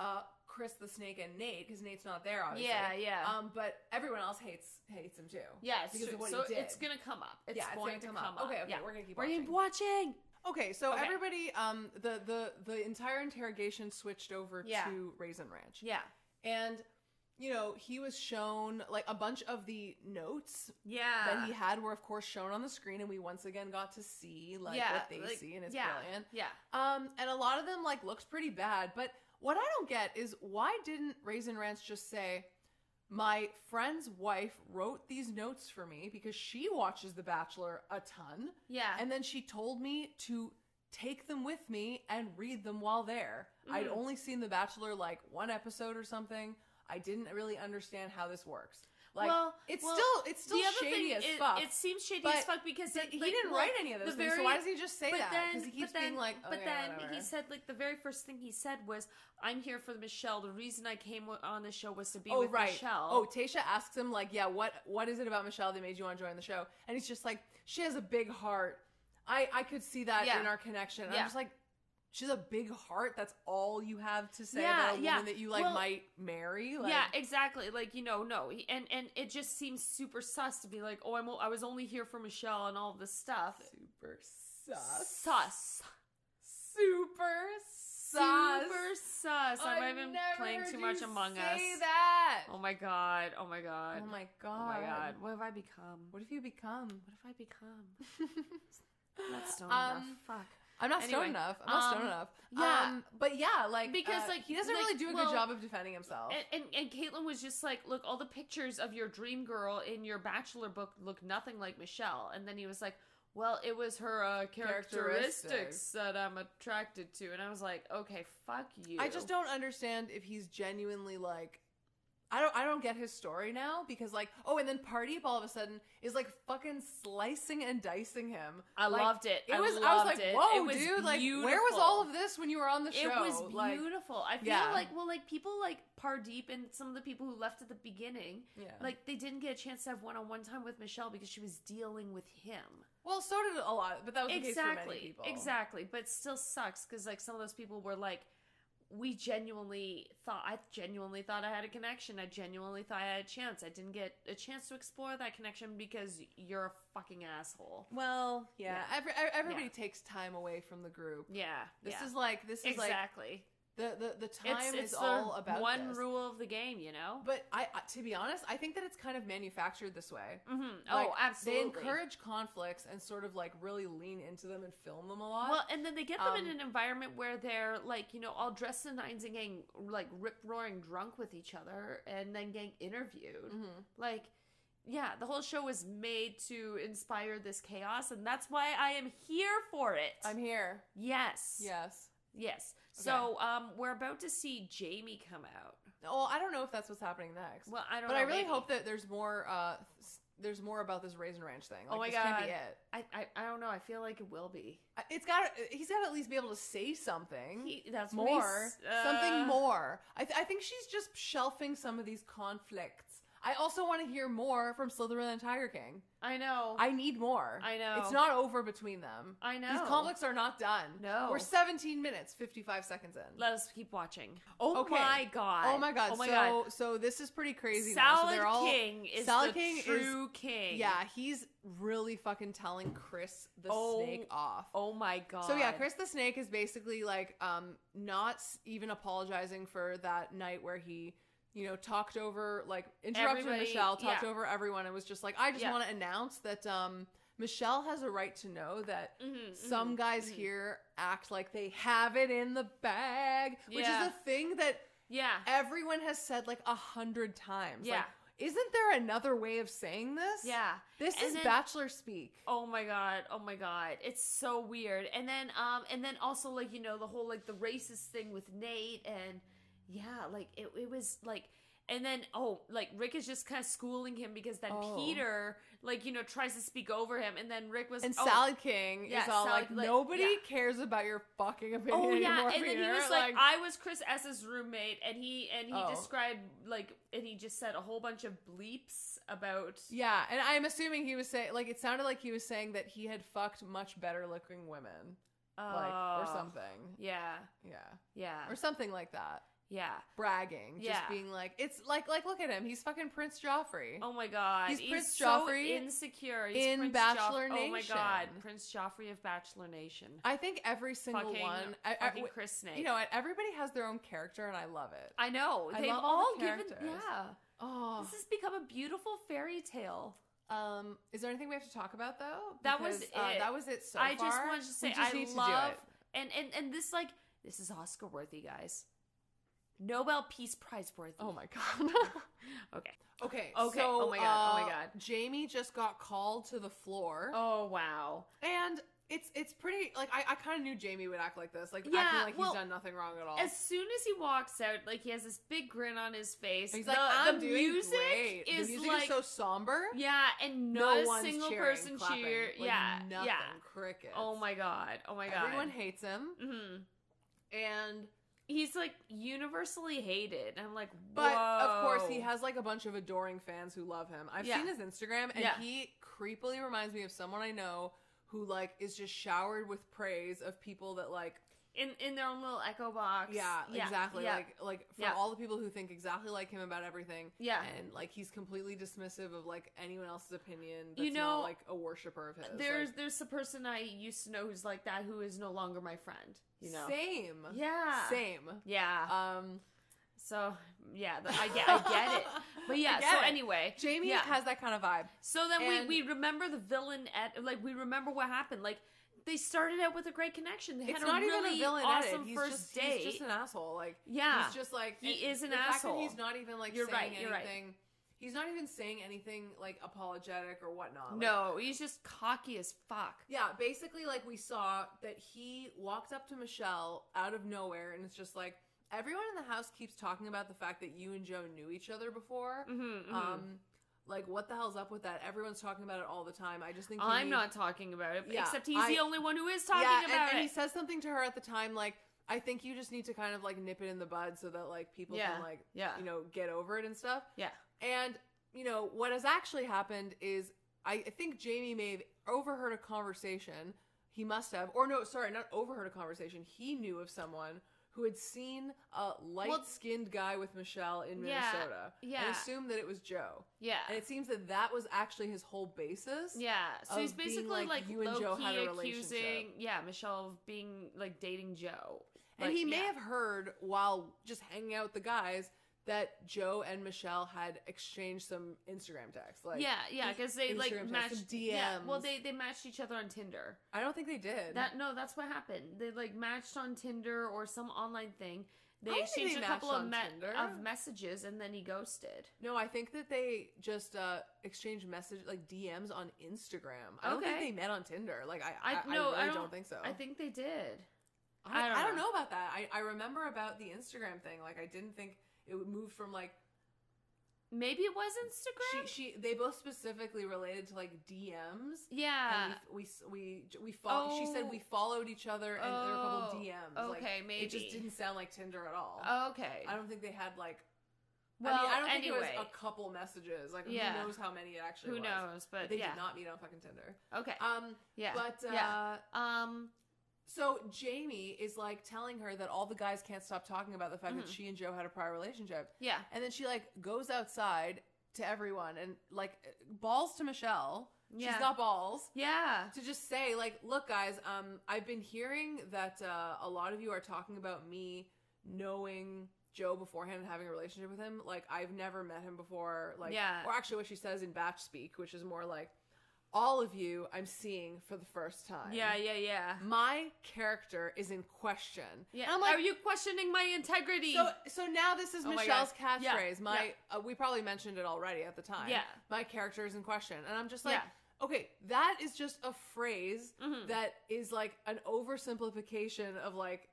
[SPEAKER 2] uh Chris the Snake and Nate because Nate's not there obviously.
[SPEAKER 1] yeah, yeah,
[SPEAKER 2] Um, but everyone else hates hates him too.
[SPEAKER 1] yeah. It's
[SPEAKER 2] because
[SPEAKER 1] true.
[SPEAKER 2] of what
[SPEAKER 1] so
[SPEAKER 2] he did.
[SPEAKER 1] it's gonna come up. It's
[SPEAKER 2] yeah, it's
[SPEAKER 1] going to
[SPEAKER 2] gonna
[SPEAKER 1] come up.
[SPEAKER 2] Okay, okay,
[SPEAKER 1] yeah.
[SPEAKER 2] we're gonna keep
[SPEAKER 1] We're gonna
[SPEAKER 2] watching.
[SPEAKER 1] be watching.
[SPEAKER 2] okay, so
[SPEAKER 1] Okay.
[SPEAKER 2] everybody, um, the the the entire interrogation switched over
[SPEAKER 1] Yeah.
[SPEAKER 2] to Raisin Ranch,
[SPEAKER 1] Yeah,
[SPEAKER 2] and you know he was shown like a bunch of the notes
[SPEAKER 1] yeah.
[SPEAKER 2] that he had were of course shown on the screen, and we once again got to see like
[SPEAKER 1] yeah,
[SPEAKER 2] what they
[SPEAKER 1] like,
[SPEAKER 2] see, and it's
[SPEAKER 1] yeah,
[SPEAKER 2] brilliant.
[SPEAKER 1] Yeah.
[SPEAKER 2] Um, and a lot of them like looked pretty bad, but what I don't get is why didn't Raisin Ranch just say, "My friend's wife wrote these notes for me because she watches The Bachelor a ton,
[SPEAKER 1] Yeah.
[SPEAKER 2] and then she told me to take them with me and read them while there." I'd
[SPEAKER 1] Mhm.
[SPEAKER 2] only seen The Bachelor like one episode or something. I didn't really understand how this works. Like
[SPEAKER 1] well,
[SPEAKER 2] it's
[SPEAKER 1] well,
[SPEAKER 2] still it's still
[SPEAKER 1] the other
[SPEAKER 2] shady
[SPEAKER 1] thing,
[SPEAKER 2] as
[SPEAKER 1] it,
[SPEAKER 2] fuck.
[SPEAKER 1] It seems shady
[SPEAKER 2] but
[SPEAKER 1] as fuck because
[SPEAKER 2] He-
[SPEAKER 1] it,
[SPEAKER 2] he
[SPEAKER 1] like,
[SPEAKER 2] didn't
[SPEAKER 1] look,
[SPEAKER 2] write any of
[SPEAKER 1] the
[SPEAKER 2] those things, so
[SPEAKER 1] very-
[SPEAKER 2] why does he just say
[SPEAKER 1] but
[SPEAKER 2] that?
[SPEAKER 1] then,
[SPEAKER 2] he keeps
[SPEAKER 1] but then,
[SPEAKER 2] being like,
[SPEAKER 1] but
[SPEAKER 2] "Okay,
[SPEAKER 1] then he
[SPEAKER 2] whatever."
[SPEAKER 1] said like the very first thing he said was, "I'm here for the Michelle. The reason I came wa- on the show was to be
[SPEAKER 2] oh
[SPEAKER 1] with
[SPEAKER 2] right
[SPEAKER 1] Michelle."
[SPEAKER 2] oh tasha asks him like yeah what what is it about michelle that made you want to join the show and he's just like she has a big heart i i could see that
[SPEAKER 1] Yeah.
[SPEAKER 2] in our connection and i'm
[SPEAKER 1] Yeah.
[SPEAKER 2] just like she's a big heart that's all you have to say
[SPEAKER 1] Yeah,
[SPEAKER 2] about a woman
[SPEAKER 1] yeah.
[SPEAKER 2] that you like
[SPEAKER 1] Well,
[SPEAKER 2] might marry like
[SPEAKER 1] yeah, exactly. Like you know, no, he- and and it just seems super sus to be like, "Oh, I'm o- I was only here for Michelle and all this stuff."
[SPEAKER 2] super sus
[SPEAKER 1] sus.
[SPEAKER 2] super sus
[SPEAKER 1] Super sus. I might
[SPEAKER 2] I've
[SPEAKER 1] have been
[SPEAKER 2] never
[SPEAKER 1] playing
[SPEAKER 2] heard
[SPEAKER 1] too
[SPEAKER 2] you
[SPEAKER 1] much Among Us.
[SPEAKER 2] say that
[SPEAKER 1] Oh my god. Oh my god.
[SPEAKER 2] Oh my
[SPEAKER 1] Oh
[SPEAKER 2] god
[SPEAKER 1] my god. What have I become?
[SPEAKER 2] what have you become
[SPEAKER 1] What have I become? Not stoned
[SPEAKER 2] Um,
[SPEAKER 1] enough. Fuck.
[SPEAKER 2] I'm not stoned
[SPEAKER 5] Anyway,
[SPEAKER 2] enough. I'm not
[SPEAKER 5] um,
[SPEAKER 2] stoned enough.
[SPEAKER 5] yeah.
[SPEAKER 2] Um, but yeah, like
[SPEAKER 1] Because,
[SPEAKER 2] uh,
[SPEAKER 1] like,
[SPEAKER 2] he doesn't
[SPEAKER 1] like,
[SPEAKER 2] really do a
[SPEAKER 1] well,
[SPEAKER 2] good job of defending himself.
[SPEAKER 1] And, and and Caitlin was just like, look, all the pictures of your dream girl in your bachelor book look nothing like Michelle. And then he was like, well, it was her uh, characteristics,
[SPEAKER 2] Characteristics.
[SPEAKER 1] that I'm attracted to. And I was like, okay, fuck you.
[SPEAKER 2] I just don't understand if he's genuinely like I don't I don't get his story now because like oh and then Party Up all of a sudden is like fucking slicing and dicing him.
[SPEAKER 1] I
[SPEAKER 2] Like,
[SPEAKER 1] loved it.
[SPEAKER 2] It
[SPEAKER 1] I
[SPEAKER 2] was
[SPEAKER 1] Loved
[SPEAKER 2] I was like
[SPEAKER 1] it.
[SPEAKER 2] whoa
[SPEAKER 1] It was
[SPEAKER 2] dude like where was
[SPEAKER 1] beautiful.
[SPEAKER 2] all of this when you were on the show?
[SPEAKER 1] It was
[SPEAKER 2] Like,
[SPEAKER 1] beautiful. I feel
[SPEAKER 2] Yeah.
[SPEAKER 1] like well, like people like Pardeep and some of the people who left at the beginning,
[SPEAKER 2] yeah.
[SPEAKER 1] like they didn't get a chance to have one-on-one time with Michelle because she was dealing with him.
[SPEAKER 2] well so did a lot but that was the case for many
[SPEAKER 1] exactly
[SPEAKER 2] people.
[SPEAKER 1] exactly but still sucks because like some of those people were like we genuinely thought i genuinely thought i had a connection i genuinely thought i had a chance i didn't get a chance to explore that connection because you're a fucking asshole
[SPEAKER 2] Well, yeah.
[SPEAKER 1] Yeah.
[SPEAKER 2] Every, e- everybody takes time away from the group.
[SPEAKER 1] yeah
[SPEAKER 2] This
[SPEAKER 1] yeah.
[SPEAKER 2] is like this is
[SPEAKER 1] exactly
[SPEAKER 2] like the the, the time
[SPEAKER 1] it's, it's
[SPEAKER 2] is
[SPEAKER 1] the
[SPEAKER 2] all about
[SPEAKER 1] one
[SPEAKER 2] this.
[SPEAKER 1] rule of the game you know
[SPEAKER 2] But I I- to be honest, I think that it's kind of manufactured this way.
[SPEAKER 1] hmm
[SPEAKER 2] Like,
[SPEAKER 1] oh absolutely
[SPEAKER 2] They encourage conflicts and sort of like really lean into them and film them a lot.
[SPEAKER 1] Well, and then they get them in
[SPEAKER 2] Um,
[SPEAKER 1] an environment where they're like, you know, all dressed to nines and getting like rip roaring drunk with each other and then getting interviewed.
[SPEAKER 2] Mhm.
[SPEAKER 1] Like, yeah, the whole show was made to inspire this chaos, and that's why I am here for it.
[SPEAKER 2] I'm here.
[SPEAKER 1] yes.
[SPEAKER 2] Yes.
[SPEAKER 1] Yes. So um, we're about to see Jamie come out.
[SPEAKER 2] Well, I don't know if that's what's happening next.
[SPEAKER 1] Well, I don't
[SPEAKER 2] but
[SPEAKER 1] know.
[SPEAKER 2] I really
[SPEAKER 1] maybe.
[SPEAKER 2] hope that there's more. Uh, s- there's more about this raisin ranch thing. Like,
[SPEAKER 1] Oh my
[SPEAKER 2] this can't be
[SPEAKER 1] God.
[SPEAKER 2] it.
[SPEAKER 1] I, I, I don't know. I feel like it will be.
[SPEAKER 2] I- It's got. He's got to at least be able to say something.
[SPEAKER 1] He, that's what
[SPEAKER 2] Mm. more
[SPEAKER 1] he's- uh,
[SPEAKER 2] something more I, th- I think she's just shelving some of these conflicts i also want to hear more from slytherin and tiger king
[SPEAKER 1] I know. I,
[SPEAKER 2] i need more
[SPEAKER 1] I know.
[SPEAKER 2] it's not over between them
[SPEAKER 1] know.
[SPEAKER 2] these conflicts are not done
[SPEAKER 1] No.
[SPEAKER 2] we're 17 minutes 55 seconds in
[SPEAKER 1] Let us keep watching. Oh
[SPEAKER 2] Okay.
[SPEAKER 1] my god.
[SPEAKER 2] oh my god
[SPEAKER 1] Oh my
[SPEAKER 2] so
[SPEAKER 1] god.
[SPEAKER 2] so this is pretty crazy now. So
[SPEAKER 1] Salad
[SPEAKER 2] they're all-
[SPEAKER 1] King is
[SPEAKER 2] Salad
[SPEAKER 1] the
[SPEAKER 2] King is-
[SPEAKER 1] true king.
[SPEAKER 2] yeah he's really fucking telling chris the
[SPEAKER 1] Oh.
[SPEAKER 2] snake off
[SPEAKER 1] Oh my god.
[SPEAKER 2] So yeah, Chris the Snake is basically like um not s- even apologizing for that night where he, you know, talked over like interrupted
[SPEAKER 1] Everybody-
[SPEAKER 2] Michelle, talked
[SPEAKER 1] yeah.
[SPEAKER 2] over everyone and was just like I just
[SPEAKER 1] Yeah.
[SPEAKER 2] want to announce that um Michelle has a right to know that
[SPEAKER 1] Mhm,
[SPEAKER 2] some
[SPEAKER 1] mhm,
[SPEAKER 2] guys
[SPEAKER 1] mhm.
[SPEAKER 2] here act like they have it in the bag, which
[SPEAKER 1] Yeah.
[SPEAKER 2] is a thing that
[SPEAKER 1] Yeah.
[SPEAKER 2] everyone has said like a hundred times. Like,
[SPEAKER 1] Yeah.
[SPEAKER 2] isn't there another way of saying this?
[SPEAKER 1] Yeah.
[SPEAKER 2] This
[SPEAKER 1] And
[SPEAKER 2] is
[SPEAKER 1] then-
[SPEAKER 2] bachelor speak.
[SPEAKER 1] Oh my god. Oh my god. It's so weird. And then um and then also like you know the whole like the racist thing with Nate and yeah, like it it was like and then oh like Rick is just kind of schooling him because then
[SPEAKER 2] Oh.
[SPEAKER 1] Peter like you know tries to speak over him and then Rick was
[SPEAKER 2] And
[SPEAKER 1] oh,
[SPEAKER 2] Salad King
[SPEAKER 1] Yeah,
[SPEAKER 2] is all
[SPEAKER 1] Salad-
[SPEAKER 2] like,
[SPEAKER 1] like,
[SPEAKER 2] nobody
[SPEAKER 1] yeah.
[SPEAKER 2] cares about your fucking opinion.
[SPEAKER 1] Oh yeah,
[SPEAKER 2] anymore,
[SPEAKER 1] and then he
[SPEAKER 2] Peter."
[SPEAKER 1] was like, I was Chris S's roommate, and he and he
[SPEAKER 2] Oh.
[SPEAKER 1] described like, and he just said a whole bunch of bleeps about.
[SPEAKER 2] yeah, and I'm assuming he was saying, like, it sounded like he was saying that he had fucked much better looking women, like,
[SPEAKER 1] Oh.
[SPEAKER 2] or
[SPEAKER 1] Uh.
[SPEAKER 2] something.
[SPEAKER 1] Yeah,
[SPEAKER 2] Yeah,
[SPEAKER 1] yeah,
[SPEAKER 2] or something like that.
[SPEAKER 1] yeah.
[SPEAKER 2] Bragging, just
[SPEAKER 1] Yeah.
[SPEAKER 2] being like, it's like, like, look at him, he's fucking Prince Joffrey.
[SPEAKER 1] Oh my god,
[SPEAKER 2] He's Prince
[SPEAKER 1] so
[SPEAKER 2] Joffrey
[SPEAKER 1] insecure He's
[SPEAKER 2] in
[SPEAKER 1] Prince
[SPEAKER 2] Bachelor
[SPEAKER 1] Joff- Oh my god,
[SPEAKER 2] Nation.
[SPEAKER 1] Prince Joffrey of Bachelor Nation.
[SPEAKER 2] I think every single
[SPEAKER 1] fucking,
[SPEAKER 2] one, I, I-
[SPEAKER 1] fucking
[SPEAKER 2] Uh, w-
[SPEAKER 1] Chris Snake.
[SPEAKER 2] you know, what, everybody has their own character, and I love it.
[SPEAKER 1] I know
[SPEAKER 2] I
[SPEAKER 1] they've
[SPEAKER 2] love all
[SPEAKER 1] all
[SPEAKER 2] the
[SPEAKER 1] given.
[SPEAKER 2] characters.
[SPEAKER 1] Yeah,
[SPEAKER 2] Oh,
[SPEAKER 1] this has become a beautiful fairy tale.
[SPEAKER 2] um, is there anything we have to talk about though?
[SPEAKER 1] That was
[SPEAKER 2] Because, uh,
[SPEAKER 1] it.
[SPEAKER 2] that was it. So
[SPEAKER 1] I just
[SPEAKER 2] far.
[SPEAKER 1] wanted to say
[SPEAKER 2] we just
[SPEAKER 1] I
[SPEAKER 2] need to do
[SPEAKER 1] love
[SPEAKER 2] it.
[SPEAKER 1] and and and this like this is Oscar worthy, guys. Nobel Peace Prize worthy.
[SPEAKER 2] Oh my god.
[SPEAKER 1] Okay.
[SPEAKER 2] okay.
[SPEAKER 1] Okay,
[SPEAKER 2] so,
[SPEAKER 1] oh my God, oh my
[SPEAKER 2] uh,
[SPEAKER 1] God.
[SPEAKER 2] Jamie just got called to the floor,
[SPEAKER 1] Oh wow.
[SPEAKER 2] and it's it's pretty like I, I kind of knew Jamie would act like this, like
[SPEAKER 1] Yeah,
[SPEAKER 2] acting like
[SPEAKER 1] well,
[SPEAKER 2] he's done nothing wrong at all.
[SPEAKER 1] As soon as he walks out, like he has this big grin on his face.
[SPEAKER 2] he's
[SPEAKER 1] the,
[SPEAKER 2] like,
[SPEAKER 1] the
[SPEAKER 2] I'm doing
[SPEAKER 1] music
[SPEAKER 2] great.
[SPEAKER 1] is
[SPEAKER 2] the music
[SPEAKER 1] like
[SPEAKER 2] is so somber.
[SPEAKER 1] yeah, and
[SPEAKER 2] No
[SPEAKER 1] not a
[SPEAKER 2] one's
[SPEAKER 1] single
[SPEAKER 2] cheering,
[SPEAKER 1] person
[SPEAKER 2] clapping,
[SPEAKER 1] cheer.
[SPEAKER 2] like,
[SPEAKER 1] yeah,
[SPEAKER 2] nothing,
[SPEAKER 1] yeah.
[SPEAKER 2] crickets.
[SPEAKER 1] Oh my god. Oh my god.
[SPEAKER 2] Everyone hates him,
[SPEAKER 1] hmm
[SPEAKER 2] and
[SPEAKER 1] He's like universally hated. I'm like,
[SPEAKER 2] but of course
[SPEAKER 1] whoa.
[SPEAKER 2] he has like a bunch of adoring fans who love him. I've
[SPEAKER 1] Yeah.
[SPEAKER 2] seen his Instagram, and
[SPEAKER 1] Yeah.
[SPEAKER 2] he creepily reminds me of someone I know who like is just showered with praise of people that like
[SPEAKER 1] in in their own little echo box.
[SPEAKER 2] Yeah, exactly.
[SPEAKER 1] Yeah.
[SPEAKER 2] Like like for
[SPEAKER 1] Yeah.
[SPEAKER 2] all the people who think exactly like him about everything.
[SPEAKER 1] yeah.
[SPEAKER 2] And like he's completely dismissive of like anyone else's opinion. That's
[SPEAKER 1] You
[SPEAKER 2] not,
[SPEAKER 1] know,
[SPEAKER 2] like a worshiper of his.
[SPEAKER 1] there's there's a person I used to know who's like that who is no longer my friend. You know.
[SPEAKER 2] like, same,
[SPEAKER 1] Yeah.
[SPEAKER 2] same.
[SPEAKER 1] Yeah.
[SPEAKER 2] Um,
[SPEAKER 1] So yeah, the, I get I get it. But yeah.
[SPEAKER 2] I get
[SPEAKER 1] so
[SPEAKER 2] it.
[SPEAKER 1] anyway,
[SPEAKER 2] Jamie
[SPEAKER 1] yeah.
[SPEAKER 2] has that kind of vibe.
[SPEAKER 1] So then
[SPEAKER 2] And-
[SPEAKER 1] we we remember the villain at like we remember what happened like. They started out with a great connection. They had
[SPEAKER 2] it's
[SPEAKER 1] a
[SPEAKER 2] not
[SPEAKER 1] really
[SPEAKER 2] even a villain at it.
[SPEAKER 1] awesome
[SPEAKER 2] He's
[SPEAKER 1] first
[SPEAKER 2] just,
[SPEAKER 1] date.
[SPEAKER 2] He's just an asshole. Like
[SPEAKER 1] yeah,
[SPEAKER 2] he's just like
[SPEAKER 1] He
[SPEAKER 2] it-
[SPEAKER 1] is an
[SPEAKER 2] the fact that
[SPEAKER 1] asshole.
[SPEAKER 2] he's not even like
[SPEAKER 1] You're
[SPEAKER 2] saying
[SPEAKER 1] right,
[SPEAKER 2] anything.
[SPEAKER 1] you're right.
[SPEAKER 2] He's not even saying anything like apologetic or whatnot. Like,
[SPEAKER 1] no, he's just cocky as fuck.
[SPEAKER 2] Yeah, basically, like we saw that he walked up to Michelle out of nowhere and it's just like, everyone in the house keeps talking about the fact that you and Joe knew each other before.
[SPEAKER 1] hmm
[SPEAKER 2] Um, like, what the hell's up with that? Everyone's talking about it all the time. I just think he
[SPEAKER 1] I'm
[SPEAKER 2] needs-
[SPEAKER 1] not talking about it, but
[SPEAKER 2] Yeah,
[SPEAKER 1] except he's
[SPEAKER 2] I-
[SPEAKER 1] the only one who is talking
[SPEAKER 2] yeah, and-
[SPEAKER 1] about
[SPEAKER 2] and,
[SPEAKER 1] it.
[SPEAKER 2] he says something to her at the time, like, I think you just need to kind of like nip it in the bud so that like people
[SPEAKER 1] Yeah,
[SPEAKER 2] can like,
[SPEAKER 1] yeah,
[SPEAKER 2] you know, get over it and stuff.
[SPEAKER 1] Yeah.
[SPEAKER 2] And, you know, what has actually happened is I I think Jamie may have overheard a conversation. He must have, or no, sorry, not overheard a conversation. He knew of someone who had seen a light skinned guy with Michelle in
[SPEAKER 1] Yeah,
[SPEAKER 2] Minnesota
[SPEAKER 1] yeah.
[SPEAKER 2] and assumed that it was Joe.
[SPEAKER 1] yeah,
[SPEAKER 2] And it seems that that was actually his whole basis.
[SPEAKER 1] yeah. So
[SPEAKER 2] of
[SPEAKER 1] he's
[SPEAKER 2] being
[SPEAKER 1] basically
[SPEAKER 2] like,
[SPEAKER 1] like,
[SPEAKER 2] you and Joe
[SPEAKER 1] low
[SPEAKER 2] had
[SPEAKER 1] key
[SPEAKER 2] a
[SPEAKER 1] accusing, yeah, Michelle of being like dating Joe,
[SPEAKER 2] And
[SPEAKER 1] Like,
[SPEAKER 2] he may
[SPEAKER 1] yeah.
[SPEAKER 2] have heard while just hanging out with the guys that Joe and Michelle had exchanged some Instagram texts. Like,
[SPEAKER 1] yeah, yeah, because they like
[SPEAKER 2] Instagram text,
[SPEAKER 1] matched
[SPEAKER 2] some
[SPEAKER 1] Yeah, well,
[SPEAKER 2] DMs.
[SPEAKER 1] they they matched each other on Tinder.
[SPEAKER 2] I don't think they did.
[SPEAKER 1] That no, that's what happened. They like matched on Tinder or some online thing. They
[SPEAKER 2] I don't think
[SPEAKER 1] exchanged
[SPEAKER 2] they
[SPEAKER 1] a couple
[SPEAKER 2] matched
[SPEAKER 1] of,
[SPEAKER 2] on
[SPEAKER 1] me-
[SPEAKER 2] Tinder.
[SPEAKER 1] of messages and then he ghosted.
[SPEAKER 2] no, I think that they just uh exchanged message like DMs on Instagram. I don't think
[SPEAKER 1] Okay.
[SPEAKER 2] they met on Tinder. Like, I
[SPEAKER 1] I-
[SPEAKER 2] I, I,
[SPEAKER 1] no,
[SPEAKER 2] really
[SPEAKER 1] I
[SPEAKER 2] don't,
[SPEAKER 1] don't-
[SPEAKER 2] think so.
[SPEAKER 1] I think they did.
[SPEAKER 2] I,
[SPEAKER 1] I
[SPEAKER 2] I,
[SPEAKER 1] don't
[SPEAKER 2] don't,
[SPEAKER 1] know.
[SPEAKER 2] know. about that. I, I remember about the Instagram thing. Like, I didn't think it would move from like
[SPEAKER 1] Maybe it was Instagram.
[SPEAKER 2] she she. They both specifically related to like DMs.
[SPEAKER 1] yeah.
[SPEAKER 2] And we f- we we we follow. She said
[SPEAKER 1] Uh, Oh.
[SPEAKER 2] we followed each other, and there were a couple
[SPEAKER 1] Oh,
[SPEAKER 2] DMs.
[SPEAKER 1] Okay,
[SPEAKER 2] like,
[SPEAKER 1] maybe.
[SPEAKER 2] it just didn't sound like Tinder at all.
[SPEAKER 1] okay.
[SPEAKER 2] I don't think they had like.
[SPEAKER 1] well,
[SPEAKER 2] I mean, I don't think
[SPEAKER 1] anyway,
[SPEAKER 2] it was a couple messages. Like,
[SPEAKER 1] Yeah.
[SPEAKER 2] who knows how many it actually
[SPEAKER 1] who
[SPEAKER 2] was?
[SPEAKER 1] knows? But,
[SPEAKER 2] But they
[SPEAKER 1] yeah.
[SPEAKER 2] did not meet on fucking Tinder.
[SPEAKER 1] okay.
[SPEAKER 2] Um,
[SPEAKER 1] yeah.
[SPEAKER 2] but uh,
[SPEAKER 1] yeah. Um.
[SPEAKER 2] so Jamie is like telling her that all the guys can't stop talking about the fact
[SPEAKER 1] Mm-hmm.
[SPEAKER 2] that she and Joe had a prior relationship,
[SPEAKER 1] Yeah.
[SPEAKER 2] and then she like goes outside to everyone and like balls to Michelle.
[SPEAKER 1] Yeah.
[SPEAKER 2] She's got balls.
[SPEAKER 1] Yeah.
[SPEAKER 2] to just say like look guys um i've been hearing that uh, a lot of you are talking about me knowing joe beforehand and having a relationship with him like i've never met him before like
[SPEAKER 1] Yeah.
[SPEAKER 2] or actually what she says in batch speak which is more like all of you i'm seeing for the first time
[SPEAKER 1] Yeah. Yeah. Yeah.
[SPEAKER 2] my character is in question
[SPEAKER 1] Yeah.
[SPEAKER 2] And i'm like
[SPEAKER 1] Are you questioning my integrity?
[SPEAKER 2] so, so now this is
[SPEAKER 1] Oh my
[SPEAKER 2] Michelle's
[SPEAKER 1] God. Yeah,
[SPEAKER 2] catchphrase. My, uh, we probably mentioned it already at the time.
[SPEAKER 1] Yeah.
[SPEAKER 2] my character is in question, and I'm just like,
[SPEAKER 1] Yeah.
[SPEAKER 2] okay, that is just a phrase
[SPEAKER 1] Mhm.
[SPEAKER 2] that is like an oversimplification of like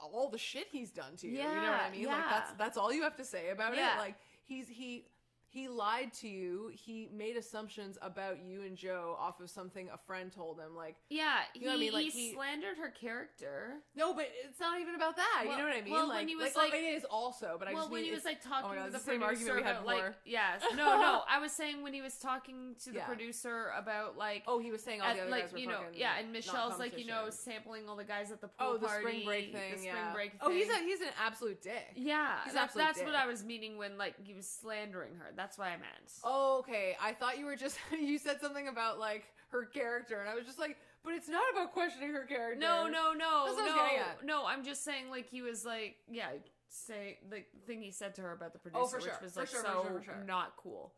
[SPEAKER 2] all the shit he's done to you. you know what
[SPEAKER 1] Yeah,
[SPEAKER 2] I mean? Like that's
[SPEAKER 1] yeah.
[SPEAKER 2] that's all you have to say about
[SPEAKER 1] Yeah.
[SPEAKER 2] it. Like he's he he lied to you. He made assumptions about you and Joe off of something a friend told him. Like
[SPEAKER 1] yeah. He,
[SPEAKER 2] You know what I mean? Like,
[SPEAKER 1] he,
[SPEAKER 2] he-
[SPEAKER 1] slandered her character.
[SPEAKER 2] no, but it's not even about that.
[SPEAKER 1] Well-
[SPEAKER 2] you know what I mean?
[SPEAKER 1] well,
[SPEAKER 2] like,
[SPEAKER 1] when he was like-
[SPEAKER 2] like, oh, it is also, but I
[SPEAKER 1] well,
[SPEAKER 2] just
[SPEAKER 1] when
[SPEAKER 2] mean
[SPEAKER 1] he was
[SPEAKER 2] it's- oh
[SPEAKER 1] like talking to
[SPEAKER 2] God, it's
[SPEAKER 1] the
[SPEAKER 2] the same argument
[SPEAKER 1] producer
[SPEAKER 2] we had
[SPEAKER 1] about like
[SPEAKER 2] before.
[SPEAKER 1] yes, no, no. I was saying when he was talking to the
[SPEAKER 2] Yeah.
[SPEAKER 1] producer about like
[SPEAKER 2] Oh, he was saying all
[SPEAKER 1] at,
[SPEAKER 2] the other
[SPEAKER 1] like
[SPEAKER 2] guys were
[SPEAKER 1] you know
[SPEAKER 2] fucking
[SPEAKER 1] yeah, and
[SPEAKER 2] not
[SPEAKER 1] Michelle's like you know
[SPEAKER 2] competition.
[SPEAKER 1] sampling all the guys at the pool
[SPEAKER 2] oh the
[SPEAKER 1] party,
[SPEAKER 2] spring break thing,
[SPEAKER 1] the spring
[SPEAKER 2] yeah.
[SPEAKER 1] break. Thing.
[SPEAKER 2] Oh, he's a he's an absolute dick.
[SPEAKER 1] yeah.
[SPEAKER 2] he's an
[SPEAKER 1] that-
[SPEAKER 2] absolute
[SPEAKER 1] that's what
[SPEAKER 2] dick.
[SPEAKER 1] I was meaning when like he was slandering her. That's what I meant.
[SPEAKER 2] Oh, okay. I thought you were just you said something about like her character, and I was just like, but it's not about questioning her character.
[SPEAKER 1] no, no, no,
[SPEAKER 2] That's what I was
[SPEAKER 1] no,
[SPEAKER 2] getting at.
[SPEAKER 1] no. I'm just saying like he was like yeah, say the thing he said to her about the producer,
[SPEAKER 2] Oh, for sure,
[SPEAKER 1] which was
[SPEAKER 2] for
[SPEAKER 1] like
[SPEAKER 2] sure, for
[SPEAKER 1] so
[SPEAKER 2] sure, for sure.
[SPEAKER 1] not cool.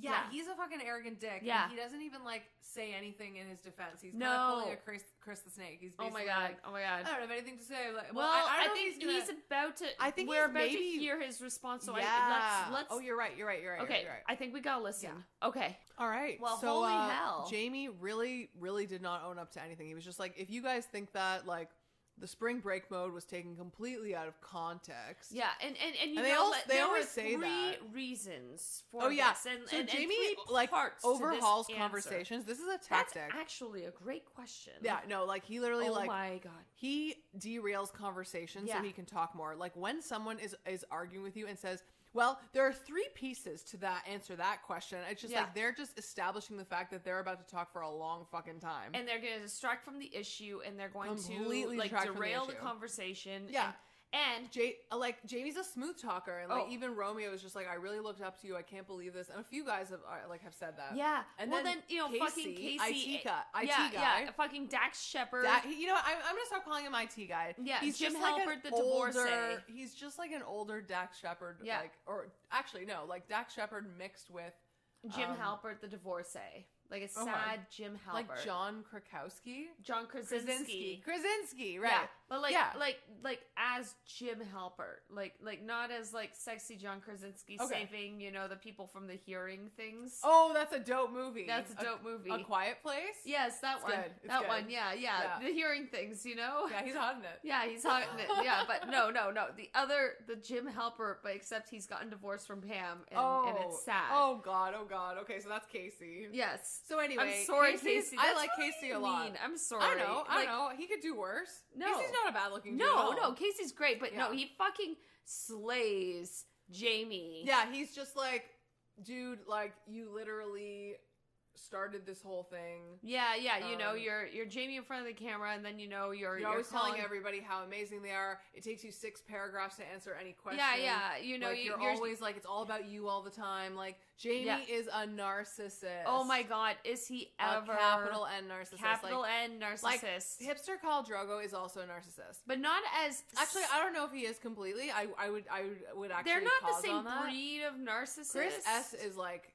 [SPEAKER 2] Yeah,
[SPEAKER 1] Yeah.
[SPEAKER 2] he's a fucking arrogant dick. and
[SPEAKER 1] Yeah.
[SPEAKER 2] he doesn't even like say anything in his defense. He's kind
[SPEAKER 1] No.
[SPEAKER 2] of pulling a Chris, Chris the Snake. He's
[SPEAKER 1] Oh my
[SPEAKER 2] basically
[SPEAKER 1] god.
[SPEAKER 2] like,
[SPEAKER 1] Oh my god.
[SPEAKER 2] I don't have anything to say. Like,
[SPEAKER 1] Well,
[SPEAKER 2] well,
[SPEAKER 1] I,
[SPEAKER 2] I, I don't know if
[SPEAKER 1] think he's,
[SPEAKER 2] gonna-
[SPEAKER 1] about to.
[SPEAKER 2] I think
[SPEAKER 1] we're
[SPEAKER 2] he's
[SPEAKER 1] about to
[SPEAKER 2] maybe-
[SPEAKER 1] hear his response. So
[SPEAKER 2] yeah.
[SPEAKER 1] I, let's let's.
[SPEAKER 2] oh, you're right. You're right. You're right.
[SPEAKER 1] okay,
[SPEAKER 2] You're right.
[SPEAKER 1] I think we gotta listen. Okay.
[SPEAKER 2] All right.
[SPEAKER 1] Well,
[SPEAKER 2] so,
[SPEAKER 1] holy
[SPEAKER 2] uh,
[SPEAKER 1] hell.
[SPEAKER 2] Jamie really, really did not own up to anything. He was just like, if you guys think that, like, the spring break mode was taken completely out of context.
[SPEAKER 1] Yeah, and and and you
[SPEAKER 2] And they
[SPEAKER 1] know
[SPEAKER 2] als-
[SPEAKER 1] what?
[SPEAKER 2] they
[SPEAKER 1] there were
[SPEAKER 2] always say
[SPEAKER 1] three
[SPEAKER 2] that.
[SPEAKER 1] reasons for.
[SPEAKER 2] Oh yeah.
[SPEAKER 1] this, and,
[SPEAKER 2] so
[SPEAKER 1] and, and
[SPEAKER 2] Jamie
[SPEAKER 1] three
[SPEAKER 2] like
[SPEAKER 1] parts to this
[SPEAKER 2] overhauls
[SPEAKER 1] answer.
[SPEAKER 2] conversations. This is a
[SPEAKER 1] That's
[SPEAKER 2] tactic.
[SPEAKER 1] actually a great question.
[SPEAKER 2] yeah. No. Like he literally
[SPEAKER 1] oh
[SPEAKER 2] like
[SPEAKER 1] my god.
[SPEAKER 2] he derails conversation
[SPEAKER 1] Yeah.
[SPEAKER 2] so he can talk more. Like when someone is is arguing with you and says, "Well, there are three pieces to that answer that question." It's just
[SPEAKER 1] Yeah.
[SPEAKER 2] like they're just establishing the fact that they're about to talk for a long fucking time.
[SPEAKER 1] And they're going to distract from the issue, and they're going
[SPEAKER 2] Completely
[SPEAKER 1] to like
[SPEAKER 2] distract from the
[SPEAKER 1] derail the,
[SPEAKER 2] issue.
[SPEAKER 1] conversation.
[SPEAKER 2] Yeah.
[SPEAKER 1] and, and
[SPEAKER 2] Jay, uh, like Jamie's a smooth talker, and like
[SPEAKER 1] Oh.
[SPEAKER 2] even Romeo is just like, I really looked up to you. I can't believe this. And a few guys have uh, like have said that.
[SPEAKER 1] yeah.
[SPEAKER 2] And
[SPEAKER 1] well,
[SPEAKER 2] then
[SPEAKER 1] then, you know, fucking
[SPEAKER 2] Casey,
[SPEAKER 1] Casey,
[SPEAKER 2] IT guy- IT
[SPEAKER 1] yeah,
[SPEAKER 2] guy.
[SPEAKER 1] yeah, fucking Dax Shepard.
[SPEAKER 2] That, he- you know, I, I'm gonna stop calling him IT guy.
[SPEAKER 1] Yeah,
[SPEAKER 2] he's
[SPEAKER 1] Jim
[SPEAKER 2] just like
[SPEAKER 1] Halpert, the
[SPEAKER 2] an older.
[SPEAKER 1] divorcee.
[SPEAKER 2] He's just like an older Dax Shepard.
[SPEAKER 1] Yeah.
[SPEAKER 2] Like, or actually, no, like Dax Shepard mixed with
[SPEAKER 1] Jim
[SPEAKER 2] Um,
[SPEAKER 1] Halpert, the divorcee. like a sad
[SPEAKER 2] Oh my.
[SPEAKER 1] Jim Halpert,
[SPEAKER 2] Like John Krakowski?
[SPEAKER 1] John
[SPEAKER 2] Krasinski.
[SPEAKER 1] Krasinski.
[SPEAKER 2] Krasinski,
[SPEAKER 1] Yeah,
[SPEAKER 2] right.
[SPEAKER 1] but like
[SPEAKER 2] Yeah.
[SPEAKER 1] like like as Jim Halpert, like like not as like sexy John Krasinski
[SPEAKER 2] Okay.
[SPEAKER 1] saving you know the people from the hearing things.
[SPEAKER 2] Oh, that's a dope movie.
[SPEAKER 1] That's a dope movie.
[SPEAKER 2] A Quiet Place?
[SPEAKER 1] yes, that
[SPEAKER 2] It's
[SPEAKER 1] one.
[SPEAKER 2] good. It's
[SPEAKER 1] That
[SPEAKER 2] good.
[SPEAKER 1] one. Yeah, yeah,
[SPEAKER 2] Yeah.
[SPEAKER 1] The hearing things. You know.
[SPEAKER 2] Yeah, he's hot in it.
[SPEAKER 1] Yeah, he's hot in it. Yeah, but no, no, no. The other, the Jim Halpert, but except he's gotten divorced from Pam, and, and it's sad.
[SPEAKER 2] Oh god, oh god. Okay, so that's Casey.
[SPEAKER 1] yes.
[SPEAKER 2] So anyway,
[SPEAKER 1] I'm sorry,
[SPEAKER 2] Casey's-
[SPEAKER 1] Casey.
[SPEAKER 2] I
[SPEAKER 1] That's
[SPEAKER 2] like
[SPEAKER 1] really
[SPEAKER 2] Casey a lot.
[SPEAKER 1] mean. I'm sorry.
[SPEAKER 2] I don't know. I
[SPEAKER 1] Like,
[SPEAKER 2] don't know. He could do worse.
[SPEAKER 1] No.
[SPEAKER 2] Casey's not a bad looking dude.
[SPEAKER 1] No,
[SPEAKER 2] at all.
[SPEAKER 1] no, Casey's great, but no,
[SPEAKER 2] Yeah.
[SPEAKER 1] he fucking slays Jamie.
[SPEAKER 2] Yeah, he's just like, dude, like you literally started this whole thing.
[SPEAKER 1] Yeah, yeah, you know,
[SPEAKER 2] Um,
[SPEAKER 1] you're you're Jamie in front of the camera, and then you know you're
[SPEAKER 2] You're,
[SPEAKER 1] you're
[SPEAKER 2] always
[SPEAKER 1] calling
[SPEAKER 2] telling everybody how amazing they are. It takes you six paragraphs to answer any question.
[SPEAKER 1] Yeah, yeah, you know,
[SPEAKER 2] like,
[SPEAKER 1] you,
[SPEAKER 2] you're, always like, it's all about you all the time. Like Jamie
[SPEAKER 1] Yeah.
[SPEAKER 2] is a narcissist.
[SPEAKER 1] Oh my God, is he
[SPEAKER 2] A
[SPEAKER 1] ever
[SPEAKER 2] capital N narcissist.
[SPEAKER 1] capital
[SPEAKER 2] like,
[SPEAKER 1] N narcissist?
[SPEAKER 2] Hipster Khal Drogo is also a narcissist.
[SPEAKER 1] but not as
[SPEAKER 2] Actually, I don't know if he is completely. I I would I would, would actually.
[SPEAKER 1] they're not
[SPEAKER 2] pause
[SPEAKER 1] the same
[SPEAKER 2] on that.
[SPEAKER 1] breed of narcissist.
[SPEAKER 2] Chris S is like.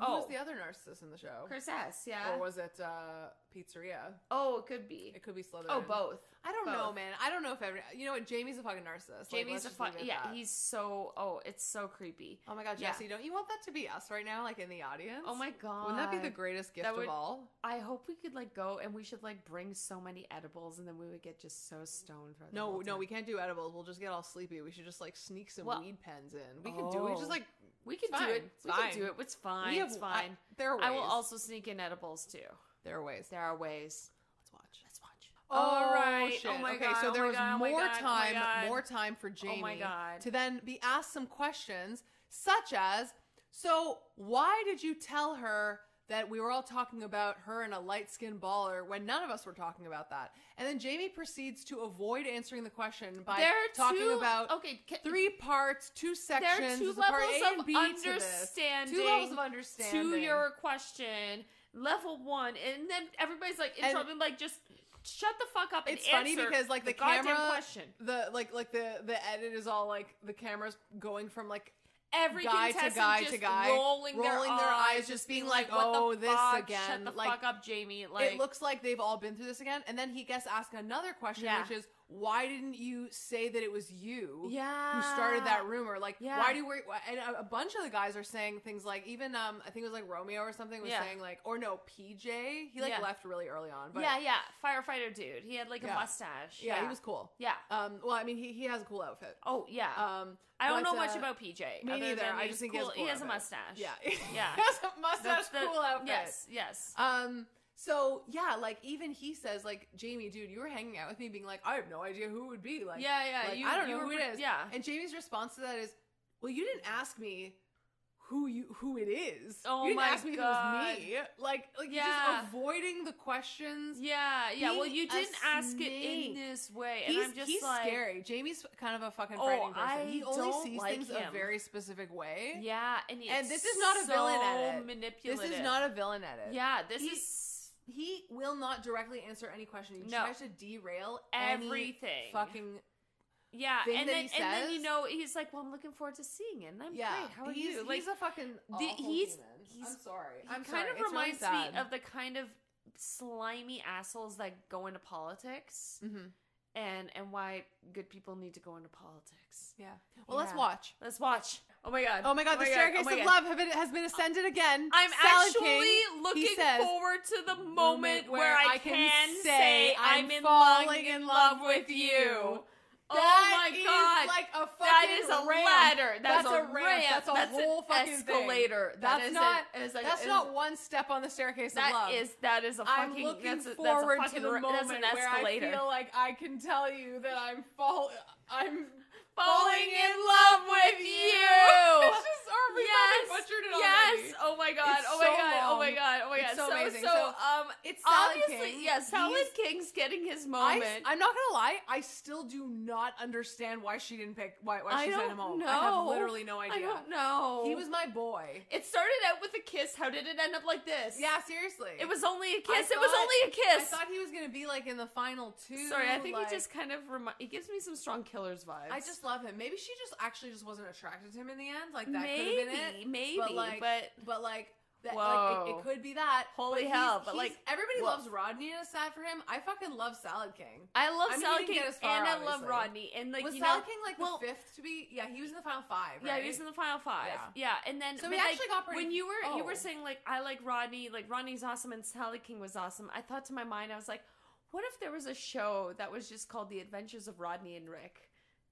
[SPEAKER 2] Who was
[SPEAKER 1] Oh.
[SPEAKER 2] the other narcissist in the show?
[SPEAKER 1] Chris S, yeah.
[SPEAKER 2] or was it uh, pizzeria?
[SPEAKER 1] oh, it could be.
[SPEAKER 2] It could be Slytherin.
[SPEAKER 1] Oh, both.
[SPEAKER 2] I don't know,
[SPEAKER 1] both.
[SPEAKER 2] man. I don't know if every. You know what? Jamie's a fucking narcissist. Like,
[SPEAKER 1] Jamie's
[SPEAKER 2] let's
[SPEAKER 1] a
[SPEAKER 2] just
[SPEAKER 1] fun.
[SPEAKER 2] leave it at
[SPEAKER 1] Yeah,
[SPEAKER 2] that.
[SPEAKER 1] he's so. Oh, it's so creepy.
[SPEAKER 2] Oh my god,
[SPEAKER 1] yeah.
[SPEAKER 2] Jesse, don't you want that to be us right now, like in the audience?
[SPEAKER 1] Oh my god.
[SPEAKER 2] Wouldn't that be the greatest gift
[SPEAKER 1] That would-
[SPEAKER 2] of all?
[SPEAKER 1] I hope we could like go and we should like bring so many edibles and then we would get just so stoned. throughout the
[SPEAKER 2] No,
[SPEAKER 1] whole
[SPEAKER 2] no,
[SPEAKER 1] time.
[SPEAKER 2] we can't do edibles. We'll just get all sleepy. We should just like sneak some
[SPEAKER 1] Well-
[SPEAKER 2] weed pens in. We can do it. Just
[SPEAKER 1] Oh.
[SPEAKER 2] like
[SPEAKER 1] we can
[SPEAKER 2] fine,
[SPEAKER 1] do it.
[SPEAKER 2] it's
[SPEAKER 1] We
[SPEAKER 2] fine.
[SPEAKER 1] can do it. It's fine.
[SPEAKER 2] we have
[SPEAKER 1] it's fine.
[SPEAKER 2] I, there are ways.
[SPEAKER 1] I, will also sneak in edibles too.
[SPEAKER 2] There are ways.
[SPEAKER 1] There are ways.
[SPEAKER 2] Let's watch.
[SPEAKER 1] Let's watch.
[SPEAKER 2] All right.
[SPEAKER 1] shit. Oh my
[SPEAKER 2] okay,
[SPEAKER 1] god.
[SPEAKER 2] so
[SPEAKER 1] oh
[SPEAKER 2] there
[SPEAKER 1] my
[SPEAKER 2] was
[SPEAKER 1] God, oh my
[SPEAKER 2] more
[SPEAKER 1] God, oh my
[SPEAKER 2] time,
[SPEAKER 1] God.
[SPEAKER 2] more time for Jamie
[SPEAKER 1] Oh my god.
[SPEAKER 2] to then be asked some questions, such as, "So why did you tell her that we were all talking about her and a light-skinned baller when none of us were talking about that?" And then Jamie proceeds to avoid answering the question by
[SPEAKER 1] They're
[SPEAKER 2] talking
[SPEAKER 1] two-
[SPEAKER 2] about
[SPEAKER 1] okay. ca-
[SPEAKER 2] three parts, two sections,
[SPEAKER 1] There are two
[SPEAKER 2] there's a part
[SPEAKER 1] levels
[SPEAKER 2] A and
[SPEAKER 1] of
[SPEAKER 2] B to this. Two levels
[SPEAKER 1] understanding
[SPEAKER 2] of understanding
[SPEAKER 1] to your question, level one, and then everybody's like
[SPEAKER 2] And-
[SPEAKER 1] interrupting, like just shut the fuck up. And
[SPEAKER 2] It's funny
[SPEAKER 1] answer
[SPEAKER 2] because, like, the
[SPEAKER 1] goddamn
[SPEAKER 2] camera-
[SPEAKER 1] question,
[SPEAKER 2] the like like the the edit is all like the camera's going from like
[SPEAKER 1] every
[SPEAKER 2] guy to
[SPEAKER 1] contestant
[SPEAKER 2] guy
[SPEAKER 1] just
[SPEAKER 2] to guy,
[SPEAKER 1] rolling,
[SPEAKER 2] rolling their eyes, just being like,
[SPEAKER 1] "What the
[SPEAKER 2] "Oh, this
[SPEAKER 1] fuck?
[SPEAKER 2] again."
[SPEAKER 1] Shut the
[SPEAKER 2] Like,
[SPEAKER 1] fuck up, Jamie. Like,
[SPEAKER 2] it looks like they've all been through this again. And then he gets asked another question,
[SPEAKER 1] Yeah.
[SPEAKER 2] which is, why didn't you say that it was you
[SPEAKER 1] yeah,
[SPEAKER 2] who started that rumor? Like,
[SPEAKER 1] Yeah.
[SPEAKER 2] why do you worry? And a, a bunch of the guys are saying things like, even um, I think it was like Romeo or something was
[SPEAKER 1] Yeah.
[SPEAKER 2] saying like, or no, PJ. He like
[SPEAKER 1] Yeah.
[SPEAKER 2] left really early on, but
[SPEAKER 1] yeah, yeah, firefighter dude. He had like
[SPEAKER 2] Yeah.
[SPEAKER 1] a mustache.
[SPEAKER 2] yeah, he was cool.
[SPEAKER 1] Yeah.
[SPEAKER 2] Um, well, I mean, he he has a cool outfit.
[SPEAKER 1] Oh yeah.
[SPEAKER 2] Um,
[SPEAKER 1] I don't
[SPEAKER 2] but,
[SPEAKER 1] know much
[SPEAKER 2] uh,
[SPEAKER 1] about PJ.
[SPEAKER 2] me
[SPEAKER 1] other
[SPEAKER 2] neither.
[SPEAKER 1] than
[SPEAKER 2] I
[SPEAKER 1] he's
[SPEAKER 2] just think he has
[SPEAKER 1] cool.
[SPEAKER 2] cool
[SPEAKER 1] he has a
[SPEAKER 2] outfit.
[SPEAKER 1] mustache.
[SPEAKER 2] yeah,
[SPEAKER 1] Yeah.
[SPEAKER 2] he has a mustache,
[SPEAKER 1] That's the-
[SPEAKER 2] cool outfit.
[SPEAKER 1] Yes. Yes.
[SPEAKER 2] Um. So yeah, like even he says, like Jamie, dude, you were hanging out with me, being like, I have no idea who it would be. Like,
[SPEAKER 1] yeah, yeah.
[SPEAKER 2] like,
[SPEAKER 1] you,
[SPEAKER 2] I don't
[SPEAKER 1] you
[SPEAKER 2] know
[SPEAKER 1] were
[SPEAKER 2] who it
[SPEAKER 1] pre-
[SPEAKER 2] is.
[SPEAKER 1] Yeah.
[SPEAKER 2] And Jamie's response to that is, well, you didn't ask me who you who it is.
[SPEAKER 1] Oh
[SPEAKER 2] you didn't
[SPEAKER 1] my
[SPEAKER 2] ask me
[SPEAKER 1] God.
[SPEAKER 2] if it was me. Like, like you're
[SPEAKER 1] Yeah.
[SPEAKER 2] just avoiding the questions.
[SPEAKER 1] Yeah, yeah. Well,
[SPEAKER 2] Being
[SPEAKER 1] you
[SPEAKER 2] a
[SPEAKER 1] didn't ask it
[SPEAKER 2] snake.
[SPEAKER 1] in this way, and
[SPEAKER 2] He's,
[SPEAKER 1] I'm just
[SPEAKER 2] he's
[SPEAKER 1] like,
[SPEAKER 2] scary. Jamie's kind of a fucking
[SPEAKER 1] Oh,
[SPEAKER 2] frightening person.
[SPEAKER 1] I
[SPEAKER 2] he only
[SPEAKER 1] don't
[SPEAKER 2] sees
[SPEAKER 1] like
[SPEAKER 2] things a
[SPEAKER 1] him.
[SPEAKER 2] very specific way.
[SPEAKER 1] yeah. And,
[SPEAKER 2] And
[SPEAKER 1] it's
[SPEAKER 2] this is not a
[SPEAKER 1] so
[SPEAKER 2] villain edit. This
[SPEAKER 1] Manipulative.
[SPEAKER 2] is not a villain edit.
[SPEAKER 1] Yeah, this
[SPEAKER 2] He-
[SPEAKER 1] is
[SPEAKER 2] He will not directly answer any question. He
[SPEAKER 1] No.
[SPEAKER 2] tries to derail any
[SPEAKER 1] everything.
[SPEAKER 2] fucking
[SPEAKER 1] yeah,
[SPEAKER 2] thing
[SPEAKER 1] and
[SPEAKER 2] that
[SPEAKER 1] then
[SPEAKER 2] he
[SPEAKER 1] and then you
[SPEAKER 2] says.
[SPEAKER 1] know he's like, well, I'm looking forward to seeing it. And I'm
[SPEAKER 2] yeah.
[SPEAKER 1] great. How are
[SPEAKER 2] he's,
[SPEAKER 1] you?
[SPEAKER 2] He's a fucking awful
[SPEAKER 1] he's-
[SPEAKER 2] human. I'm
[SPEAKER 1] he's-
[SPEAKER 2] sorry.
[SPEAKER 1] he
[SPEAKER 2] I'm
[SPEAKER 1] kind
[SPEAKER 2] sorry.
[SPEAKER 1] of
[SPEAKER 2] It's really
[SPEAKER 1] reminds
[SPEAKER 2] sad.
[SPEAKER 1] me of the kind of slimy assholes that go into politics,
[SPEAKER 2] Mhm.
[SPEAKER 1] and and why good people need to go into politics.
[SPEAKER 2] Yeah. Well, let's
[SPEAKER 1] Yeah.
[SPEAKER 2] watch.
[SPEAKER 1] Let's watch. Oh my god.
[SPEAKER 2] Oh my God, the staircase
[SPEAKER 1] oh my
[SPEAKER 2] of
[SPEAKER 1] God.
[SPEAKER 2] love have been, has been ascended again.
[SPEAKER 1] I'm
[SPEAKER 2] Salad
[SPEAKER 1] actually
[SPEAKER 2] King,
[SPEAKER 1] looking
[SPEAKER 2] he says,
[SPEAKER 1] forward to the moment where, I can, say, I'm in
[SPEAKER 2] falling
[SPEAKER 1] falling
[SPEAKER 2] in
[SPEAKER 1] in love
[SPEAKER 2] love
[SPEAKER 1] with
[SPEAKER 2] with
[SPEAKER 1] you.
[SPEAKER 2] you.
[SPEAKER 1] oh
[SPEAKER 2] That
[SPEAKER 1] my
[SPEAKER 2] is
[SPEAKER 1] god.
[SPEAKER 2] Like a fucking
[SPEAKER 1] that is a
[SPEAKER 2] ramp.
[SPEAKER 1] ladder. That's,
[SPEAKER 2] That's,
[SPEAKER 1] a,
[SPEAKER 2] ramp.
[SPEAKER 1] ramp.
[SPEAKER 2] That's a
[SPEAKER 1] an
[SPEAKER 2] whole fucking thing.
[SPEAKER 1] escalator.
[SPEAKER 2] That's
[SPEAKER 1] that is
[SPEAKER 2] not.
[SPEAKER 1] A, is a-
[SPEAKER 2] that's
[SPEAKER 1] is-
[SPEAKER 2] not one step on the staircase of
[SPEAKER 1] That
[SPEAKER 2] love.
[SPEAKER 1] is that is a
[SPEAKER 2] I'm
[SPEAKER 1] fucking.
[SPEAKER 2] looking
[SPEAKER 1] that's a,
[SPEAKER 2] forward
[SPEAKER 1] that's a fucking
[SPEAKER 2] to the
[SPEAKER 1] ra-
[SPEAKER 2] moment
[SPEAKER 1] that's an
[SPEAKER 2] where I
[SPEAKER 1] escalator.
[SPEAKER 2] feel like I can tell you that I'm fall. I'm
[SPEAKER 1] falling in love with you.
[SPEAKER 2] it's just, or we
[SPEAKER 1] yes.
[SPEAKER 2] fucking butchered it
[SPEAKER 1] yes.
[SPEAKER 2] already.
[SPEAKER 1] Oh my god.
[SPEAKER 2] It's
[SPEAKER 1] oh my
[SPEAKER 2] so
[SPEAKER 1] god. Oh my
[SPEAKER 2] long.
[SPEAKER 1] god. Oh my
[SPEAKER 2] It's
[SPEAKER 1] god.
[SPEAKER 2] so
[SPEAKER 1] so
[SPEAKER 2] amazing.
[SPEAKER 1] So,
[SPEAKER 2] So,
[SPEAKER 1] um,
[SPEAKER 2] it's Salad
[SPEAKER 1] obviously
[SPEAKER 2] King.
[SPEAKER 1] yeah. Salad
[SPEAKER 2] He's-
[SPEAKER 1] King's getting his
[SPEAKER 2] I,
[SPEAKER 1] moment.
[SPEAKER 2] am not gonna lie. I still do not understand why she didn't pick why why
[SPEAKER 1] I
[SPEAKER 2] she sent
[SPEAKER 1] don't
[SPEAKER 2] him home. I have
[SPEAKER 1] know.
[SPEAKER 2] literally no idea.
[SPEAKER 1] I don't know.
[SPEAKER 2] He was my boy.
[SPEAKER 1] It started out with a kiss. How did it end up like this?
[SPEAKER 2] Yeah, seriously.
[SPEAKER 1] It was only a kiss.
[SPEAKER 2] I
[SPEAKER 1] it was
[SPEAKER 2] thought-
[SPEAKER 1] only a
[SPEAKER 2] I
[SPEAKER 1] kiss.
[SPEAKER 2] thought he was gonna be like in the final two.
[SPEAKER 1] Sorry, I think
[SPEAKER 2] like,
[SPEAKER 1] he just kind of remi- he gives me some strong killers vibes.
[SPEAKER 2] I just love him. Maybe she just actually just wasn't attracted to him in the end. Like that could have been it.
[SPEAKER 1] maybe,
[SPEAKER 2] But like,
[SPEAKER 1] but
[SPEAKER 2] but like, That, like, it- it,
[SPEAKER 1] Whoa.
[SPEAKER 2] could be that.
[SPEAKER 1] Holy
[SPEAKER 2] he's-
[SPEAKER 1] hell, but,
[SPEAKER 2] he's-
[SPEAKER 1] like,
[SPEAKER 2] everybody
[SPEAKER 1] woof.
[SPEAKER 2] loves Rodney, and it's sad for him. I fucking love Salad King.
[SPEAKER 1] I love
[SPEAKER 2] I mean, he
[SPEAKER 1] Salad
[SPEAKER 2] didn't
[SPEAKER 1] King
[SPEAKER 2] get as far,
[SPEAKER 1] and I love
[SPEAKER 2] obviously.
[SPEAKER 1] Rodney and like
[SPEAKER 2] was
[SPEAKER 1] you
[SPEAKER 2] Salad
[SPEAKER 1] know,
[SPEAKER 2] King like
[SPEAKER 1] well-
[SPEAKER 2] the fifth to be? Yeah, he was in the final five. Right?
[SPEAKER 1] yeah, he was in the final five.
[SPEAKER 2] Yeah.
[SPEAKER 1] Yeah, and then
[SPEAKER 2] so
[SPEAKER 1] but,
[SPEAKER 2] he
[SPEAKER 1] like,
[SPEAKER 2] actually got pretty.
[SPEAKER 1] when you were you
[SPEAKER 2] oh.
[SPEAKER 1] were saying like I like Rodney, like Rodney's awesome and Sally King was awesome. I thought to my mind, I was like, what if there was a show that was just called The Adventures of Rodney and Rick?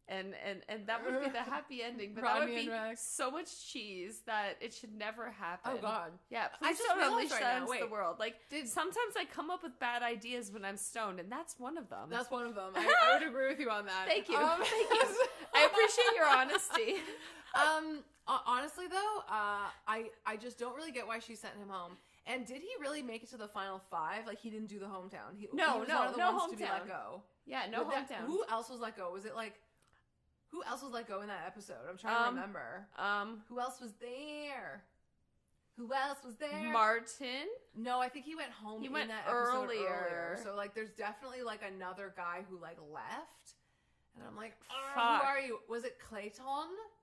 [SPEAKER 1] And and and that would be the happy ending, but that
[SPEAKER 2] Rodney
[SPEAKER 1] would
[SPEAKER 2] and
[SPEAKER 1] be
[SPEAKER 2] Rick.
[SPEAKER 1] so much cheese that it should never happen.
[SPEAKER 2] oh god,
[SPEAKER 1] Yeah,
[SPEAKER 2] I
[SPEAKER 1] please
[SPEAKER 2] just
[SPEAKER 1] don't
[SPEAKER 2] realized
[SPEAKER 1] unleash
[SPEAKER 2] right now,
[SPEAKER 1] that into the
[SPEAKER 2] wait.
[SPEAKER 1] world. Like
[SPEAKER 2] did
[SPEAKER 1] sometimes I come up with bad ideas when I'm stoned, and that's one of them.
[SPEAKER 2] that's one of them? I, I would agree with you on that.
[SPEAKER 1] Thank you.
[SPEAKER 2] Um,
[SPEAKER 1] Thank you. I appreciate your honesty.
[SPEAKER 2] um ho- honestly though uh i i just don't really get why she sent him home and did he really make it to the final five like he didn't do the hometown he,
[SPEAKER 1] No,
[SPEAKER 2] he was
[SPEAKER 1] no,
[SPEAKER 2] one of the
[SPEAKER 1] no
[SPEAKER 2] ones to be
[SPEAKER 1] hometown.
[SPEAKER 2] let go
[SPEAKER 1] Yeah, no
[SPEAKER 2] Would that-
[SPEAKER 1] hometown.
[SPEAKER 2] who else was let go was it like who else was let go in that episode i'm trying to
[SPEAKER 1] Um,
[SPEAKER 2] remember
[SPEAKER 1] um,
[SPEAKER 2] who else was there who else was there
[SPEAKER 1] Martin.
[SPEAKER 2] no i think he went home
[SPEAKER 1] He
[SPEAKER 2] in
[SPEAKER 1] went
[SPEAKER 2] that episode earlier.
[SPEAKER 1] earlier.
[SPEAKER 2] so like there's definitely like another guy who like left and i'm like "Ah,
[SPEAKER 1] Fuck.
[SPEAKER 2] who are you was it clayton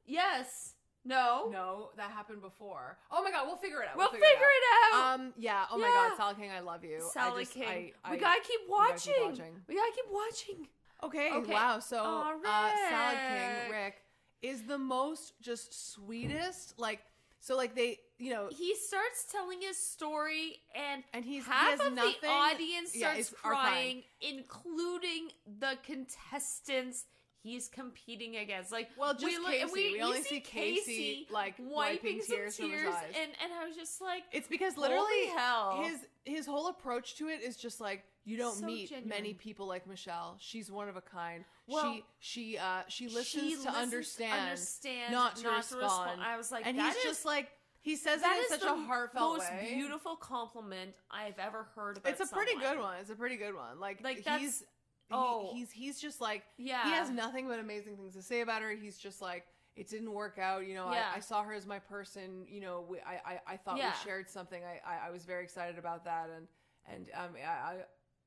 [SPEAKER 1] Yes. No.
[SPEAKER 2] No, that happened before. Oh my god, we'll figure it out.
[SPEAKER 1] Oh. We'll figure it out.
[SPEAKER 2] Um, yeah. Oh my
[SPEAKER 1] Yeah.
[SPEAKER 2] god, Sally King, I love you. I
[SPEAKER 1] Sally
[SPEAKER 2] just,
[SPEAKER 1] King.
[SPEAKER 2] I, I,
[SPEAKER 1] we gotta keep
[SPEAKER 2] gotta keep
[SPEAKER 1] watching.
[SPEAKER 2] watching.
[SPEAKER 1] We gotta keep watching.
[SPEAKER 2] Okay,
[SPEAKER 1] Okay.
[SPEAKER 2] Wow. So,
[SPEAKER 1] Aw,
[SPEAKER 2] uh, Salad
[SPEAKER 1] Rick.
[SPEAKER 2] King, Rick is the most just sweetest. Like, so like they, you know,
[SPEAKER 1] He starts telling his story, and
[SPEAKER 2] and he's he
[SPEAKER 1] half
[SPEAKER 2] has
[SPEAKER 1] of
[SPEAKER 2] nothing.
[SPEAKER 1] the audience
[SPEAKER 2] yeah,
[SPEAKER 1] starts
[SPEAKER 2] it's- are
[SPEAKER 1] crying,
[SPEAKER 2] crying.
[SPEAKER 1] including the contestants he's competing against. Like,
[SPEAKER 2] Well, just
[SPEAKER 1] we look,
[SPEAKER 2] Casey.
[SPEAKER 1] and we,
[SPEAKER 2] we
[SPEAKER 1] you
[SPEAKER 2] only
[SPEAKER 1] see Casey
[SPEAKER 2] like
[SPEAKER 1] wiping some
[SPEAKER 2] tears
[SPEAKER 1] tears,
[SPEAKER 2] from his eyes.
[SPEAKER 1] and and I was just like,
[SPEAKER 2] It's because
[SPEAKER 1] Holy
[SPEAKER 2] literally
[SPEAKER 1] hell.
[SPEAKER 2] his his whole approach to it is just like you don't
[SPEAKER 1] So
[SPEAKER 2] meet many
[SPEAKER 1] genuine.
[SPEAKER 2] people like Michelle. She's one of a kind.
[SPEAKER 1] Well,
[SPEAKER 2] she she uh she listens to
[SPEAKER 1] listens
[SPEAKER 2] understand,
[SPEAKER 1] understand,
[SPEAKER 2] not to respond.
[SPEAKER 1] I was like,
[SPEAKER 2] and
[SPEAKER 1] that
[SPEAKER 2] he's
[SPEAKER 1] is-
[SPEAKER 2] just like he says
[SPEAKER 1] that
[SPEAKER 2] it in
[SPEAKER 1] is
[SPEAKER 2] such
[SPEAKER 1] the
[SPEAKER 2] a heartfelt
[SPEAKER 1] most
[SPEAKER 2] way.
[SPEAKER 1] beautiful compliment I've ever heard. About
[SPEAKER 2] It's a pretty
[SPEAKER 1] someone.
[SPEAKER 2] good one. It's a pretty good one. Like
[SPEAKER 1] Like, that's-
[SPEAKER 2] he's he-
[SPEAKER 1] oh.
[SPEAKER 2] he's he's just like
[SPEAKER 1] Yeah,
[SPEAKER 2] he has nothing but amazing things to say about her. He's just like, it didn't work out. You know,
[SPEAKER 1] Yeah.
[SPEAKER 2] I, I saw her as my person. You know, we, I, I I thought
[SPEAKER 1] Yeah.
[SPEAKER 2] we shared something. I, I I was very excited about that, and and um I, I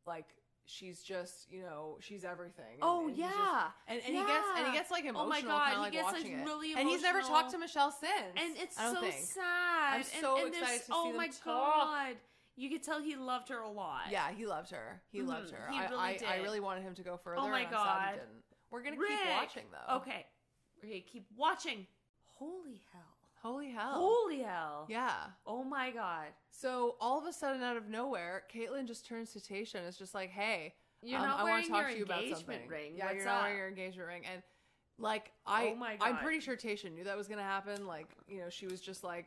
[SPEAKER 2] like she's just you know she's everything. And-
[SPEAKER 1] Oh,
[SPEAKER 2] and he's just-
[SPEAKER 1] yeah.
[SPEAKER 2] and and he gets and he
[SPEAKER 1] Yeah.
[SPEAKER 2] gets like emotional.
[SPEAKER 1] Oh, my
[SPEAKER 2] kinda,
[SPEAKER 1] God, he
[SPEAKER 2] like,
[SPEAKER 1] gets, like,
[SPEAKER 2] watching it.
[SPEAKER 1] really
[SPEAKER 2] And he's never talked
[SPEAKER 1] emotional.
[SPEAKER 2] to Michelle since.
[SPEAKER 1] and it's
[SPEAKER 2] I don't
[SPEAKER 1] so
[SPEAKER 2] think.
[SPEAKER 1] sad.
[SPEAKER 2] I'm
[SPEAKER 1] and,
[SPEAKER 2] so
[SPEAKER 1] and there's-
[SPEAKER 2] excited to see
[SPEAKER 1] Oh
[SPEAKER 2] them
[SPEAKER 1] my
[SPEAKER 2] talk.
[SPEAKER 1] god, you could tell he loved her a lot.
[SPEAKER 2] Yeah, he loved her. He loved
[SPEAKER 1] Mhm,
[SPEAKER 2] her.
[SPEAKER 1] he
[SPEAKER 2] I,
[SPEAKER 1] really
[SPEAKER 2] I, I
[SPEAKER 1] did. Oh
[SPEAKER 2] really wanted him to go further.
[SPEAKER 1] my
[SPEAKER 2] and I'm sad
[SPEAKER 1] God.
[SPEAKER 2] he didn't. We're gonna keep
[SPEAKER 1] Rick.
[SPEAKER 2] watching though.
[SPEAKER 1] Okay. Okay. Keep watching. Holy hell.
[SPEAKER 2] Holy hell.
[SPEAKER 1] Holy hell.
[SPEAKER 2] Oh. Yeah.
[SPEAKER 1] Oh my god.
[SPEAKER 2] So all of a sudden, out of nowhere, Caitlyn just turns to Tasha and is just like, "Hey,
[SPEAKER 1] You're
[SPEAKER 2] um,
[SPEAKER 1] not
[SPEAKER 2] I want
[SPEAKER 1] wearing
[SPEAKER 2] to talk
[SPEAKER 1] your
[SPEAKER 2] to you about
[SPEAKER 1] engagement
[SPEAKER 2] something.
[SPEAKER 1] ring.
[SPEAKER 2] Yeah,
[SPEAKER 1] What's
[SPEAKER 2] you're not
[SPEAKER 1] up?
[SPEAKER 2] wearing your engagement ring." And like, I,
[SPEAKER 1] Oh my
[SPEAKER 2] I'm
[SPEAKER 1] God.
[SPEAKER 2] pretty sure Tasha knew that was gonna happen. Like, you know, she was just like,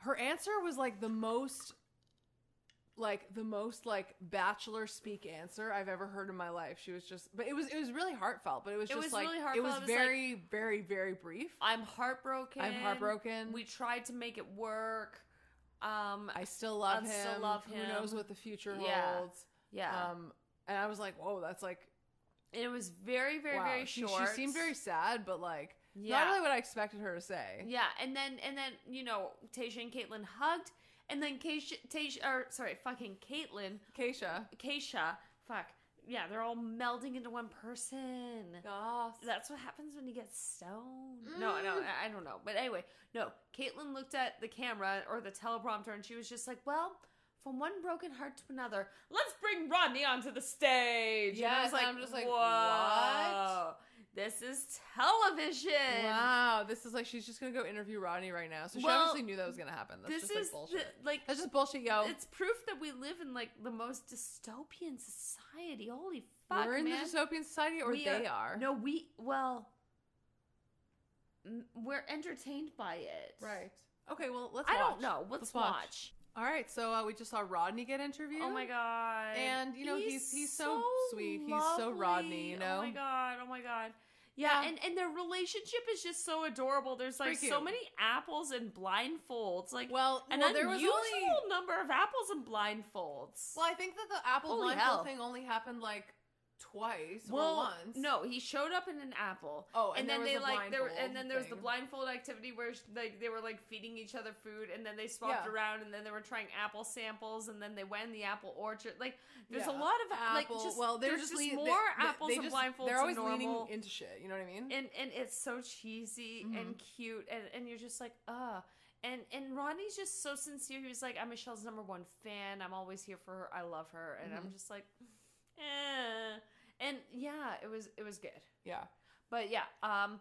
[SPEAKER 2] her answer was like the most, like the most like bachelor speak answer I've ever heard in my life. She was just, but it was it was really heartfelt. But it was
[SPEAKER 1] It
[SPEAKER 2] just
[SPEAKER 1] was
[SPEAKER 2] like
[SPEAKER 1] really
[SPEAKER 2] it
[SPEAKER 1] heartfelt.
[SPEAKER 2] was
[SPEAKER 1] It was like-
[SPEAKER 2] very very very brief.
[SPEAKER 1] I'm heartbroken.
[SPEAKER 2] I'm heartbroken.
[SPEAKER 1] We tried to make it work. Um.
[SPEAKER 2] I still love
[SPEAKER 1] I
[SPEAKER 2] him.
[SPEAKER 1] still love
[SPEAKER 2] Who knows
[SPEAKER 1] him.
[SPEAKER 2] what the future
[SPEAKER 1] Yeah.
[SPEAKER 2] holds.
[SPEAKER 1] Yeah.
[SPEAKER 2] Um, and I was like, whoa, that's like
[SPEAKER 1] and it was very, very,
[SPEAKER 2] wow.
[SPEAKER 1] very
[SPEAKER 2] she,
[SPEAKER 1] short.
[SPEAKER 2] She seemed very sad, but like
[SPEAKER 1] Yeah.
[SPEAKER 2] not really what I expected her to say.
[SPEAKER 1] Yeah, and then and then you know Tasha and Caitlyn hugged, and then Keisha, Tasha, or sorry, fucking Caitlyn,
[SPEAKER 2] Keisha.
[SPEAKER 1] Keisha, fuck, yeah, they're all melding into one person.
[SPEAKER 2] Goss.
[SPEAKER 1] That's what happens when you get stoned. No, no,
[SPEAKER 2] Mm.
[SPEAKER 1] I I don't know. But anyway, no, Caitlyn looked at the camera or the teleprompter, and she was just like, "Well." From one broken heart to another, let's bring Rodney onto the stage. and I
[SPEAKER 2] Yes,
[SPEAKER 1] was like,
[SPEAKER 2] I'm just like,
[SPEAKER 1] "Whoa, This is television.
[SPEAKER 2] Wow, this is like she's just gonna go interview Rodney right now. So she
[SPEAKER 1] Well,
[SPEAKER 2] obviously knew that was gonna happen. That's
[SPEAKER 1] this
[SPEAKER 2] just like
[SPEAKER 1] is
[SPEAKER 2] bullshit.
[SPEAKER 1] the, like
[SPEAKER 2] That's just bullshit, yo.
[SPEAKER 1] It's proof that we live in like the most dystopian society. Holy fuck,
[SPEAKER 2] We're in
[SPEAKER 1] man.
[SPEAKER 2] the dystopian society, or
[SPEAKER 1] We
[SPEAKER 2] they are.
[SPEAKER 1] No, we well, m- we're entertained by it.
[SPEAKER 2] Right. Okay. Well, let's.
[SPEAKER 1] I
[SPEAKER 2] watch.
[SPEAKER 1] don't know. Let's,
[SPEAKER 2] Let's watch.
[SPEAKER 1] watch.
[SPEAKER 2] All right. So uh, we just saw Rodney get interviewed.
[SPEAKER 1] Oh my god.
[SPEAKER 2] And, you know, he's- he's so sweet. He's so Rodney, you
[SPEAKER 1] Oh
[SPEAKER 2] know?
[SPEAKER 1] my god. Oh my god. Yeah,
[SPEAKER 2] Yeah.
[SPEAKER 1] and and their relationship is just so adorable. There's like
[SPEAKER 2] Pretty
[SPEAKER 1] so
[SPEAKER 2] cute.
[SPEAKER 1] many apples and blindfolds. Like
[SPEAKER 2] Well,
[SPEAKER 1] an
[SPEAKER 2] well, there was
[SPEAKER 1] unusual
[SPEAKER 2] only
[SPEAKER 1] number of apples and blindfolds.
[SPEAKER 2] Well, I think that the apple
[SPEAKER 1] Holy
[SPEAKER 2] blindfold
[SPEAKER 1] hell.
[SPEAKER 2] thing only happened like twice or
[SPEAKER 1] well,
[SPEAKER 2] once.
[SPEAKER 1] no, he showed up in an apple.
[SPEAKER 2] Oh,
[SPEAKER 1] and,
[SPEAKER 2] and,
[SPEAKER 1] then
[SPEAKER 2] there
[SPEAKER 1] they
[SPEAKER 2] was the
[SPEAKER 1] like there,
[SPEAKER 2] blindfold
[SPEAKER 1] and then there was the
[SPEAKER 2] thing.
[SPEAKER 1] blindfold activity where sh- like they were like feeding each other food, and then they swapped
[SPEAKER 2] Yeah.
[SPEAKER 1] around, and then they were trying apple samples, and then they went in the apple orchard. Like there's
[SPEAKER 2] Yeah.
[SPEAKER 1] a lot of
[SPEAKER 2] apple.
[SPEAKER 1] Like, just,
[SPEAKER 2] well, they're
[SPEAKER 1] there's
[SPEAKER 2] just,
[SPEAKER 1] just
[SPEAKER 2] lean-
[SPEAKER 1] more
[SPEAKER 2] they- they-
[SPEAKER 1] apples
[SPEAKER 2] they
[SPEAKER 1] and
[SPEAKER 2] just-
[SPEAKER 1] blindfolds.
[SPEAKER 2] They're always
[SPEAKER 1] than normal.
[SPEAKER 2] leaning into shit. You know what I mean? Mm-hmm.
[SPEAKER 1] and and it's so cheesy and cute, and and you're just like ah. And and Rodney's just so sincere. He was like, "I'm Michelle's number one fan. I'm always here for her. I love her." And
[SPEAKER 2] Mm-hmm.
[SPEAKER 1] I'm just like, eh. And yeah, it was it was good.
[SPEAKER 2] Yeah.
[SPEAKER 1] But yeah, um,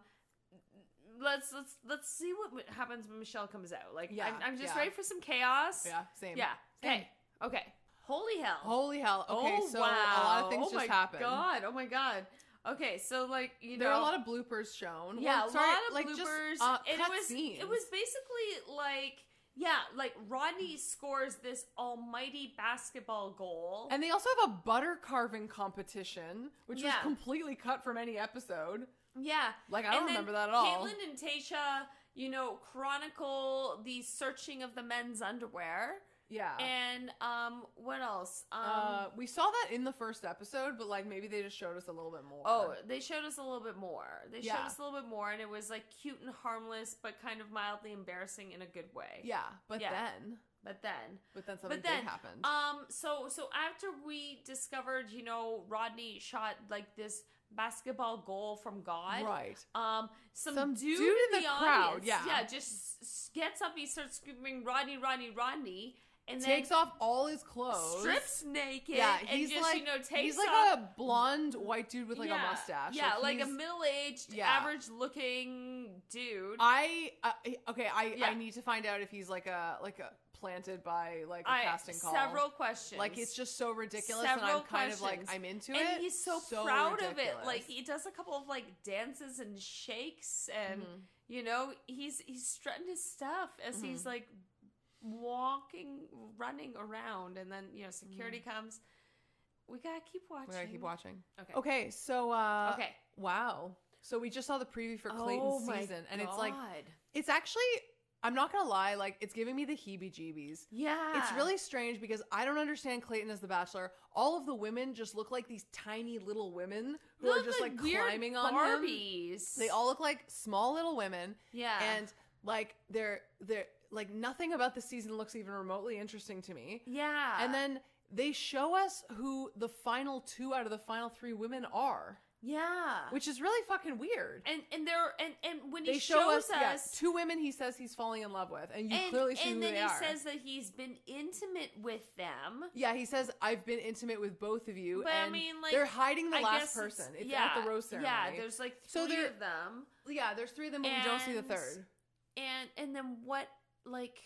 [SPEAKER 1] let's let's let's see what mi- happens when Michelle comes out. Like,
[SPEAKER 2] Yeah,
[SPEAKER 1] I'm, I'm just
[SPEAKER 2] yeah.
[SPEAKER 1] ready for some chaos.
[SPEAKER 2] Yeah. Same.
[SPEAKER 1] Yeah.
[SPEAKER 2] Same.
[SPEAKER 1] Hey. Okay. Holy hell.
[SPEAKER 2] Holy hell. Okay,
[SPEAKER 1] oh
[SPEAKER 2] so
[SPEAKER 1] wow.
[SPEAKER 2] a lot of things
[SPEAKER 1] oh
[SPEAKER 2] just
[SPEAKER 1] my
[SPEAKER 2] happened.
[SPEAKER 1] God. Oh my god. Okay, so like you
[SPEAKER 2] There
[SPEAKER 1] know,
[SPEAKER 2] are a lot of bloopers shown.
[SPEAKER 1] yeah,
[SPEAKER 2] Well,
[SPEAKER 1] a
[SPEAKER 2] sorry,
[SPEAKER 1] lot of
[SPEAKER 2] like, just,
[SPEAKER 1] bloopers.
[SPEAKER 2] uh,
[SPEAKER 1] and
[SPEAKER 2] cut
[SPEAKER 1] it was
[SPEAKER 2] scenes.
[SPEAKER 1] it was basically like yeah, like Rodney scores this almighty basketball goal.
[SPEAKER 2] And they also have a butter carving competition, which was
[SPEAKER 1] Yeah.
[SPEAKER 2] completely cut from any episode.
[SPEAKER 1] yeah,
[SPEAKER 2] Like I don't
[SPEAKER 1] and then
[SPEAKER 2] remember that at all.
[SPEAKER 1] Caitlin and Tasha, you know, chronicle the searching of the men's underwear.
[SPEAKER 2] yeah.
[SPEAKER 1] And um, what else? Um,
[SPEAKER 2] uh, we saw that in the first episode, but like maybe they just showed us a little bit more.
[SPEAKER 1] Oh, they showed us a little bit more. They
[SPEAKER 2] Yeah.
[SPEAKER 1] showed us a little bit more, and it was like cute and harmless, but kind of mildly embarrassing in a good way.
[SPEAKER 2] yeah, but
[SPEAKER 1] Yeah.
[SPEAKER 2] then,
[SPEAKER 1] But then,
[SPEAKER 2] but then something
[SPEAKER 1] then,
[SPEAKER 2] big happened.
[SPEAKER 1] um, so so after we discovered, you know, Rodney shot like this basketball goal from God.
[SPEAKER 2] right.
[SPEAKER 1] Um, some,
[SPEAKER 2] Some
[SPEAKER 1] dude, in the, crowd, yeah, yeah, just s- s- gets up. He starts screaming, "Rodney, Rodney, Rodney!" And then
[SPEAKER 2] Takes off all his clothes.
[SPEAKER 1] strips naked.
[SPEAKER 2] Yeah,
[SPEAKER 1] and
[SPEAKER 2] he's
[SPEAKER 1] just
[SPEAKER 2] like
[SPEAKER 1] you know takes
[SPEAKER 2] he's like
[SPEAKER 1] off
[SPEAKER 2] a blonde white dude with like a mustache.
[SPEAKER 1] Yeah, like, a
[SPEAKER 2] he's-
[SPEAKER 1] middle-aged,
[SPEAKER 2] Yeah.
[SPEAKER 1] average-looking dude.
[SPEAKER 2] I uh, okay. I I
[SPEAKER 1] Yeah.
[SPEAKER 2] need to find out if he's like a like a planted by like a
[SPEAKER 1] I-
[SPEAKER 2] casting call.
[SPEAKER 1] Several questions.
[SPEAKER 2] Like it's just so ridiculous, and
[SPEAKER 1] Several
[SPEAKER 2] I'm kind of like
[SPEAKER 1] questions.
[SPEAKER 2] I'm into it.
[SPEAKER 1] and he's so, proud of
[SPEAKER 2] ridiculous.
[SPEAKER 1] it. Like he does a couple of like dances and shakes, and
[SPEAKER 2] Mhm.
[SPEAKER 1] you know he's he's strutting his stuff as
[SPEAKER 2] Mm-hmm.
[SPEAKER 1] he's like walking, running around, and then you know security comes. We gotta keep watching.
[SPEAKER 2] Mm-hmm. we gotta keep watching.
[SPEAKER 1] Okay.
[SPEAKER 2] Okay, so uh,
[SPEAKER 1] Okay.
[SPEAKER 2] wow. So we just saw the preview for Clayton's season, and it's like
[SPEAKER 1] Oh God.
[SPEAKER 2] it's actually I'm not gonna lie, like it's giving me the heebie-jeebies.
[SPEAKER 1] yeah,
[SPEAKER 2] It's really strange because I don't understand Clayton as the bachelor. All of the women just look like these tiny little women who
[SPEAKER 1] They
[SPEAKER 2] are
[SPEAKER 1] look
[SPEAKER 2] just like,
[SPEAKER 1] weird
[SPEAKER 2] climbing on him.
[SPEAKER 1] Barbies.
[SPEAKER 2] They all look like small little women,
[SPEAKER 1] yeah,
[SPEAKER 2] and like they're they're like nothing about the season looks even remotely interesting to me.
[SPEAKER 1] yeah,
[SPEAKER 2] And then they show us who the final two out of the final three women are,
[SPEAKER 1] yeah,
[SPEAKER 2] which is really fucking weird.
[SPEAKER 1] and and there and and when
[SPEAKER 2] They
[SPEAKER 1] he
[SPEAKER 2] show
[SPEAKER 1] shows
[SPEAKER 2] us, yeah, two women he says he's falling in love with, and you
[SPEAKER 1] and,
[SPEAKER 2] clearly see
[SPEAKER 1] and
[SPEAKER 2] who
[SPEAKER 1] then
[SPEAKER 2] they
[SPEAKER 1] he
[SPEAKER 2] are.
[SPEAKER 1] says that he's been intimate with them.
[SPEAKER 2] Yeah, he says I've been intimate with both of you.
[SPEAKER 1] But I
[SPEAKER 2] and
[SPEAKER 1] mean, like,
[SPEAKER 2] they're hiding the
[SPEAKER 1] I
[SPEAKER 2] last
[SPEAKER 1] guess it's-
[SPEAKER 2] person. It's
[SPEAKER 1] yeah,
[SPEAKER 2] at the rose ceremony.
[SPEAKER 1] Yeah, there's like three
[SPEAKER 2] So they're-
[SPEAKER 1] of them,
[SPEAKER 2] yeah, there's three of them, but we don't see the
[SPEAKER 1] And-
[SPEAKER 2] third.
[SPEAKER 1] and and then what? Like,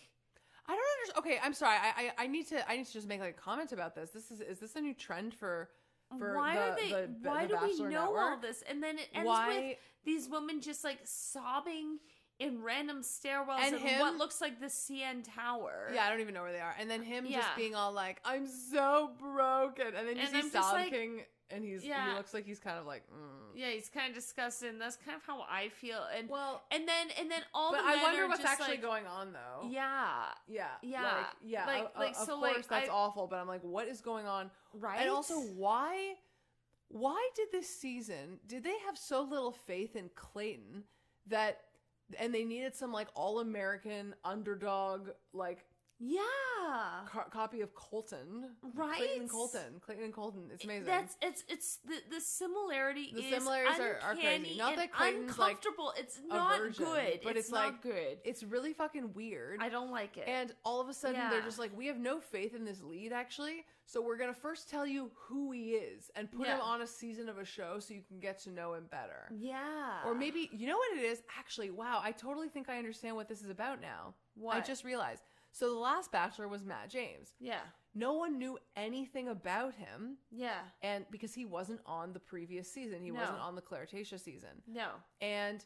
[SPEAKER 2] I don't understand. Okay, I'm sorry. I, I I need to I need to just make like a comment about this. This is is this a new trend for for
[SPEAKER 1] why
[SPEAKER 2] the,
[SPEAKER 1] are they?
[SPEAKER 2] the, the
[SPEAKER 1] why do we
[SPEAKER 2] Bachelor
[SPEAKER 1] know all
[SPEAKER 2] Network?
[SPEAKER 1] this? And then it ends with
[SPEAKER 2] why
[SPEAKER 1] these women just like sobbing in random stairwells
[SPEAKER 2] And
[SPEAKER 1] and
[SPEAKER 2] him-
[SPEAKER 1] what looks like the CN Tower.
[SPEAKER 2] yeah, I don't even know where they are. And then him just
[SPEAKER 1] Yeah.
[SPEAKER 2] being all like, "I'm so broken," and then you
[SPEAKER 1] And
[SPEAKER 2] see
[SPEAKER 1] I'm just
[SPEAKER 2] Sob
[SPEAKER 1] like-
[SPEAKER 2] King, and he's he
[SPEAKER 1] Yeah.
[SPEAKER 2] looks like he's kind of like, mm.
[SPEAKER 1] yeah, he's kind of disgusted. And that's kind of how I feel. And
[SPEAKER 2] well,
[SPEAKER 1] and then and then all
[SPEAKER 2] but
[SPEAKER 1] the men
[SPEAKER 2] I wonder
[SPEAKER 1] are
[SPEAKER 2] what's
[SPEAKER 1] just
[SPEAKER 2] actually
[SPEAKER 1] like,
[SPEAKER 2] going on though.
[SPEAKER 1] Yeah,
[SPEAKER 2] Yeah.
[SPEAKER 1] Yeah,
[SPEAKER 2] Like, yeah.
[SPEAKER 1] like-
[SPEAKER 2] Like,
[SPEAKER 1] like,
[SPEAKER 2] of
[SPEAKER 1] so, like,
[SPEAKER 2] course that's
[SPEAKER 1] I-
[SPEAKER 2] awful, but I'm like, what is going on?
[SPEAKER 1] right.
[SPEAKER 2] And also, why? Why did this season? Did they have so little faith in Clayton that? And they needed some like all American underdog like
[SPEAKER 1] yeah,
[SPEAKER 2] co- copy of Colton, Clayton
[SPEAKER 1] Uh-huh. right.
[SPEAKER 2] and Colton, Clayton and Colton. It's amazing.
[SPEAKER 1] That's it's it's the the similarity.
[SPEAKER 2] The
[SPEAKER 1] is
[SPEAKER 2] similarities are- are crazy.
[SPEAKER 1] uncanny
[SPEAKER 2] Not
[SPEAKER 1] and
[SPEAKER 2] that Clayton's, like,
[SPEAKER 1] uncomfortable. it's not
[SPEAKER 2] virgin,
[SPEAKER 1] good,
[SPEAKER 2] but
[SPEAKER 1] it's,
[SPEAKER 2] it's,
[SPEAKER 1] not
[SPEAKER 2] like,
[SPEAKER 1] good.
[SPEAKER 2] it's really fucking weird.
[SPEAKER 1] I don't like it.
[SPEAKER 2] And all of a sudden, they're
[SPEAKER 1] Yeah.
[SPEAKER 2] just like, we have no faith in this lead, actually. So we're going to first tell you who he is and put him
[SPEAKER 1] Yeah.
[SPEAKER 2] on a season of a show so you can get to know him better.
[SPEAKER 1] yeah,
[SPEAKER 2] Or maybe, you know what it is? Actually, wow, I totally think I understand what this is about now. I
[SPEAKER 1] What?
[SPEAKER 2] just realized. So the last Bachelor was Matt James.
[SPEAKER 1] yeah,
[SPEAKER 2] No one knew anything about him.
[SPEAKER 1] yeah,
[SPEAKER 2] And because he wasn't on the previous season, he
[SPEAKER 1] No.
[SPEAKER 2] wasn't on the Claritatia season
[SPEAKER 1] no,
[SPEAKER 2] and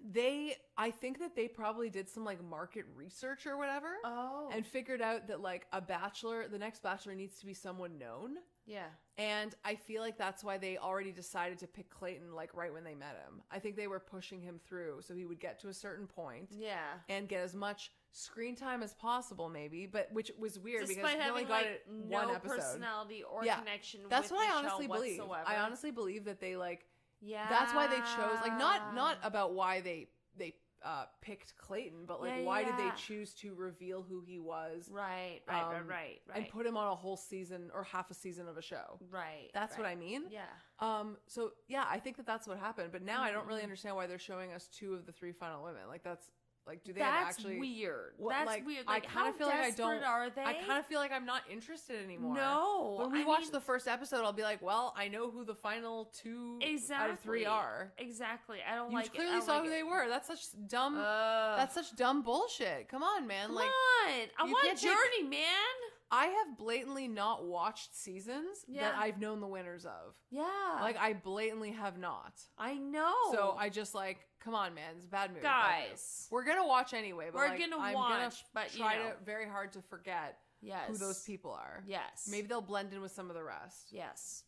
[SPEAKER 2] they i think that they probably did some like market research or whatever
[SPEAKER 1] oh,
[SPEAKER 2] and figured out that like a bachelor the next bachelor needs to be someone known
[SPEAKER 1] yeah,
[SPEAKER 2] and i feel like that's why they already decided to pick clayton like right when they met him i think they were pushing him through so he would get to a certain point
[SPEAKER 1] yeah.
[SPEAKER 2] and get as much screen time as possible maybe but which was weird
[SPEAKER 1] Despite
[SPEAKER 2] because he only
[SPEAKER 1] having
[SPEAKER 2] got
[SPEAKER 1] like
[SPEAKER 2] it
[SPEAKER 1] no
[SPEAKER 2] one episode
[SPEAKER 1] personality or
[SPEAKER 2] Yeah.
[SPEAKER 1] connection,
[SPEAKER 2] that's
[SPEAKER 1] with
[SPEAKER 2] what i
[SPEAKER 1] Michelle
[SPEAKER 2] honestly believe
[SPEAKER 1] Whatsoever.
[SPEAKER 2] i honestly believe that they like
[SPEAKER 1] yeah,
[SPEAKER 2] that's why they chose like
[SPEAKER 1] Ah.
[SPEAKER 2] not not about why they they uh picked clayton but like
[SPEAKER 1] Yeah,
[SPEAKER 2] why did they
[SPEAKER 1] yeah.
[SPEAKER 2] choose to reveal who he was
[SPEAKER 1] right, right,
[SPEAKER 2] um,
[SPEAKER 1] right, right, right,
[SPEAKER 2] and put him on a whole season or half a season of a show
[SPEAKER 1] right.
[SPEAKER 2] that's what
[SPEAKER 1] right.
[SPEAKER 2] i mean
[SPEAKER 1] Yeah,
[SPEAKER 2] um so yeah i think that that's what happened but now i don't really
[SPEAKER 1] Mhm.
[SPEAKER 2] understand why they're showing us two of the three final women like that's Like, do they have
[SPEAKER 1] That's
[SPEAKER 2] actually?
[SPEAKER 1] weird.
[SPEAKER 2] What,
[SPEAKER 1] That's
[SPEAKER 2] like,
[SPEAKER 1] weird.
[SPEAKER 2] I
[SPEAKER 1] Like,
[SPEAKER 2] kinda
[SPEAKER 1] how
[SPEAKER 2] feel like I
[SPEAKER 1] desperate
[SPEAKER 2] don't-
[SPEAKER 1] Are they?
[SPEAKER 2] I kind of feel like I'm not interested anymore.
[SPEAKER 1] No.
[SPEAKER 2] When we
[SPEAKER 1] I
[SPEAKER 2] watch
[SPEAKER 1] mean-
[SPEAKER 2] the first episode, I'll be like, well, I know who the final two out of
[SPEAKER 1] Exactly.
[SPEAKER 2] three are.
[SPEAKER 1] Exactly. I don't
[SPEAKER 2] You
[SPEAKER 1] like. it. I
[SPEAKER 2] clearly
[SPEAKER 1] don't
[SPEAKER 2] saw
[SPEAKER 1] like
[SPEAKER 2] who
[SPEAKER 1] it.
[SPEAKER 2] they were. That's such dumb.
[SPEAKER 1] Ugh.
[SPEAKER 2] that's such dumb bullshit. Come on, man.
[SPEAKER 1] Come
[SPEAKER 2] like
[SPEAKER 1] on. I
[SPEAKER 2] you
[SPEAKER 1] want a
[SPEAKER 2] can't take-
[SPEAKER 1] journey, man.
[SPEAKER 2] I have blatantly not watched seasons that
[SPEAKER 1] Yeah.
[SPEAKER 2] I've known the winners of.
[SPEAKER 1] Yeah.
[SPEAKER 2] Like I blatantly have not.
[SPEAKER 1] I know.
[SPEAKER 2] So I just like, come on, man, it's a bad movie. bad movie.
[SPEAKER 1] Oh. guys.
[SPEAKER 2] we're gonna watch anyway. But
[SPEAKER 1] We're
[SPEAKER 2] like,
[SPEAKER 1] gonna
[SPEAKER 2] I'm
[SPEAKER 1] watch,
[SPEAKER 2] gonna
[SPEAKER 1] but, you
[SPEAKER 2] try
[SPEAKER 1] know.
[SPEAKER 2] to very hard to forget
[SPEAKER 1] Yes.
[SPEAKER 2] who those people are.
[SPEAKER 1] Yes.
[SPEAKER 2] Maybe they'll blend in with some of the rest.
[SPEAKER 1] Yes.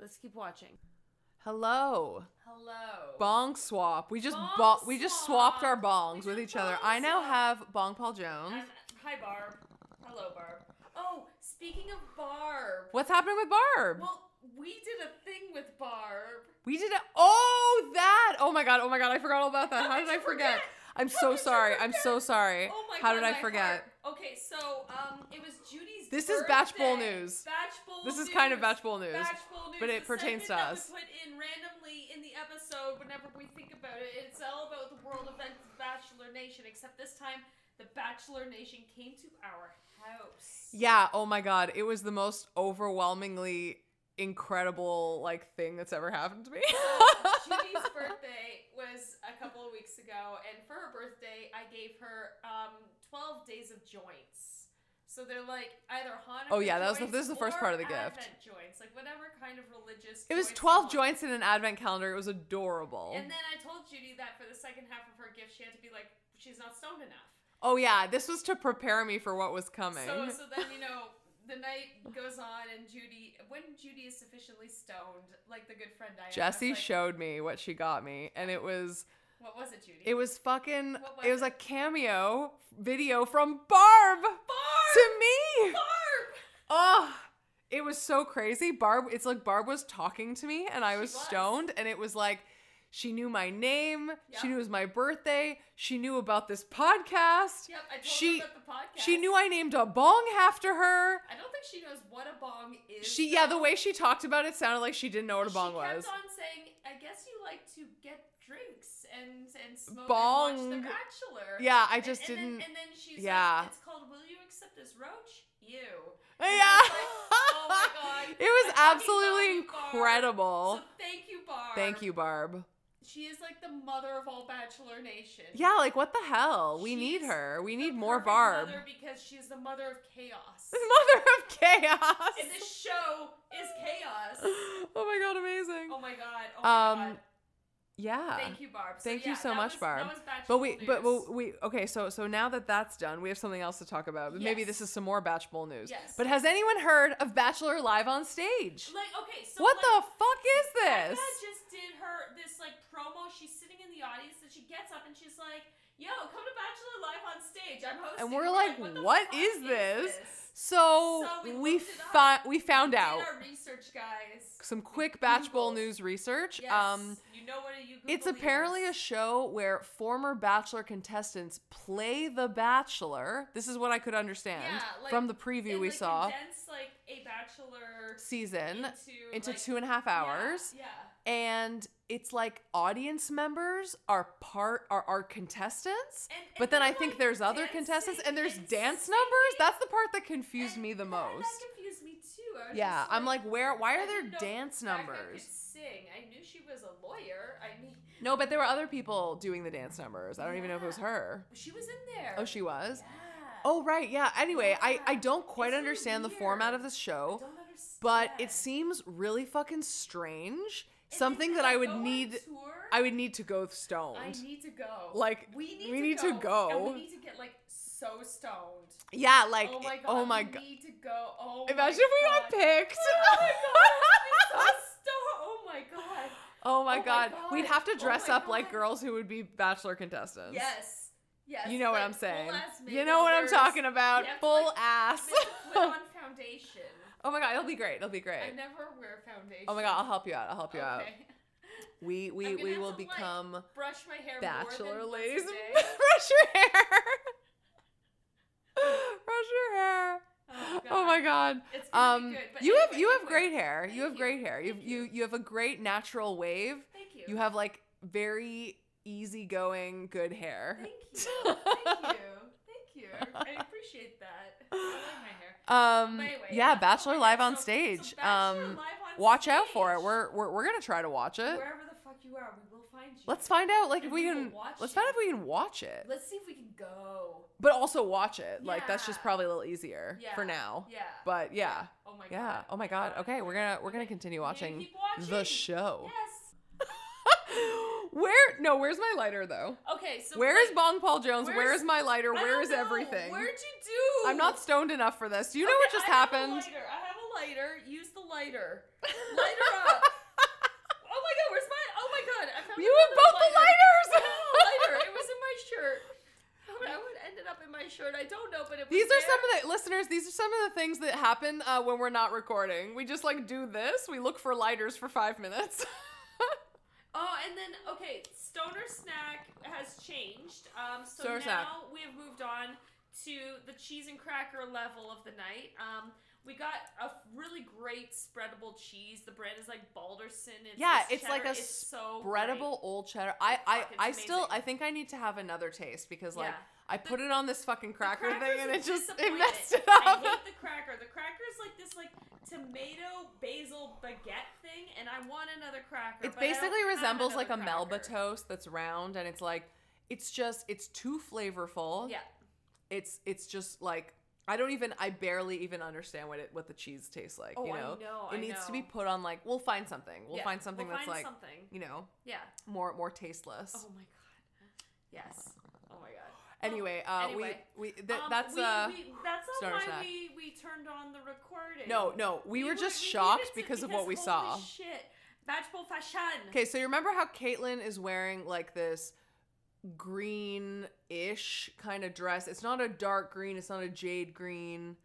[SPEAKER 1] Let's keep watching.
[SPEAKER 2] Hello,
[SPEAKER 1] Hello.
[SPEAKER 2] bong swap. We just
[SPEAKER 1] Bong
[SPEAKER 2] bo- we just swapped our
[SPEAKER 1] swap.
[SPEAKER 2] bongs
[SPEAKER 1] We
[SPEAKER 2] with
[SPEAKER 1] did
[SPEAKER 2] each other.
[SPEAKER 1] bong
[SPEAKER 2] I now
[SPEAKER 1] swap.
[SPEAKER 2] have bong Paul Jones.
[SPEAKER 1] I'm- hi, Barb. Hello, Barb. Oh, speaking of Barb.
[SPEAKER 2] What's happening with Barb?
[SPEAKER 1] Well, we did a thing with Barb.
[SPEAKER 2] We did it. Oh, that. Oh my god. Oh my god. I forgot all about that. How did I forget? I'm
[SPEAKER 1] How
[SPEAKER 2] so
[SPEAKER 1] did you
[SPEAKER 2] sorry. I'm so
[SPEAKER 1] forget?
[SPEAKER 2] sorry.
[SPEAKER 1] Oh my
[SPEAKER 2] How
[SPEAKER 1] God,
[SPEAKER 2] did I
[SPEAKER 1] my
[SPEAKER 2] forget?
[SPEAKER 1] heart. Okay, so um, it was Judy's.
[SPEAKER 2] This is Batch Bowl
[SPEAKER 1] birthday.
[SPEAKER 2] news.
[SPEAKER 1] Batch Bowl
[SPEAKER 2] This is
[SPEAKER 1] news.
[SPEAKER 2] kind of batch bowl news.
[SPEAKER 1] Batch Bowl news,
[SPEAKER 2] but it
[SPEAKER 1] the
[SPEAKER 2] pertains to
[SPEAKER 1] segment that
[SPEAKER 2] us.
[SPEAKER 1] We put in randomly in the episode whenever we think about it. It's all about the world events of Bachelor Nation, except this time the Bachelor Nation came to our house.
[SPEAKER 2] Yeah. Oh my god. It was the most overwhelmingly incredible like thing that's ever happened to me.
[SPEAKER 1] Um, Judy's birthday was a couple of weeks ago, and for her birthday, I gave her um, 12 days of joints. So they're like either Hanukkah.
[SPEAKER 2] Oh, yeah, that was the-
[SPEAKER 1] joints
[SPEAKER 2] this is the first
[SPEAKER 1] or
[SPEAKER 2] part of the gift.
[SPEAKER 1] Advent joints, like whatever kind of religious.
[SPEAKER 2] it was
[SPEAKER 1] joints you
[SPEAKER 2] 12
[SPEAKER 1] want.
[SPEAKER 2] joints in an advent calendar. It was adorable.
[SPEAKER 1] And then I told Judy that for the second half of her gift, she had to be like, she's not stoned enough.
[SPEAKER 2] oh yeah, this was to prepare me for what was coming.
[SPEAKER 1] So, so then you know the night goes on, and Judy, when Judy is sufficiently stoned, like the good friend I am, I was
[SPEAKER 2] Jesse
[SPEAKER 1] like,
[SPEAKER 2] showed me what she got me and it was
[SPEAKER 1] What was it, Judy?
[SPEAKER 2] It was fucking.
[SPEAKER 1] What was
[SPEAKER 2] it was a
[SPEAKER 1] it?
[SPEAKER 2] cameo video from Barb
[SPEAKER 1] Barb.
[SPEAKER 2] to me.
[SPEAKER 1] Barb.
[SPEAKER 2] Oh, it was so crazy. Barb. It's like Barb was talking to me, and I
[SPEAKER 1] She
[SPEAKER 2] was,
[SPEAKER 1] was.
[SPEAKER 2] stoned, and it was like. She knew my name. She
[SPEAKER 1] Yeah.
[SPEAKER 2] knew it was my birthday. She knew about this podcast.
[SPEAKER 1] Yep, I told
[SPEAKER 2] She-
[SPEAKER 1] her about the podcast.
[SPEAKER 2] She knew I named a bong after her.
[SPEAKER 1] I don't think she knows what a bong is.
[SPEAKER 2] She yeah, the way she talked about it sounded like she didn't know what a bong
[SPEAKER 1] she kept
[SPEAKER 2] was.
[SPEAKER 1] on saying, "I guess you like to get drinks and and smoke and watch The
[SPEAKER 2] Bong.
[SPEAKER 1] Bachelor."
[SPEAKER 2] Yeah, I
[SPEAKER 1] And- and
[SPEAKER 2] just didn't.
[SPEAKER 1] Then, and then she's
[SPEAKER 2] yeah.
[SPEAKER 1] like, "It's called Will You Accept This Roach?" You.
[SPEAKER 2] yeah.
[SPEAKER 1] And I was like, oh my god.
[SPEAKER 2] It was
[SPEAKER 1] I fucking
[SPEAKER 2] absolutely
[SPEAKER 1] love you, Barb.
[SPEAKER 2] incredible.
[SPEAKER 1] So thank you, Barb.
[SPEAKER 2] Thank you, Barb.
[SPEAKER 1] She is like the mother of all Bachelor Nation.
[SPEAKER 2] Yeah, like what the hell? We need
[SPEAKER 1] She's
[SPEAKER 2] her. We
[SPEAKER 1] The
[SPEAKER 2] need more
[SPEAKER 1] perfect
[SPEAKER 2] Barb.
[SPEAKER 1] Mother because she's the mother of chaos.
[SPEAKER 2] Mother of chaos.
[SPEAKER 1] and this show is chaos.
[SPEAKER 2] oh my god, amazing.
[SPEAKER 1] Oh my god. Oh my
[SPEAKER 2] Um,
[SPEAKER 1] god.
[SPEAKER 2] yeah.
[SPEAKER 1] Thank you, Barb. So
[SPEAKER 2] Thank you
[SPEAKER 1] yeah,
[SPEAKER 2] so
[SPEAKER 1] that
[SPEAKER 2] much,
[SPEAKER 1] was-
[SPEAKER 2] Barb.
[SPEAKER 1] That was Bachelor
[SPEAKER 2] But we, but,
[SPEAKER 1] news.
[SPEAKER 2] but we, okay. So, so now that that's done, we have something else to talk about. But Maybe
[SPEAKER 1] Yes.
[SPEAKER 2] this is some more Batch Bowl news.
[SPEAKER 1] Yes.
[SPEAKER 2] But has anyone heard of Bachelor Live on Stage?
[SPEAKER 1] like okay, so
[SPEAKER 2] what
[SPEAKER 1] like,
[SPEAKER 2] the fuck is this?
[SPEAKER 1] Becca just did her this like promo. She's sitting in the audience and she gets up and she's like, "Yo, come to Bachelor Live on stage. I'm hosting."
[SPEAKER 2] we're like,
[SPEAKER 1] the
[SPEAKER 2] "What
[SPEAKER 1] fuck
[SPEAKER 2] is this?"
[SPEAKER 1] this?
[SPEAKER 2] So,
[SPEAKER 1] So we
[SPEAKER 2] we
[SPEAKER 1] looked it
[SPEAKER 2] fi- we found
[SPEAKER 1] We did
[SPEAKER 2] out
[SPEAKER 1] our research, guys.
[SPEAKER 2] some quick Batch Bowl
[SPEAKER 1] Googled.
[SPEAKER 2] news research.
[SPEAKER 1] Yes,
[SPEAKER 2] Um,
[SPEAKER 1] you know what? You
[SPEAKER 2] It's
[SPEAKER 1] Google
[SPEAKER 2] apparently a
[SPEAKER 1] leaders.
[SPEAKER 2] show where former Bachelor contestants play The Bachelor. This is what I could understand
[SPEAKER 1] Yeah, like,
[SPEAKER 2] from the preview
[SPEAKER 1] It,
[SPEAKER 2] we
[SPEAKER 1] like,
[SPEAKER 2] saw
[SPEAKER 1] Condense, like a Bachelor
[SPEAKER 2] season
[SPEAKER 1] into,
[SPEAKER 2] into
[SPEAKER 1] like,
[SPEAKER 2] two and a half hours.
[SPEAKER 1] Yeah,
[SPEAKER 2] And it's like audience members are part are, are contestants.
[SPEAKER 1] yeah. And, and
[SPEAKER 2] But then
[SPEAKER 1] they're,
[SPEAKER 2] I think
[SPEAKER 1] like,
[SPEAKER 2] there's other
[SPEAKER 1] dancing
[SPEAKER 2] contestants and there's
[SPEAKER 1] and
[SPEAKER 2] dance
[SPEAKER 1] singing.
[SPEAKER 2] numbers. That's the part that confused
[SPEAKER 1] And
[SPEAKER 2] me the
[SPEAKER 1] that-
[SPEAKER 2] most.
[SPEAKER 1] That confused me too. I was
[SPEAKER 2] Yeah,
[SPEAKER 1] just
[SPEAKER 2] I'm like, where why
[SPEAKER 1] I
[SPEAKER 2] are there
[SPEAKER 1] didn't know
[SPEAKER 2] dance
[SPEAKER 1] Becca
[SPEAKER 2] numbers?
[SPEAKER 1] Could sing. I knew she was a lawyer. I mean,
[SPEAKER 2] No, but there were other people doing the dance numbers. I don't even know if it was
[SPEAKER 1] Yeah.
[SPEAKER 2] her.
[SPEAKER 1] she was in there.
[SPEAKER 2] Oh, she was?
[SPEAKER 1] Yeah.
[SPEAKER 2] Oh right, yeah. Anyway, I I
[SPEAKER 1] Yeah.
[SPEAKER 2] don't quite
[SPEAKER 1] It's really
[SPEAKER 2] understand the format
[SPEAKER 1] weird.
[SPEAKER 2] of this
[SPEAKER 1] I
[SPEAKER 2] show,
[SPEAKER 1] don't understand.
[SPEAKER 2] but it seems really fucking strange.
[SPEAKER 1] And
[SPEAKER 2] Something
[SPEAKER 1] they
[SPEAKER 2] that I
[SPEAKER 1] like
[SPEAKER 2] would
[SPEAKER 1] go on
[SPEAKER 2] need
[SPEAKER 1] tour.
[SPEAKER 2] I would need to go stoned.
[SPEAKER 1] I need to go.
[SPEAKER 2] Like,
[SPEAKER 1] we need,
[SPEAKER 2] we
[SPEAKER 1] to,
[SPEAKER 2] need to
[SPEAKER 1] go,
[SPEAKER 2] go.
[SPEAKER 1] And we need to get like so stoned.
[SPEAKER 2] yeah, like
[SPEAKER 1] oh my god.
[SPEAKER 2] oh my
[SPEAKER 1] we
[SPEAKER 2] god.
[SPEAKER 1] need to go. Oh. my
[SPEAKER 2] Imagine if we got
[SPEAKER 1] God.
[SPEAKER 2] picked.
[SPEAKER 1] Oh my god. I'd be so stoned. Oh my god.
[SPEAKER 2] Oh my
[SPEAKER 1] Oh my
[SPEAKER 2] god.
[SPEAKER 1] God.
[SPEAKER 2] We'd have to
[SPEAKER 1] Oh
[SPEAKER 2] dress
[SPEAKER 1] my
[SPEAKER 2] up like
[SPEAKER 1] God.
[SPEAKER 2] girls who would be bachelor contestants.
[SPEAKER 1] Yes. Yes.
[SPEAKER 2] You know what
[SPEAKER 1] like,
[SPEAKER 2] I'm saying.
[SPEAKER 1] full-ass
[SPEAKER 2] You know what I'm
[SPEAKER 1] makeovers.
[SPEAKER 2] talking about.
[SPEAKER 1] You have to,
[SPEAKER 2] Full
[SPEAKER 1] like,
[SPEAKER 2] ass.
[SPEAKER 1] Make a put on foundation.
[SPEAKER 2] oh my god, it'll be great. It'll be
[SPEAKER 1] I
[SPEAKER 2] great.
[SPEAKER 1] never wear foundation.
[SPEAKER 2] Oh my god, I'll help you out. I'll help you out.
[SPEAKER 1] Okay.
[SPEAKER 2] We we
[SPEAKER 1] I'm gonna
[SPEAKER 2] we
[SPEAKER 1] have
[SPEAKER 2] will
[SPEAKER 1] to, like,
[SPEAKER 2] become
[SPEAKER 1] Brush my hair. more
[SPEAKER 2] bachelor
[SPEAKER 1] than once a
[SPEAKER 2] ladies
[SPEAKER 1] day.
[SPEAKER 2] brush your hair brush your hair
[SPEAKER 1] Oh,
[SPEAKER 2] oh my god
[SPEAKER 1] It's gonna be
[SPEAKER 2] um
[SPEAKER 1] good, but
[SPEAKER 2] you have
[SPEAKER 1] anyway,
[SPEAKER 2] you have
[SPEAKER 1] anyway.
[SPEAKER 2] great hair you
[SPEAKER 1] Thank
[SPEAKER 2] have
[SPEAKER 1] you.
[SPEAKER 2] great hair you
[SPEAKER 1] Thank
[SPEAKER 2] you
[SPEAKER 1] you.
[SPEAKER 2] you have a great natural wave
[SPEAKER 1] Thank you.
[SPEAKER 2] you have like very easygoing, good hair.
[SPEAKER 1] Thank you. Thank you. Thank you. I appreciate that. I like my hair.
[SPEAKER 2] Um,
[SPEAKER 1] But anyway,
[SPEAKER 2] yeah,
[SPEAKER 1] that's all
[SPEAKER 2] Bachelor
[SPEAKER 1] I
[SPEAKER 2] live
[SPEAKER 1] got.
[SPEAKER 2] on
[SPEAKER 1] So- so
[SPEAKER 2] stage.
[SPEAKER 1] Bachelor
[SPEAKER 2] um,
[SPEAKER 1] Live on
[SPEAKER 2] watch out for it.
[SPEAKER 1] Stage.
[SPEAKER 2] We're, we're we're gonna try to watch it.
[SPEAKER 1] wherever the fuck you are, we will find you.
[SPEAKER 2] Let's find out. Like if
[SPEAKER 1] And
[SPEAKER 2] we
[SPEAKER 1] we will
[SPEAKER 2] can.
[SPEAKER 1] watch
[SPEAKER 2] Let's find out
[SPEAKER 1] it.
[SPEAKER 2] if we can watch it,
[SPEAKER 1] Let's see if we can go.
[SPEAKER 2] but also watch it. Like that's just
[SPEAKER 1] Yeah.
[SPEAKER 2] probably a little easier for
[SPEAKER 1] Yeah.
[SPEAKER 2] now.
[SPEAKER 1] Yeah.
[SPEAKER 2] But yeah,
[SPEAKER 1] Oh my god.
[SPEAKER 2] yeah. Oh my god. Okay, we're gonna we're gonna continue
[SPEAKER 1] We're gonna
[SPEAKER 2] watching
[SPEAKER 1] keep watching.
[SPEAKER 2] the show.
[SPEAKER 1] Yes.
[SPEAKER 2] Where? No, where's my lighter though?
[SPEAKER 1] Okay. So
[SPEAKER 2] Where
[SPEAKER 1] like,
[SPEAKER 2] is Bong Paul Jones? Where
[SPEAKER 1] where's-
[SPEAKER 2] is my lighter?
[SPEAKER 1] I don't
[SPEAKER 2] Where is
[SPEAKER 1] know.
[SPEAKER 2] everything?
[SPEAKER 1] Where'd you do?
[SPEAKER 2] I'm not stoned enough for this. Do you know
[SPEAKER 1] Okay,
[SPEAKER 2] what just
[SPEAKER 1] I have a
[SPEAKER 2] happened?
[SPEAKER 1] lighter. I have a lighter. Use the lighter. Lighter up. oh my god, where's my? Oh my god, I found
[SPEAKER 2] You have
[SPEAKER 1] another
[SPEAKER 2] both the
[SPEAKER 1] lighter.
[SPEAKER 2] lighters.
[SPEAKER 1] Oh, lighter. It was in my shirt. How it how it ended up in my shirt, I don't know, but it was
[SPEAKER 2] These are
[SPEAKER 1] there.
[SPEAKER 2] some of the listeners. These are some of the things that happen uh, when we're not recording. We just like do this. We look for lighters for five minutes.
[SPEAKER 1] Oh, and then okay, Stoner Snack has changed. Um, so
[SPEAKER 2] Stoner
[SPEAKER 1] now
[SPEAKER 2] Snack.
[SPEAKER 1] we have moved on to the cheese and cracker level of the night. Um, we got a really great spreadable cheese. The brand is like Balderson. It's
[SPEAKER 2] Yeah,
[SPEAKER 1] this
[SPEAKER 2] it's like
[SPEAKER 1] cheddar.
[SPEAKER 2] a
[SPEAKER 1] it's so great.
[SPEAKER 2] Breadable old cheddar. I I,
[SPEAKER 1] fucking
[SPEAKER 2] I still
[SPEAKER 1] amazing.
[SPEAKER 2] I think I need to have another taste because like
[SPEAKER 1] Yeah.
[SPEAKER 2] I put it on this fucking
[SPEAKER 1] The
[SPEAKER 2] cracker
[SPEAKER 1] cracker's
[SPEAKER 2] thing and
[SPEAKER 1] a
[SPEAKER 2] it just it
[SPEAKER 1] disappointment.
[SPEAKER 2] messed it
[SPEAKER 1] I
[SPEAKER 2] up.
[SPEAKER 1] hate the cracker. The cracker is like this like tomato basil baguette thing, and I want another cracker.
[SPEAKER 2] It
[SPEAKER 1] but I don't
[SPEAKER 2] basically
[SPEAKER 1] have
[SPEAKER 2] resembles like a
[SPEAKER 1] another
[SPEAKER 2] Melba
[SPEAKER 1] cracker.
[SPEAKER 2] toast that's round and it's like it's just it's too flavorful.
[SPEAKER 1] Yeah,
[SPEAKER 2] It's it's just like I don't even I barely even understand what it what the cheese tastes like,
[SPEAKER 1] Oh,
[SPEAKER 2] you
[SPEAKER 1] I
[SPEAKER 2] know.
[SPEAKER 1] know,
[SPEAKER 2] it
[SPEAKER 1] I
[SPEAKER 2] needs to be
[SPEAKER 1] know.
[SPEAKER 2] put on like we'll find something. We'll
[SPEAKER 1] yeah.
[SPEAKER 2] find something
[SPEAKER 1] We'll
[SPEAKER 2] that's
[SPEAKER 1] find
[SPEAKER 2] like
[SPEAKER 1] something.
[SPEAKER 2] you know,
[SPEAKER 1] Yeah.
[SPEAKER 2] more more tasteless.
[SPEAKER 1] Oh my god. Yes. Oh my god.
[SPEAKER 2] anyway, uh
[SPEAKER 1] anyway.
[SPEAKER 2] we we th-
[SPEAKER 1] Um,
[SPEAKER 2] that's
[SPEAKER 1] we,
[SPEAKER 2] uh
[SPEAKER 1] we, that's not
[SPEAKER 2] Stoner
[SPEAKER 1] why
[SPEAKER 2] Snack.
[SPEAKER 1] we we turned on the recording.
[SPEAKER 2] no, no, we, were
[SPEAKER 1] we needed
[SPEAKER 2] just shocked
[SPEAKER 1] to-
[SPEAKER 2] because of what we
[SPEAKER 1] holy
[SPEAKER 2] saw.
[SPEAKER 1] Shit. Batchable fashion.
[SPEAKER 2] Okay, so you remember how Caitlyn is wearing like this green-ish kind of dress? It's not a dark green, it's not a jade green.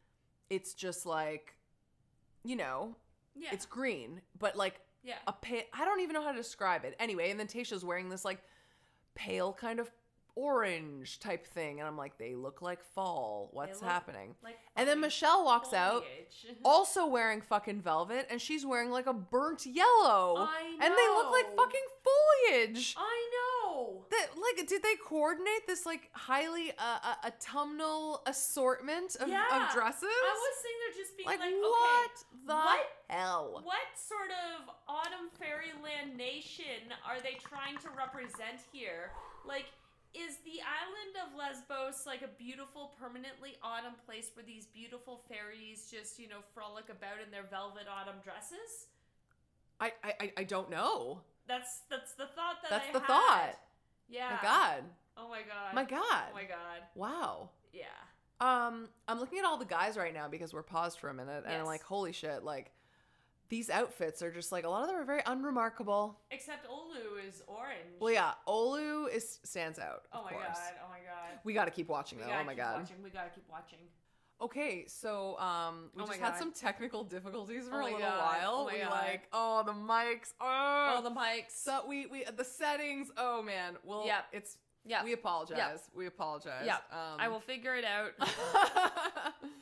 [SPEAKER 2] It's just like, you know,
[SPEAKER 1] Yeah.
[SPEAKER 2] it's green, but like
[SPEAKER 1] yeah.
[SPEAKER 2] a pale. I don't even know how to describe it. Anyway, and then Tasha's wearing this like pale kind of orange type thing, and I'm like, they look like fall. What's
[SPEAKER 1] look
[SPEAKER 2] happening?
[SPEAKER 1] Like
[SPEAKER 2] And then
[SPEAKER 1] fucking
[SPEAKER 2] Michelle walks out,
[SPEAKER 1] foliage.
[SPEAKER 2] also wearing fucking velvet, and she's wearing like a burnt yellow.
[SPEAKER 1] I
[SPEAKER 2] Oh, And they look like
[SPEAKER 1] know.
[SPEAKER 2] fucking foliage.
[SPEAKER 1] I know.
[SPEAKER 2] That, like, did they coordinate this like highly uh, uh, autumnal assortment of,
[SPEAKER 1] Yeah.
[SPEAKER 2] of dresses?
[SPEAKER 1] I was sitting there just being
[SPEAKER 2] like,
[SPEAKER 1] like,
[SPEAKER 2] what
[SPEAKER 1] okay,
[SPEAKER 2] the
[SPEAKER 1] what-
[SPEAKER 2] hell?
[SPEAKER 1] what sort of autumn fairyland nation are they trying to represent here? Like, is the island of Lesbos like a beautiful, permanently autumn place where these beautiful fairies just, you know, frolic about in their velvet autumn dresses?
[SPEAKER 2] I, I I- I don't know.
[SPEAKER 1] That's that's the thought that
[SPEAKER 2] That's
[SPEAKER 1] I
[SPEAKER 2] the
[SPEAKER 1] had.
[SPEAKER 2] thought.
[SPEAKER 1] Yeah.
[SPEAKER 2] My God.
[SPEAKER 1] Oh my god.
[SPEAKER 2] My God.
[SPEAKER 1] Oh my god.
[SPEAKER 2] Wow.
[SPEAKER 1] Yeah.
[SPEAKER 2] Um, I'm looking at all the guys right now because we're paused for a minute, and I'm
[SPEAKER 1] Yes.
[SPEAKER 2] like, holy shit! Like, these outfits are just like a lot of them are very unremarkable.
[SPEAKER 1] Except Olu is orange.
[SPEAKER 2] Well, yeah, Olu is stands out.
[SPEAKER 1] Oh
[SPEAKER 2] of
[SPEAKER 1] my
[SPEAKER 2] course.
[SPEAKER 1] god. Oh my god.
[SPEAKER 2] We got to keep watching
[SPEAKER 1] We
[SPEAKER 2] though.
[SPEAKER 1] gotta
[SPEAKER 2] Oh my
[SPEAKER 1] keep
[SPEAKER 2] god.
[SPEAKER 1] Watching. We gotta keep watching.
[SPEAKER 2] Okay, so um, we
[SPEAKER 1] Oh my
[SPEAKER 2] just had
[SPEAKER 1] God.
[SPEAKER 2] some technical difficulties for
[SPEAKER 1] Oh
[SPEAKER 2] a
[SPEAKER 1] my
[SPEAKER 2] little
[SPEAKER 1] God.
[SPEAKER 2] while.
[SPEAKER 1] Oh my
[SPEAKER 2] we
[SPEAKER 1] God.
[SPEAKER 2] like, oh the mics, oh,
[SPEAKER 1] Oh, the mics.
[SPEAKER 2] so we we the settings. Oh man, well,
[SPEAKER 1] Yeah.
[SPEAKER 2] it's
[SPEAKER 1] Yeah.
[SPEAKER 2] We apologize. We apologize.
[SPEAKER 1] Yeah.
[SPEAKER 2] um,
[SPEAKER 1] I will figure it out.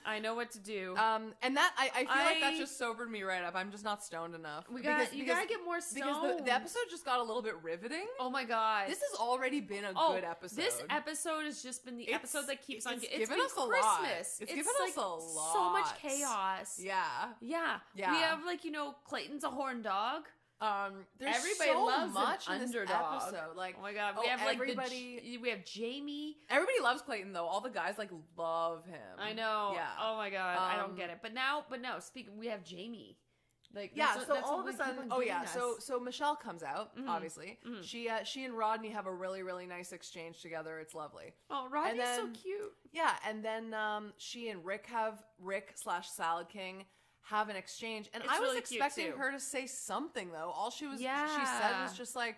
[SPEAKER 1] I know what to do.
[SPEAKER 2] um, and that I, I feel like that
[SPEAKER 1] I-
[SPEAKER 2] just sobered me right up. I'm just not stoned enough.
[SPEAKER 1] we got
[SPEAKER 2] Because-
[SPEAKER 1] you
[SPEAKER 2] because-
[SPEAKER 1] gotta get more stoned.
[SPEAKER 2] because the, the episode just got a little bit riveting.
[SPEAKER 1] oh my god,
[SPEAKER 2] This has already been a
[SPEAKER 1] oh,
[SPEAKER 2] good episode.
[SPEAKER 1] This episode has just been the
[SPEAKER 2] It's-
[SPEAKER 1] episode that keeps on.
[SPEAKER 2] it's
[SPEAKER 1] gi-
[SPEAKER 2] given
[SPEAKER 1] been
[SPEAKER 2] us a lot.
[SPEAKER 1] Christmas.
[SPEAKER 2] It's given us
[SPEAKER 1] like
[SPEAKER 2] a
[SPEAKER 1] So much
[SPEAKER 2] lot.
[SPEAKER 1] chaos.
[SPEAKER 2] yeah.
[SPEAKER 1] Yeah.
[SPEAKER 2] Yeah.
[SPEAKER 1] We have like you know Clayton's a horn dog.
[SPEAKER 2] Um, there's
[SPEAKER 1] Everybody
[SPEAKER 2] so
[SPEAKER 1] loves an
[SPEAKER 2] much in
[SPEAKER 1] underdog.
[SPEAKER 2] this episode. Like,
[SPEAKER 1] Oh my god.
[SPEAKER 2] oh,
[SPEAKER 1] We have like
[SPEAKER 2] everybody.
[SPEAKER 1] the J- we have Jamie.
[SPEAKER 2] everybody loves Clayton though. All the guys like love him.
[SPEAKER 1] I know.
[SPEAKER 2] Yeah.
[SPEAKER 1] Oh my god. I
[SPEAKER 2] Um,
[SPEAKER 1] don't get it. But now, but no. Speak. We have Jamie. Like
[SPEAKER 2] yeah.
[SPEAKER 1] That's, what-
[SPEAKER 2] so
[SPEAKER 1] that's
[SPEAKER 2] all
[SPEAKER 1] what
[SPEAKER 2] of a
[SPEAKER 1] we keep
[SPEAKER 2] sudden,
[SPEAKER 1] on
[SPEAKER 2] oh
[SPEAKER 1] giving
[SPEAKER 2] yeah.
[SPEAKER 1] us.
[SPEAKER 2] So so Michelle comes out.
[SPEAKER 1] Mhm.
[SPEAKER 2] Obviously,
[SPEAKER 1] Mhm.
[SPEAKER 2] she uh, she and Rodney have a really really nice exchange together. It's lovely.
[SPEAKER 1] oh Rodney's so
[SPEAKER 2] then-
[SPEAKER 1] cute.
[SPEAKER 2] Yeah, and then um, she and Rick have Rick slash Salad King have an exchange, and
[SPEAKER 1] It's
[SPEAKER 2] I was
[SPEAKER 1] really cute,
[SPEAKER 2] expecting
[SPEAKER 1] too.
[SPEAKER 2] her to say something though. All she was she said
[SPEAKER 1] Yeah.
[SPEAKER 2] was just like,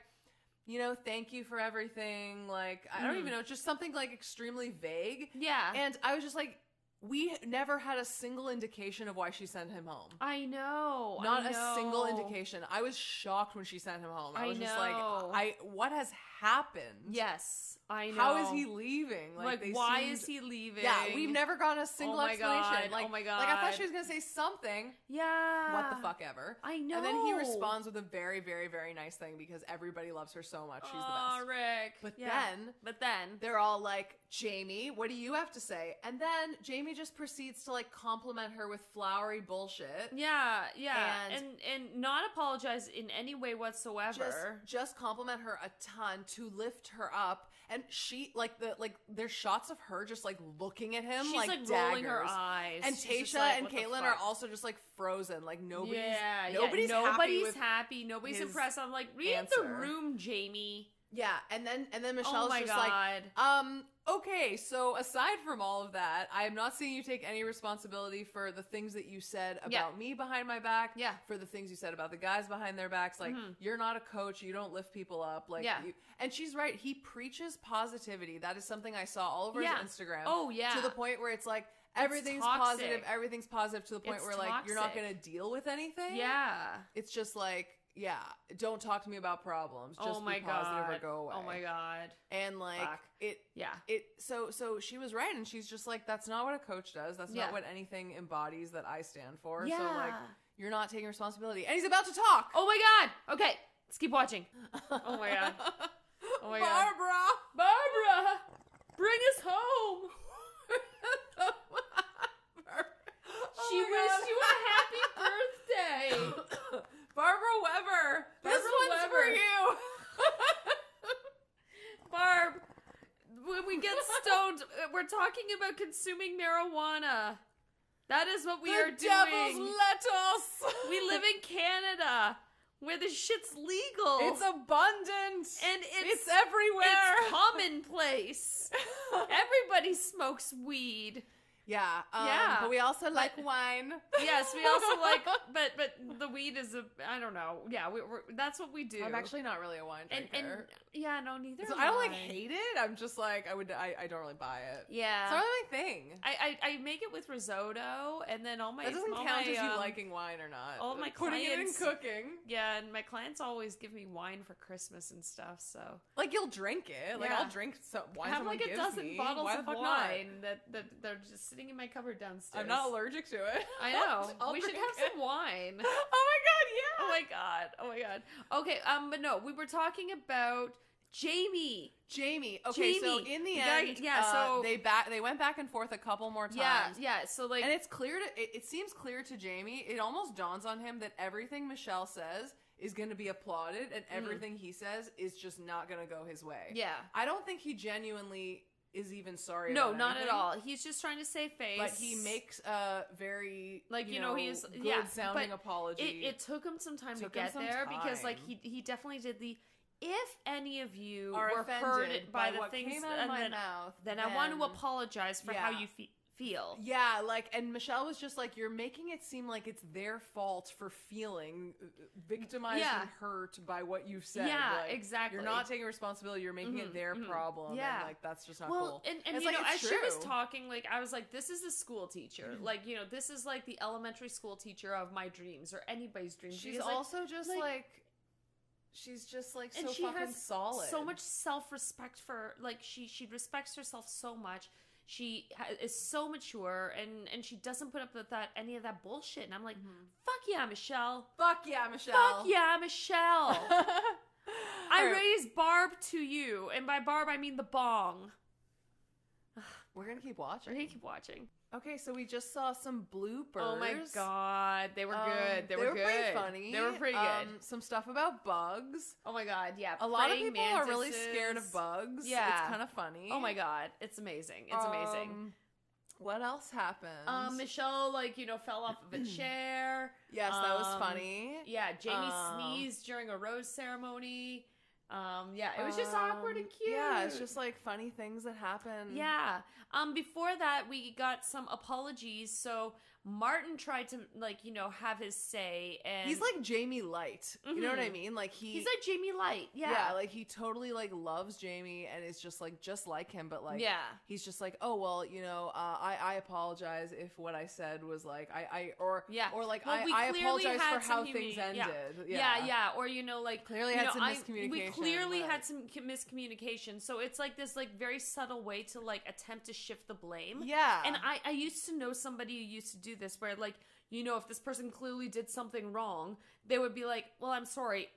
[SPEAKER 2] you know, thank you for everything. Like I don't
[SPEAKER 1] Mhm.
[SPEAKER 2] even know, just something like extremely vague.
[SPEAKER 1] Yeah.
[SPEAKER 2] And I was just like, we never had a single indication of why she sent him home.
[SPEAKER 1] I know. Oh, I
[SPEAKER 2] Not a single
[SPEAKER 1] know.
[SPEAKER 2] indication. I was shocked when she sent him home. I,
[SPEAKER 1] I
[SPEAKER 2] was just like,
[SPEAKER 1] know.
[SPEAKER 2] I what has happened?
[SPEAKER 1] Yes, I know.
[SPEAKER 2] How is he leaving?
[SPEAKER 1] Like,
[SPEAKER 2] they
[SPEAKER 1] why
[SPEAKER 2] seemed-
[SPEAKER 1] is he leaving?
[SPEAKER 2] Yeah, we've never gotten a single
[SPEAKER 1] Oh my
[SPEAKER 2] explanation.
[SPEAKER 1] God,
[SPEAKER 2] Like,
[SPEAKER 1] oh my
[SPEAKER 2] Like I thought
[SPEAKER 1] God.
[SPEAKER 2] she
[SPEAKER 1] Ah.
[SPEAKER 2] was gonna say something.
[SPEAKER 1] Yeah.
[SPEAKER 2] what the fuck ever.
[SPEAKER 1] I know.
[SPEAKER 2] And then he responds with a very, very, very nice thing because everybody loves her so much. She's
[SPEAKER 1] Aw,
[SPEAKER 2] the best.
[SPEAKER 1] Rick.
[SPEAKER 2] But
[SPEAKER 1] Ah, Yeah.
[SPEAKER 2] then
[SPEAKER 1] But then.
[SPEAKER 2] they're all like, Jamie, what do you have to say? And then Jamie just proceeds to like compliment her with flowery bullshit.
[SPEAKER 1] Yeah, yeah, and,
[SPEAKER 2] And-
[SPEAKER 1] and not apologize in any way
[SPEAKER 2] Just,
[SPEAKER 1] whatsoever.
[SPEAKER 2] just compliment her a ton to lift her up, and she like the like there's shots of her just like looking at him
[SPEAKER 1] She's
[SPEAKER 2] like,
[SPEAKER 1] like,
[SPEAKER 2] daggers.
[SPEAKER 1] rolling her eyes,
[SPEAKER 2] And
[SPEAKER 1] She's just
[SPEAKER 2] Tasha
[SPEAKER 1] like,
[SPEAKER 2] and
[SPEAKER 1] "What the
[SPEAKER 2] Caitlyn are
[SPEAKER 1] fuck?"
[SPEAKER 2] also just like frozen, like nobody's
[SPEAKER 1] yeah, nobody's
[SPEAKER 2] nobody's,
[SPEAKER 1] yeah.
[SPEAKER 2] happy
[SPEAKER 1] nobody's
[SPEAKER 2] with
[SPEAKER 1] happy, nobody's
[SPEAKER 2] his
[SPEAKER 1] impressed. I'm like, read the
[SPEAKER 2] answer.
[SPEAKER 1] room, Jamie.
[SPEAKER 2] Yeah, and then and then Michelle's
[SPEAKER 1] oh my
[SPEAKER 2] just like,
[SPEAKER 1] god,
[SPEAKER 2] um, okay, so aside from all of that, I am not seeing you take any responsibility for the things that you said about
[SPEAKER 1] Yeah.
[SPEAKER 2] me behind my back.
[SPEAKER 1] Yeah.
[SPEAKER 2] For the things you said about the guys behind their backs. Like,
[SPEAKER 1] Mhm.
[SPEAKER 2] you're not a coach, you don't lift people up. Like
[SPEAKER 1] Yeah.
[SPEAKER 2] you, and she's right, he preaches positivity. That is something I saw all over
[SPEAKER 1] Yeah.
[SPEAKER 2] his Instagram.
[SPEAKER 1] oh yeah,
[SPEAKER 2] To the point where it's like everything's
[SPEAKER 1] toxic.
[SPEAKER 2] positive, everything's positive to the point
[SPEAKER 1] It's
[SPEAKER 2] where like you're not
[SPEAKER 1] toxic.
[SPEAKER 2] gonna deal with anything.
[SPEAKER 1] yeah.
[SPEAKER 2] It's just like, yeah, don't talk to me about problems. Just
[SPEAKER 1] oh my
[SPEAKER 2] be positive
[SPEAKER 1] god,
[SPEAKER 2] or go away
[SPEAKER 1] oh my god,
[SPEAKER 2] and like
[SPEAKER 1] Fuck.
[SPEAKER 2] it
[SPEAKER 1] yeah,
[SPEAKER 2] it so so she was right and she's just like that's not what a coach does that's
[SPEAKER 1] Yeah.
[SPEAKER 2] not what anything embodies that i stand for
[SPEAKER 1] yeah.
[SPEAKER 2] so like you're not taking responsibility and he's about to talk
[SPEAKER 1] oh my god. Okay, let's keep watching. oh my God. Oh my God. Barbara, bring us home.
[SPEAKER 2] barbara
[SPEAKER 1] she
[SPEAKER 2] Oh
[SPEAKER 1] wished you a happy birthday.
[SPEAKER 2] you barbara weber this
[SPEAKER 1] Barbara
[SPEAKER 2] one's for
[SPEAKER 1] Weber.
[SPEAKER 2] you
[SPEAKER 1] Barb, when we get stoned, uh, we're talking about consuming marijuana. That is what we
[SPEAKER 2] the
[SPEAKER 1] are
[SPEAKER 2] devil's
[SPEAKER 1] doing.
[SPEAKER 2] lettuce
[SPEAKER 1] we live in Canada, where the shit's legal.
[SPEAKER 2] it's abundant
[SPEAKER 1] and it's
[SPEAKER 2] it's everywhere
[SPEAKER 1] it's commonplace. Everybody smokes weed.
[SPEAKER 2] Yeah, um,
[SPEAKER 1] Yeah.
[SPEAKER 2] But we also like wine.
[SPEAKER 1] Yes, we also like, but but the weed is a I don't know. Yeah, we, we're, that's what we do.
[SPEAKER 2] I'm actually not really a wine
[SPEAKER 1] and
[SPEAKER 2] drinker.
[SPEAKER 1] and yeah, no, neither.
[SPEAKER 2] So
[SPEAKER 1] am
[SPEAKER 2] I don't like hate it. I'm just like I would. I, I don't really buy it.
[SPEAKER 1] Yeah,
[SPEAKER 2] It's not really my thing.
[SPEAKER 1] I, I I make it with risotto, and then all my
[SPEAKER 2] that doesn't
[SPEAKER 1] all
[SPEAKER 2] count
[SPEAKER 1] my,
[SPEAKER 2] as you
[SPEAKER 1] um,
[SPEAKER 2] liking wine or not.
[SPEAKER 1] all my
[SPEAKER 2] putting
[SPEAKER 1] clients-
[SPEAKER 2] it in cooking.
[SPEAKER 1] Yeah, and my clients always give me wine for Christmas and stuff. So
[SPEAKER 2] Like you'll drink it. Like
[SPEAKER 1] Yeah.
[SPEAKER 2] I'll drink some
[SPEAKER 1] I
[SPEAKER 2] wine.
[SPEAKER 1] have
[SPEAKER 2] someone
[SPEAKER 1] like a
[SPEAKER 2] gives
[SPEAKER 1] dozen
[SPEAKER 2] me.
[SPEAKER 1] bottles
[SPEAKER 2] Why the
[SPEAKER 1] of
[SPEAKER 2] fuck
[SPEAKER 1] wine
[SPEAKER 2] not?
[SPEAKER 1] That, that they're just sitting in my cupboard downstairs.
[SPEAKER 2] I'm not allergic to it.
[SPEAKER 1] I know.
[SPEAKER 2] I'll
[SPEAKER 1] we should
[SPEAKER 2] drink
[SPEAKER 1] have
[SPEAKER 2] it.
[SPEAKER 1] some wine.
[SPEAKER 2] Oh my
[SPEAKER 1] Oh
[SPEAKER 2] god! Yeah.
[SPEAKER 1] my god. Oh my god. Okay. Um. But no, we were talking about Jamie.
[SPEAKER 2] Jamie. Okay. So
[SPEAKER 1] Jamie.
[SPEAKER 2] in the
[SPEAKER 1] You gotta-
[SPEAKER 2] end,
[SPEAKER 1] yeah,
[SPEAKER 2] uh,
[SPEAKER 1] so-
[SPEAKER 2] they back. They went back and forth a couple more times.
[SPEAKER 1] Yeah. Yeah. So like.
[SPEAKER 2] and it's clear to it, it seems clear to jamie it almost dawns on him that everything michelle says is going to be applauded and everything he says is just not going to go his way
[SPEAKER 1] Mm-hmm. yeah.
[SPEAKER 2] i don't think he genuinely is even sorry
[SPEAKER 1] No,
[SPEAKER 2] about
[SPEAKER 1] not at
[SPEAKER 2] anything,
[SPEAKER 1] all. He's just trying to save face.
[SPEAKER 2] but he makes a very
[SPEAKER 1] Like, you know, he's-
[SPEAKER 2] good
[SPEAKER 1] yeah,
[SPEAKER 2] sounding
[SPEAKER 1] but
[SPEAKER 2] apology
[SPEAKER 1] It, it took him some time to
[SPEAKER 2] Took him
[SPEAKER 1] get
[SPEAKER 2] some
[SPEAKER 1] there because, like,
[SPEAKER 2] time.
[SPEAKER 1] he he definitely did the. If any of you
[SPEAKER 2] are
[SPEAKER 1] were
[SPEAKER 2] offended
[SPEAKER 1] hurt by,
[SPEAKER 2] by,
[SPEAKER 1] the
[SPEAKER 2] what
[SPEAKER 1] things,
[SPEAKER 2] came out of
[SPEAKER 1] and
[SPEAKER 2] my
[SPEAKER 1] then,
[SPEAKER 2] mouth
[SPEAKER 1] then I want to
[SPEAKER 2] then-
[SPEAKER 1] apologize for how
[SPEAKER 2] Yeah.
[SPEAKER 1] you fe- feel.
[SPEAKER 2] yeah, like, and Michelle was just like, "You're making it seem like it's their fault for feeling uh, victimized
[SPEAKER 1] Yeah.
[SPEAKER 2] and hurt by what you've said."
[SPEAKER 1] yeah,
[SPEAKER 2] like,
[SPEAKER 1] exactly.
[SPEAKER 2] You're not taking responsibility. You're making
[SPEAKER 1] Mhm,
[SPEAKER 2] it their
[SPEAKER 1] mhm.
[SPEAKER 2] problem.
[SPEAKER 1] Yeah.
[SPEAKER 2] And, like, that's just not
[SPEAKER 1] well,
[SPEAKER 2] cool.
[SPEAKER 1] and, and
[SPEAKER 2] It's
[SPEAKER 1] you
[SPEAKER 2] like,
[SPEAKER 1] know,
[SPEAKER 2] it's
[SPEAKER 1] as she was
[SPEAKER 2] true. Mm-hmm.
[SPEAKER 1] talking, like I was like, "This is a school teacher. Like, you know, this is like the elementary school teacher of my dreams or anybody's dreams."
[SPEAKER 2] she's
[SPEAKER 1] because, like,
[SPEAKER 2] also just like,
[SPEAKER 1] like-
[SPEAKER 2] she's just like
[SPEAKER 1] And
[SPEAKER 2] so
[SPEAKER 1] she
[SPEAKER 2] fucking
[SPEAKER 1] has
[SPEAKER 2] solid.
[SPEAKER 1] so much self-respect for like she she respects herself so much she ha- is so mature and and she doesn't put up with that any of that bullshit and i'm like fuck yeah michelle
[SPEAKER 2] Mm-hmm. Fuck yeah, Michelle.
[SPEAKER 1] fuck yeah michelle i raise barb to you and by barb i mean the bong
[SPEAKER 2] We're gonna keep
[SPEAKER 1] i
[SPEAKER 2] watching.
[SPEAKER 1] need to keep watching
[SPEAKER 2] Okay, so we just saw some bloopers.
[SPEAKER 1] oh my god they were
[SPEAKER 2] Um,
[SPEAKER 1] good they, were, good
[SPEAKER 2] pretty funny.
[SPEAKER 1] they were pretty good
[SPEAKER 2] Um, some stuff about bugs.
[SPEAKER 1] oh my god yeah
[SPEAKER 2] A lot of
[SPEAKER 1] praying
[SPEAKER 2] people are really
[SPEAKER 1] mantises.
[SPEAKER 2] scared of bugs.
[SPEAKER 1] Yeah.
[SPEAKER 2] it's kind of funny.
[SPEAKER 1] oh my god it's amazing it's amazing
[SPEAKER 2] Um, What else happened?
[SPEAKER 1] Um, Michelle, like, you know, fell off of a chair.
[SPEAKER 2] yes, that was
[SPEAKER 1] um,
[SPEAKER 2] funny.
[SPEAKER 1] Yeah, Jamie
[SPEAKER 2] Um,
[SPEAKER 1] sneezed during a rose ceremony. Um, yeah, it was just awkward
[SPEAKER 2] Um,
[SPEAKER 1] and cute.
[SPEAKER 2] Yeah, it's just like funny things that happen.
[SPEAKER 1] Yeah. Um, before that, we got some apologies. So Martin tried to like you know have his say, and
[SPEAKER 2] he's like Jamie Light. You know what I
[SPEAKER 1] Mhm.
[SPEAKER 2] mean? Like he
[SPEAKER 1] he's like Jamie Light, yeah,
[SPEAKER 2] yeah. like he totally like loves Jamie and is just like just like him, but like
[SPEAKER 1] yeah,
[SPEAKER 2] he's just like, oh well, you know, uh, I I apologize if what I said was like I I or
[SPEAKER 1] Yeah.
[SPEAKER 2] or like
[SPEAKER 1] Well, we
[SPEAKER 2] I I
[SPEAKER 1] clearly
[SPEAKER 2] apologize
[SPEAKER 1] had
[SPEAKER 2] for
[SPEAKER 1] some
[SPEAKER 2] how
[SPEAKER 1] humi-
[SPEAKER 2] things ended.
[SPEAKER 1] yeah. yeah, yeah, or you know, like
[SPEAKER 2] Clearly
[SPEAKER 1] you
[SPEAKER 2] had
[SPEAKER 1] know,
[SPEAKER 2] some
[SPEAKER 1] I- We
[SPEAKER 2] miscommunication,
[SPEAKER 1] clearly
[SPEAKER 2] right.
[SPEAKER 1] had some c- miscommunication, so it's like this like very subtle way to like attempt to shift the blame.
[SPEAKER 2] Yeah.
[SPEAKER 1] And I, I used to know somebody who used to do this where, like, you know, if this person clearly did something wrong, they would be like, well, I'm sorry,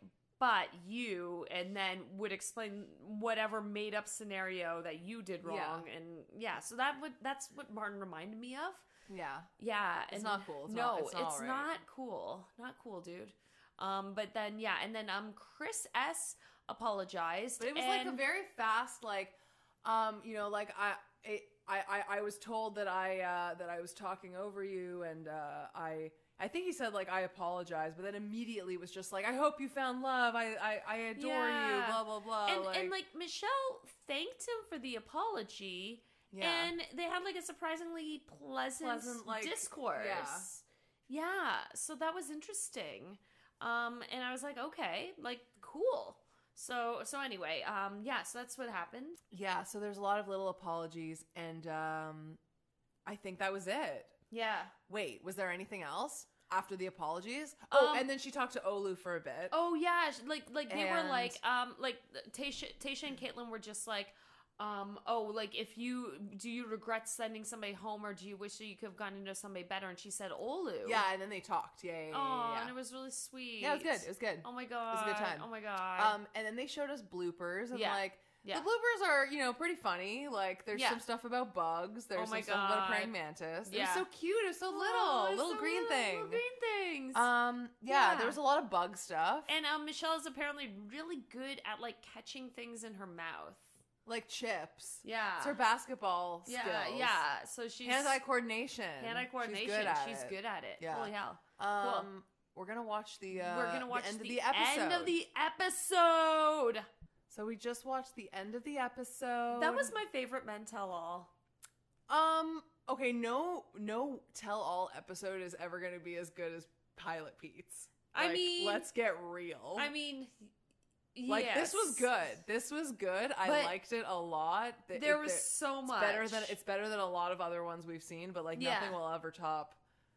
[SPEAKER 1] but you, and then would explain whatever made up scenario that you did
[SPEAKER 2] Yeah.
[SPEAKER 1] wrong. And yeah, so that would, that's what Martin reminded me of.
[SPEAKER 2] yeah.
[SPEAKER 1] Yeah.
[SPEAKER 2] It's
[SPEAKER 1] and-
[SPEAKER 2] not cool. It's
[SPEAKER 1] no,
[SPEAKER 2] not, it's not, all right.
[SPEAKER 1] not cool. Not cool, dude. Um, but then, yeah. And then, um, Chris S. apologized.
[SPEAKER 2] But it was like a
[SPEAKER 1] and-
[SPEAKER 2] very fast, like, um, you know, like I, I, I, I was told that I uh, that I was talking over you, and uh, I, I think he said like I apologize, but then immediately was just like I hope you found love. I, I, I adore you.
[SPEAKER 1] Yeah.
[SPEAKER 2] Blah blah blah.
[SPEAKER 1] and, and like Michelle thanked him for the apology.
[SPEAKER 2] yeah.
[SPEAKER 1] And they had like a surprisingly pleasant,
[SPEAKER 2] Pleasant, like,
[SPEAKER 1] discourse. Yeah. So that was interesting. Um, and I was like, okay, like cool. So so anyway, um, yeah, so that's what happened.
[SPEAKER 2] yeah. So there's a lot of little apologies, and um, I think that was it.
[SPEAKER 1] Yeah.
[SPEAKER 2] Wait, was there anything else after the apologies? Oh,
[SPEAKER 1] Um,
[SPEAKER 2] and then she talked to Olu for a bit.
[SPEAKER 1] Oh yeah, sh- like like they
[SPEAKER 2] And-
[SPEAKER 1] were like um like Tasha Tasha and Caitlin were just like um oh like if you do you regret sending somebody home or do you wish that you could have gotten to know somebody better? And she said Olu.
[SPEAKER 2] yeah, and then they talked. Yeah, yeah, yeah, yeah,
[SPEAKER 1] Oh,
[SPEAKER 2] yeah.
[SPEAKER 1] and it was really sweet.
[SPEAKER 2] Yeah, it was good. It was good.
[SPEAKER 1] Oh my god.
[SPEAKER 2] was a good time.
[SPEAKER 1] Oh my god.
[SPEAKER 2] Um, and then they showed us bloopers, and
[SPEAKER 1] Yeah.
[SPEAKER 2] like
[SPEAKER 1] Yeah.
[SPEAKER 2] the bloopers are, you know, pretty funny. Like there's
[SPEAKER 1] Yeah. Oh
[SPEAKER 2] some stuff about bugs. There's
[SPEAKER 1] my
[SPEAKER 2] some stuff about a praying
[SPEAKER 1] God.
[SPEAKER 2] mantis. It was
[SPEAKER 1] Yeah.
[SPEAKER 2] so cute. It was so little,
[SPEAKER 1] Oh, it's
[SPEAKER 2] little
[SPEAKER 1] so
[SPEAKER 2] green
[SPEAKER 1] little,
[SPEAKER 2] thing.
[SPEAKER 1] Little green things.
[SPEAKER 2] Um, yeah,
[SPEAKER 1] Yeah.
[SPEAKER 2] there was a lot of bug stuff,
[SPEAKER 1] and um, Michelle is apparently really good at like catching things in her mouth.
[SPEAKER 2] like chips.
[SPEAKER 1] Yeah.
[SPEAKER 2] It's her basketball
[SPEAKER 1] yeah,
[SPEAKER 2] skills.
[SPEAKER 1] yeah. So she's
[SPEAKER 2] Hand-eye coordination.
[SPEAKER 1] hand-eye coordination.
[SPEAKER 2] She's good at it.
[SPEAKER 1] it.
[SPEAKER 2] Yeah.
[SPEAKER 1] Holy hell.
[SPEAKER 2] Um,
[SPEAKER 1] Cool.
[SPEAKER 2] we're gonna watch the. Uh,
[SPEAKER 1] We're gonna watch
[SPEAKER 2] the end
[SPEAKER 1] the,
[SPEAKER 2] of the episode.
[SPEAKER 1] end of the episode.
[SPEAKER 2] So we just watched the end of the episode.
[SPEAKER 1] That was my favorite men tell all.
[SPEAKER 2] Um. Okay. No. No. Tell all episode is ever going to be as good as Pilot Pete's.
[SPEAKER 1] I
[SPEAKER 2] Like,
[SPEAKER 1] mean-
[SPEAKER 2] let's get real.
[SPEAKER 1] I mean,
[SPEAKER 2] like this was
[SPEAKER 1] yes.
[SPEAKER 2] good. This was good. I
[SPEAKER 1] But
[SPEAKER 2] liked it a lot. Th-
[SPEAKER 1] There
[SPEAKER 2] it-
[SPEAKER 1] was
[SPEAKER 2] it's
[SPEAKER 1] so much
[SPEAKER 2] better than it's better than a lot of other ones we've seen, but like
[SPEAKER 1] Yeah.
[SPEAKER 2] nothing will ever top.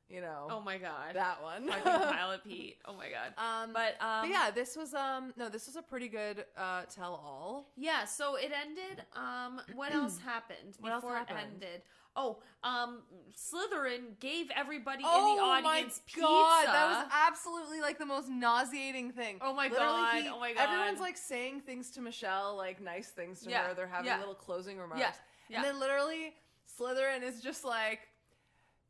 [SPEAKER 2] You know
[SPEAKER 1] Oh my god,
[SPEAKER 2] that one.
[SPEAKER 1] fucking Pilot Pete. Oh my god.
[SPEAKER 2] um. But,
[SPEAKER 1] But um,
[SPEAKER 2] yeah, this was um. No, this was a pretty good uh tell all.
[SPEAKER 1] Yeah, so it ended. Um, what else happened
[SPEAKER 2] What else
[SPEAKER 1] before it
[SPEAKER 2] happened?
[SPEAKER 1] ended? Oh, um, Slytherin gave everybody in the
[SPEAKER 2] Oh my
[SPEAKER 1] audience pizza.
[SPEAKER 2] god, that was absolutely like the most nauseating thing.
[SPEAKER 1] Oh my
[SPEAKER 2] Literally,
[SPEAKER 1] God,
[SPEAKER 2] he-
[SPEAKER 1] oh my
[SPEAKER 2] Everyone's
[SPEAKER 1] God.
[SPEAKER 2] like saying things to Michelle, like nice things to
[SPEAKER 1] Yeah,
[SPEAKER 2] her. They're having
[SPEAKER 1] yeah.
[SPEAKER 2] little closing remarks,
[SPEAKER 1] yeah.
[SPEAKER 2] and then literally Slytherin is just like.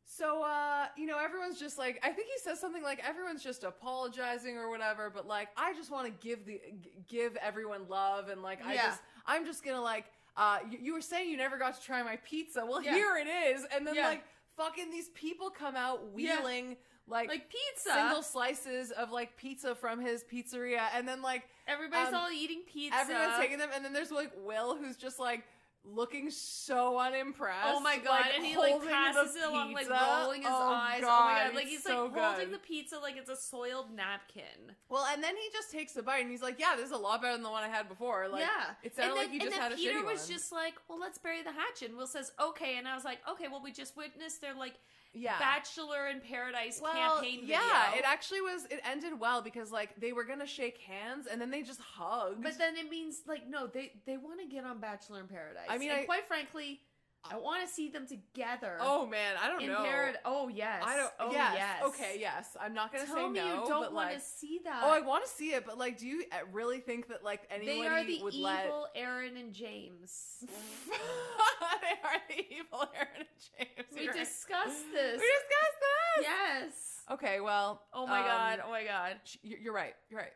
[SPEAKER 2] So uh, you know, everyone's just like I think he says something like everyone's just apologizing or whatever, but like I just want to give the g- give everyone love and like I
[SPEAKER 1] Yeah.
[SPEAKER 2] just I'm just going to like uh you, you were saying you never got to try my pizza. Well,
[SPEAKER 1] Yeah.
[SPEAKER 2] here it is. And then
[SPEAKER 1] Yeah.
[SPEAKER 2] like fucking these people come out
[SPEAKER 1] Yeah.
[SPEAKER 2] wheeling like,
[SPEAKER 1] like pizza.
[SPEAKER 2] single slices of like pizza from his pizzeria, and then like
[SPEAKER 1] Everybody's
[SPEAKER 2] um,
[SPEAKER 1] all eating pizza.
[SPEAKER 2] everyone's taking them, and then there's like Will who's just like looking so unimpressed.
[SPEAKER 1] Oh my god!
[SPEAKER 2] like,
[SPEAKER 1] and he like
[SPEAKER 2] holding the
[SPEAKER 1] passes it along, like
[SPEAKER 2] pizza.
[SPEAKER 1] rolling his
[SPEAKER 2] Oh
[SPEAKER 1] eyes. oh
[SPEAKER 2] God,
[SPEAKER 1] my god! Like
[SPEAKER 2] it's
[SPEAKER 1] he's
[SPEAKER 2] so
[SPEAKER 1] like holding
[SPEAKER 2] good.
[SPEAKER 1] the pizza like it's a soiled napkin.
[SPEAKER 2] Well, and then he just takes a bite, and he's like, "Yeah, this is a lot better than the one I had before." Like,
[SPEAKER 1] yeah,
[SPEAKER 2] it sounded
[SPEAKER 1] and then,
[SPEAKER 2] like you
[SPEAKER 1] and
[SPEAKER 2] just
[SPEAKER 1] then
[SPEAKER 2] had a
[SPEAKER 1] Peter
[SPEAKER 2] shitty
[SPEAKER 1] was
[SPEAKER 2] one.
[SPEAKER 1] just like, "Well, let's bury the hatchet." And Will says, "Okay," and I was like, "Okay, well, we just witnessed their like
[SPEAKER 2] yeah.
[SPEAKER 1] Bachelor in Paradise
[SPEAKER 2] well,
[SPEAKER 1] campaign video.
[SPEAKER 2] yeah, it actually was. It ended well because like they were gonna shake hands, and then they just hugged.
[SPEAKER 1] but then it means like no, they they want to get on Bachelor in Paradise.
[SPEAKER 2] I mean,
[SPEAKER 1] And
[SPEAKER 2] I-
[SPEAKER 1] quite frankly, I want to see them together.
[SPEAKER 2] oh man, I don't
[SPEAKER 1] in
[SPEAKER 2] know.
[SPEAKER 1] Parad- Oh yes.
[SPEAKER 2] I don't.
[SPEAKER 1] Oh
[SPEAKER 2] yes.
[SPEAKER 1] yes.
[SPEAKER 2] Okay. Yes. I'm not gonna
[SPEAKER 1] Tell
[SPEAKER 2] say
[SPEAKER 1] me
[SPEAKER 2] no.
[SPEAKER 1] you don't
[SPEAKER 2] but,
[SPEAKER 1] want
[SPEAKER 2] like,
[SPEAKER 1] to see that.
[SPEAKER 2] Oh, I want to see it, but like, do you uh, really think that like anyone
[SPEAKER 1] Uh, they are
[SPEAKER 2] he
[SPEAKER 1] the
[SPEAKER 2] would
[SPEAKER 1] evil
[SPEAKER 2] let?
[SPEAKER 1] Aaron and James.
[SPEAKER 2] they are the evil Aaron and James.
[SPEAKER 1] we
[SPEAKER 2] you're right.
[SPEAKER 1] discussed this.
[SPEAKER 2] We discussed this.
[SPEAKER 1] yes.
[SPEAKER 2] Okay. Well.
[SPEAKER 1] Oh my
[SPEAKER 2] um,
[SPEAKER 1] god. Oh my god.
[SPEAKER 2] sh- you- You're right. You're right.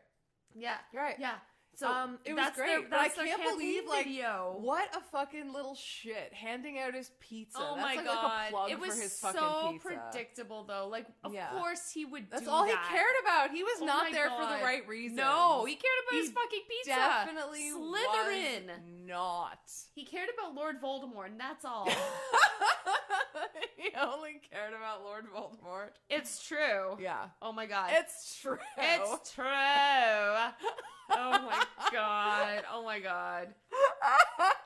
[SPEAKER 1] Yeah.
[SPEAKER 2] You're right.
[SPEAKER 1] Yeah. So
[SPEAKER 2] Um, it was
[SPEAKER 1] that's their-
[SPEAKER 2] great, but I
[SPEAKER 1] that's their
[SPEAKER 2] can't
[SPEAKER 1] campaign
[SPEAKER 2] believe, like,
[SPEAKER 1] video.
[SPEAKER 2] What a fucking little shit! Handing out his pizza.
[SPEAKER 1] Oh
[SPEAKER 2] That's
[SPEAKER 1] my
[SPEAKER 2] like,
[SPEAKER 1] god!
[SPEAKER 2] Like a plug
[SPEAKER 1] it was
[SPEAKER 2] for his
[SPEAKER 1] so
[SPEAKER 2] fucking pizza.
[SPEAKER 1] predictable, though. Like, of
[SPEAKER 2] Yeah.
[SPEAKER 1] course he would.
[SPEAKER 2] That's
[SPEAKER 1] do
[SPEAKER 2] all
[SPEAKER 1] that.
[SPEAKER 2] he cared about. He was
[SPEAKER 1] Oh
[SPEAKER 2] not
[SPEAKER 1] my
[SPEAKER 2] there for the
[SPEAKER 1] God.
[SPEAKER 2] right reason.
[SPEAKER 1] No, he cared about
[SPEAKER 2] He
[SPEAKER 1] his fucking pizza.
[SPEAKER 2] definitely
[SPEAKER 1] Slytherin.
[SPEAKER 2] was not.
[SPEAKER 1] He cared about Lord Voldemort, and that's all.
[SPEAKER 2] he only cared about Lord Voldemort.
[SPEAKER 1] It's true.
[SPEAKER 2] Yeah.
[SPEAKER 1] Oh my god.
[SPEAKER 2] It's true.
[SPEAKER 1] It's true. oh my god. Oh my god.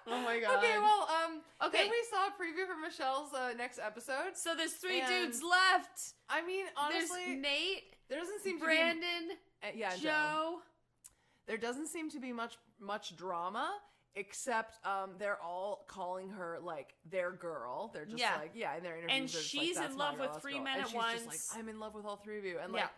[SPEAKER 1] Oh my god.
[SPEAKER 2] Okay, well, um, okay.
[SPEAKER 1] Okay.
[SPEAKER 2] Then we saw a preview for Michelle's uh, next episode.
[SPEAKER 1] so there's three
[SPEAKER 2] And-
[SPEAKER 1] dudes left.
[SPEAKER 2] I mean, honestly,
[SPEAKER 1] there's Nate,
[SPEAKER 2] there doesn't seem to
[SPEAKER 1] Brandon,
[SPEAKER 2] be, uh, yeah, and
[SPEAKER 1] Joe.
[SPEAKER 2] There doesn't seem to be much much drama, except um, they're all calling her like their girl. They're just
[SPEAKER 1] Yeah.
[SPEAKER 2] like, yeah, in their interviews,
[SPEAKER 1] And
[SPEAKER 2] they're just
[SPEAKER 1] she's
[SPEAKER 2] like,
[SPEAKER 1] in
[SPEAKER 2] "That's my
[SPEAKER 1] love
[SPEAKER 2] girl,
[SPEAKER 1] with
[SPEAKER 2] that's
[SPEAKER 1] three
[SPEAKER 2] girl."
[SPEAKER 1] men
[SPEAKER 2] And
[SPEAKER 1] at
[SPEAKER 2] she's just
[SPEAKER 1] once.
[SPEAKER 2] like, I'm in love with all three of you, and
[SPEAKER 1] Yeah.
[SPEAKER 2] like,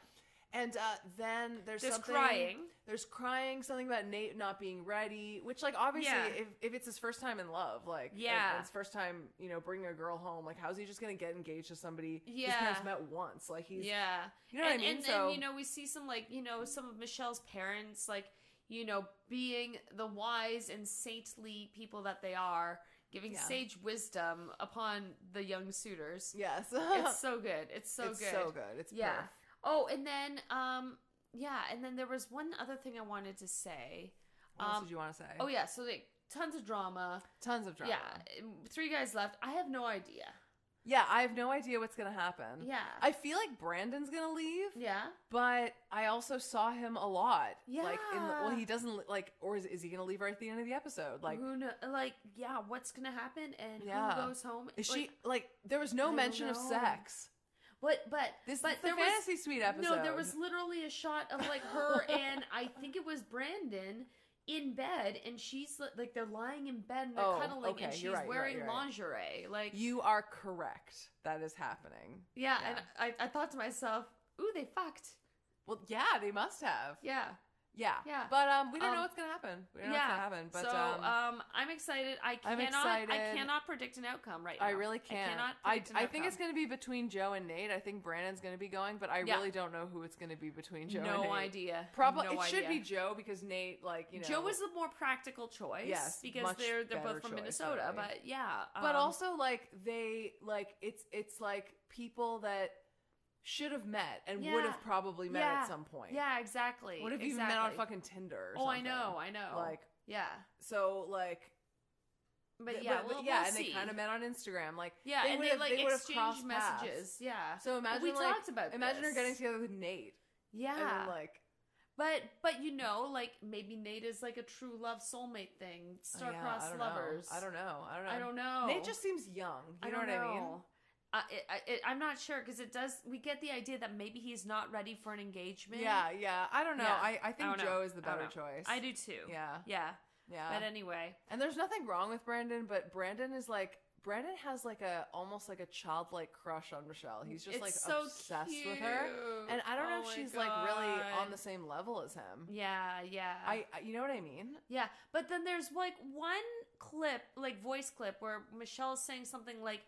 [SPEAKER 2] and uh, then there's
[SPEAKER 1] There's
[SPEAKER 2] something-
[SPEAKER 1] crying.
[SPEAKER 2] There's crying, something about Nate not being ready, which like obviously
[SPEAKER 1] Yeah.
[SPEAKER 2] if, if it's his first time in love, like and-
[SPEAKER 1] Yeah.
[SPEAKER 2] and his first time, you know, bringing a girl home, like how's he just gonna get engaged to somebody his
[SPEAKER 1] Yeah.
[SPEAKER 2] parents met once? Like he's
[SPEAKER 1] Yeah.
[SPEAKER 2] you know what I
[SPEAKER 1] and,
[SPEAKER 2] mean?
[SPEAKER 1] and,
[SPEAKER 2] so
[SPEAKER 1] and you know, we see some like you know some of Michelle's parents like you know being the wise and saintly people that they are, giving
[SPEAKER 2] Yeah.
[SPEAKER 1] sage wisdom upon the young suitors.
[SPEAKER 2] yes,
[SPEAKER 1] It's so good. It's so
[SPEAKER 2] it's
[SPEAKER 1] good.
[SPEAKER 2] so good. It's
[SPEAKER 1] Yeah.
[SPEAKER 2] perf.
[SPEAKER 1] Oh, and then um yeah, and then there was one other thing I wanted to say.
[SPEAKER 2] What else
[SPEAKER 1] Um,
[SPEAKER 2] did you want to say?
[SPEAKER 1] Oh yeah, so like tons of drama.
[SPEAKER 2] tons of drama.
[SPEAKER 1] Yeah, three guys left. I have no idea.
[SPEAKER 2] Yeah, I have no idea what's gonna happen.
[SPEAKER 1] Yeah.
[SPEAKER 2] Um, I feel like Brandon's gonna leave,
[SPEAKER 1] yeah.
[SPEAKER 2] but I also saw him a lot. like in the, well,
[SPEAKER 1] Yeah.
[SPEAKER 2] he doesn't li- like, or is, is he gonna leave right at the end of the episode? Like,
[SPEAKER 1] who know, like yeah, what's going to happen and
[SPEAKER 2] Yeah.
[SPEAKER 1] who goes home?
[SPEAKER 2] Is
[SPEAKER 1] Like,
[SPEAKER 2] she like there was no
[SPEAKER 1] I don't
[SPEAKER 2] mention of
[SPEAKER 1] know.
[SPEAKER 2] sex?
[SPEAKER 1] What? But
[SPEAKER 2] This
[SPEAKER 1] but
[SPEAKER 2] is the
[SPEAKER 1] there was
[SPEAKER 2] fantasy suite episode.
[SPEAKER 1] no. There was literally a shot of like her and I think it was Brandon in bed, and she's li- like they're lying in bed and they're
[SPEAKER 2] Oh,
[SPEAKER 1] cuddling,
[SPEAKER 2] okay,
[SPEAKER 1] and
[SPEAKER 2] you're
[SPEAKER 1] she's
[SPEAKER 2] right, you're right,
[SPEAKER 1] wearing
[SPEAKER 2] you're right.
[SPEAKER 1] lingerie. Like
[SPEAKER 2] You are correct. That is happening.
[SPEAKER 1] yeah,
[SPEAKER 2] yeah.
[SPEAKER 1] and I, I thought to myself, ooh, they fucked.
[SPEAKER 2] Well, yeah, they must have.
[SPEAKER 1] Yeah,
[SPEAKER 2] Yeah, yeah.
[SPEAKER 1] Yeah.
[SPEAKER 2] But um, we don't know
[SPEAKER 1] Um,
[SPEAKER 2] what's gonna happen. We don't know
[SPEAKER 1] yeah.
[SPEAKER 2] what's gonna happen. But
[SPEAKER 1] so
[SPEAKER 2] um,
[SPEAKER 1] um, I'm excited. I
[SPEAKER 2] I'm
[SPEAKER 1] cannot. I
[SPEAKER 2] excited.
[SPEAKER 1] cannot predict an outcome right now.
[SPEAKER 2] I really can't.
[SPEAKER 1] I cannot.
[SPEAKER 2] I,
[SPEAKER 1] predict an
[SPEAKER 2] I, think it's
[SPEAKER 1] outcome.
[SPEAKER 2] gonna be between Joe and Nate. I think Brandon's gonna be going, but I
[SPEAKER 1] Yeah.
[SPEAKER 2] really don't know who it's gonna be between Joe and
[SPEAKER 1] no
[SPEAKER 2] Nate.
[SPEAKER 1] idea.
[SPEAKER 2] Probably
[SPEAKER 1] No
[SPEAKER 2] it should
[SPEAKER 1] idea.
[SPEAKER 2] be Joe because Nate, like you know,
[SPEAKER 1] Joe was the more practical choice.
[SPEAKER 2] Yes,
[SPEAKER 1] because
[SPEAKER 2] much
[SPEAKER 1] they're they're
[SPEAKER 2] better
[SPEAKER 1] both from
[SPEAKER 2] choice,
[SPEAKER 1] Minnesota.
[SPEAKER 2] really.
[SPEAKER 1] But yeah,
[SPEAKER 2] but
[SPEAKER 1] um,
[SPEAKER 2] also like they like it's it's like people that should have met and would
[SPEAKER 1] Yeah.
[SPEAKER 2] have probably met
[SPEAKER 1] Yeah.
[SPEAKER 2] at some point.
[SPEAKER 1] yeah, exactly.
[SPEAKER 2] What if
[SPEAKER 1] exactly.
[SPEAKER 2] you met on fucking Tinder? Or
[SPEAKER 1] Oh, I
[SPEAKER 2] something?
[SPEAKER 1] know, I know.
[SPEAKER 2] Like
[SPEAKER 1] yeah,
[SPEAKER 2] so, like
[SPEAKER 1] but
[SPEAKER 2] th-
[SPEAKER 1] yeah, we'll,
[SPEAKER 2] yeah,
[SPEAKER 1] we'll
[SPEAKER 2] and
[SPEAKER 1] see.
[SPEAKER 2] they kind of met on Instagram. Like
[SPEAKER 1] yeah,
[SPEAKER 2] they
[SPEAKER 1] and
[SPEAKER 2] would
[SPEAKER 1] they
[SPEAKER 2] have-
[SPEAKER 1] like
[SPEAKER 2] they would have
[SPEAKER 1] exchange
[SPEAKER 2] crossed paths.
[SPEAKER 1] messages. Yeah,
[SPEAKER 2] so imagine
[SPEAKER 1] we
[SPEAKER 2] like
[SPEAKER 1] talked about.
[SPEAKER 2] imagine her getting
[SPEAKER 1] this.
[SPEAKER 2] together with Nate.
[SPEAKER 1] Yeah,
[SPEAKER 2] And then, like
[SPEAKER 1] but but you know, like maybe Nate is like a true love soulmate thing,
[SPEAKER 2] oh, yeah,
[SPEAKER 1] star-crossed
[SPEAKER 2] I don't know.
[SPEAKER 1] lovers.
[SPEAKER 2] I don't know. I don't know.
[SPEAKER 1] I don't know.
[SPEAKER 2] Nate just seems young. You
[SPEAKER 1] I
[SPEAKER 2] know
[SPEAKER 1] don't
[SPEAKER 2] what I mean?
[SPEAKER 1] know. I, I, I, I'm not sure because it does. We get the idea that maybe he's not ready for an engagement.
[SPEAKER 2] Yeah, yeah. I don't know.
[SPEAKER 1] Yeah,
[SPEAKER 2] I, I think
[SPEAKER 1] don't know.
[SPEAKER 2] Joe is the
[SPEAKER 1] I don't
[SPEAKER 2] better
[SPEAKER 1] know.
[SPEAKER 2] choice.
[SPEAKER 1] I do too.
[SPEAKER 2] Yeah,
[SPEAKER 1] yeah.
[SPEAKER 2] yeah.
[SPEAKER 1] But anyway,
[SPEAKER 2] and there's nothing wrong with Brandon, but Brandon is like Brandon has like a almost like a childlike crush on Michelle. He's just
[SPEAKER 1] it's
[SPEAKER 2] like
[SPEAKER 1] so
[SPEAKER 2] obsessed
[SPEAKER 1] cute.
[SPEAKER 2] with her. And I don't know
[SPEAKER 1] Oh
[SPEAKER 2] if
[SPEAKER 1] my
[SPEAKER 2] she's like really on
[SPEAKER 1] God.
[SPEAKER 2] the same level as him.
[SPEAKER 1] Yeah, yeah.
[SPEAKER 2] I, I you know what I mean?
[SPEAKER 1] yeah, but then there's like one clip, like voice clip where Michelle's saying something like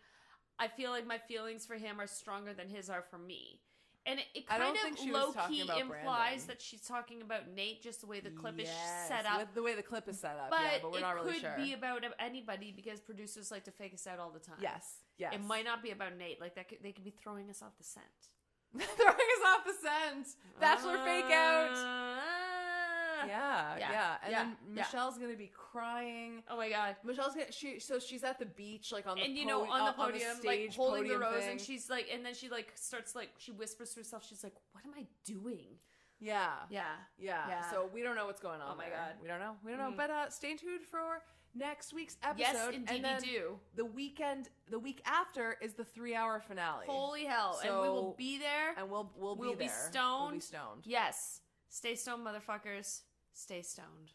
[SPEAKER 1] I feel like my feelings for him are stronger than his are for me. And it, it
[SPEAKER 2] I
[SPEAKER 1] kind
[SPEAKER 2] don't think
[SPEAKER 1] of
[SPEAKER 2] she was
[SPEAKER 1] low
[SPEAKER 2] talking
[SPEAKER 1] key
[SPEAKER 2] about
[SPEAKER 1] implies
[SPEAKER 2] Brandon.
[SPEAKER 1] that she's talking about Nate just the way the clip
[SPEAKER 2] Yes,
[SPEAKER 1] is set up.
[SPEAKER 2] With the way the clip is set up,
[SPEAKER 1] but,
[SPEAKER 2] yeah, but we're
[SPEAKER 1] it
[SPEAKER 2] not really
[SPEAKER 1] could
[SPEAKER 2] sure.
[SPEAKER 1] be about anybody because producers like to fake us out all the time.
[SPEAKER 2] yes. Yes.
[SPEAKER 1] It might not be about Nate. Like that could, they could be throwing us off the scent.
[SPEAKER 2] throwing us off the scent. Bachelor fake out.
[SPEAKER 1] Ah.
[SPEAKER 2] Yeah, yeah.
[SPEAKER 1] Uh, Yeah,
[SPEAKER 2] And
[SPEAKER 1] yeah,
[SPEAKER 2] then
[SPEAKER 1] yeah.
[SPEAKER 2] Michelle's gonna be crying.
[SPEAKER 1] Oh my god.
[SPEAKER 2] Michelle's gonna she so she's at the beach like on the
[SPEAKER 1] and you know
[SPEAKER 2] po-
[SPEAKER 1] on the
[SPEAKER 2] up
[SPEAKER 1] podium like
[SPEAKER 2] stage
[SPEAKER 1] holding
[SPEAKER 2] podium
[SPEAKER 1] the rose
[SPEAKER 2] thing.
[SPEAKER 1] and she's like and then she like starts like she whispers to herself she's like what am i doing
[SPEAKER 2] yeah
[SPEAKER 1] yeah
[SPEAKER 2] yeah
[SPEAKER 1] yeah.
[SPEAKER 2] so we don't know what's going on
[SPEAKER 1] Oh my
[SPEAKER 2] there.
[SPEAKER 1] God.
[SPEAKER 2] we don't know we don't know
[SPEAKER 1] Mm.
[SPEAKER 2] but uh stay tuned for next week's episode
[SPEAKER 1] yes
[SPEAKER 2] and
[SPEAKER 1] indeed
[SPEAKER 2] then
[SPEAKER 1] we do
[SPEAKER 2] the weekend the week after is the three hour finale
[SPEAKER 1] holy hell and we
[SPEAKER 2] So-
[SPEAKER 1] will be there
[SPEAKER 2] and we'll we'll,
[SPEAKER 1] we'll
[SPEAKER 2] be
[SPEAKER 1] be
[SPEAKER 2] there. we'll be
[SPEAKER 1] stoned.
[SPEAKER 2] stoned
[SPEAKER 1] yes stay stoned motherfuckers stay stoned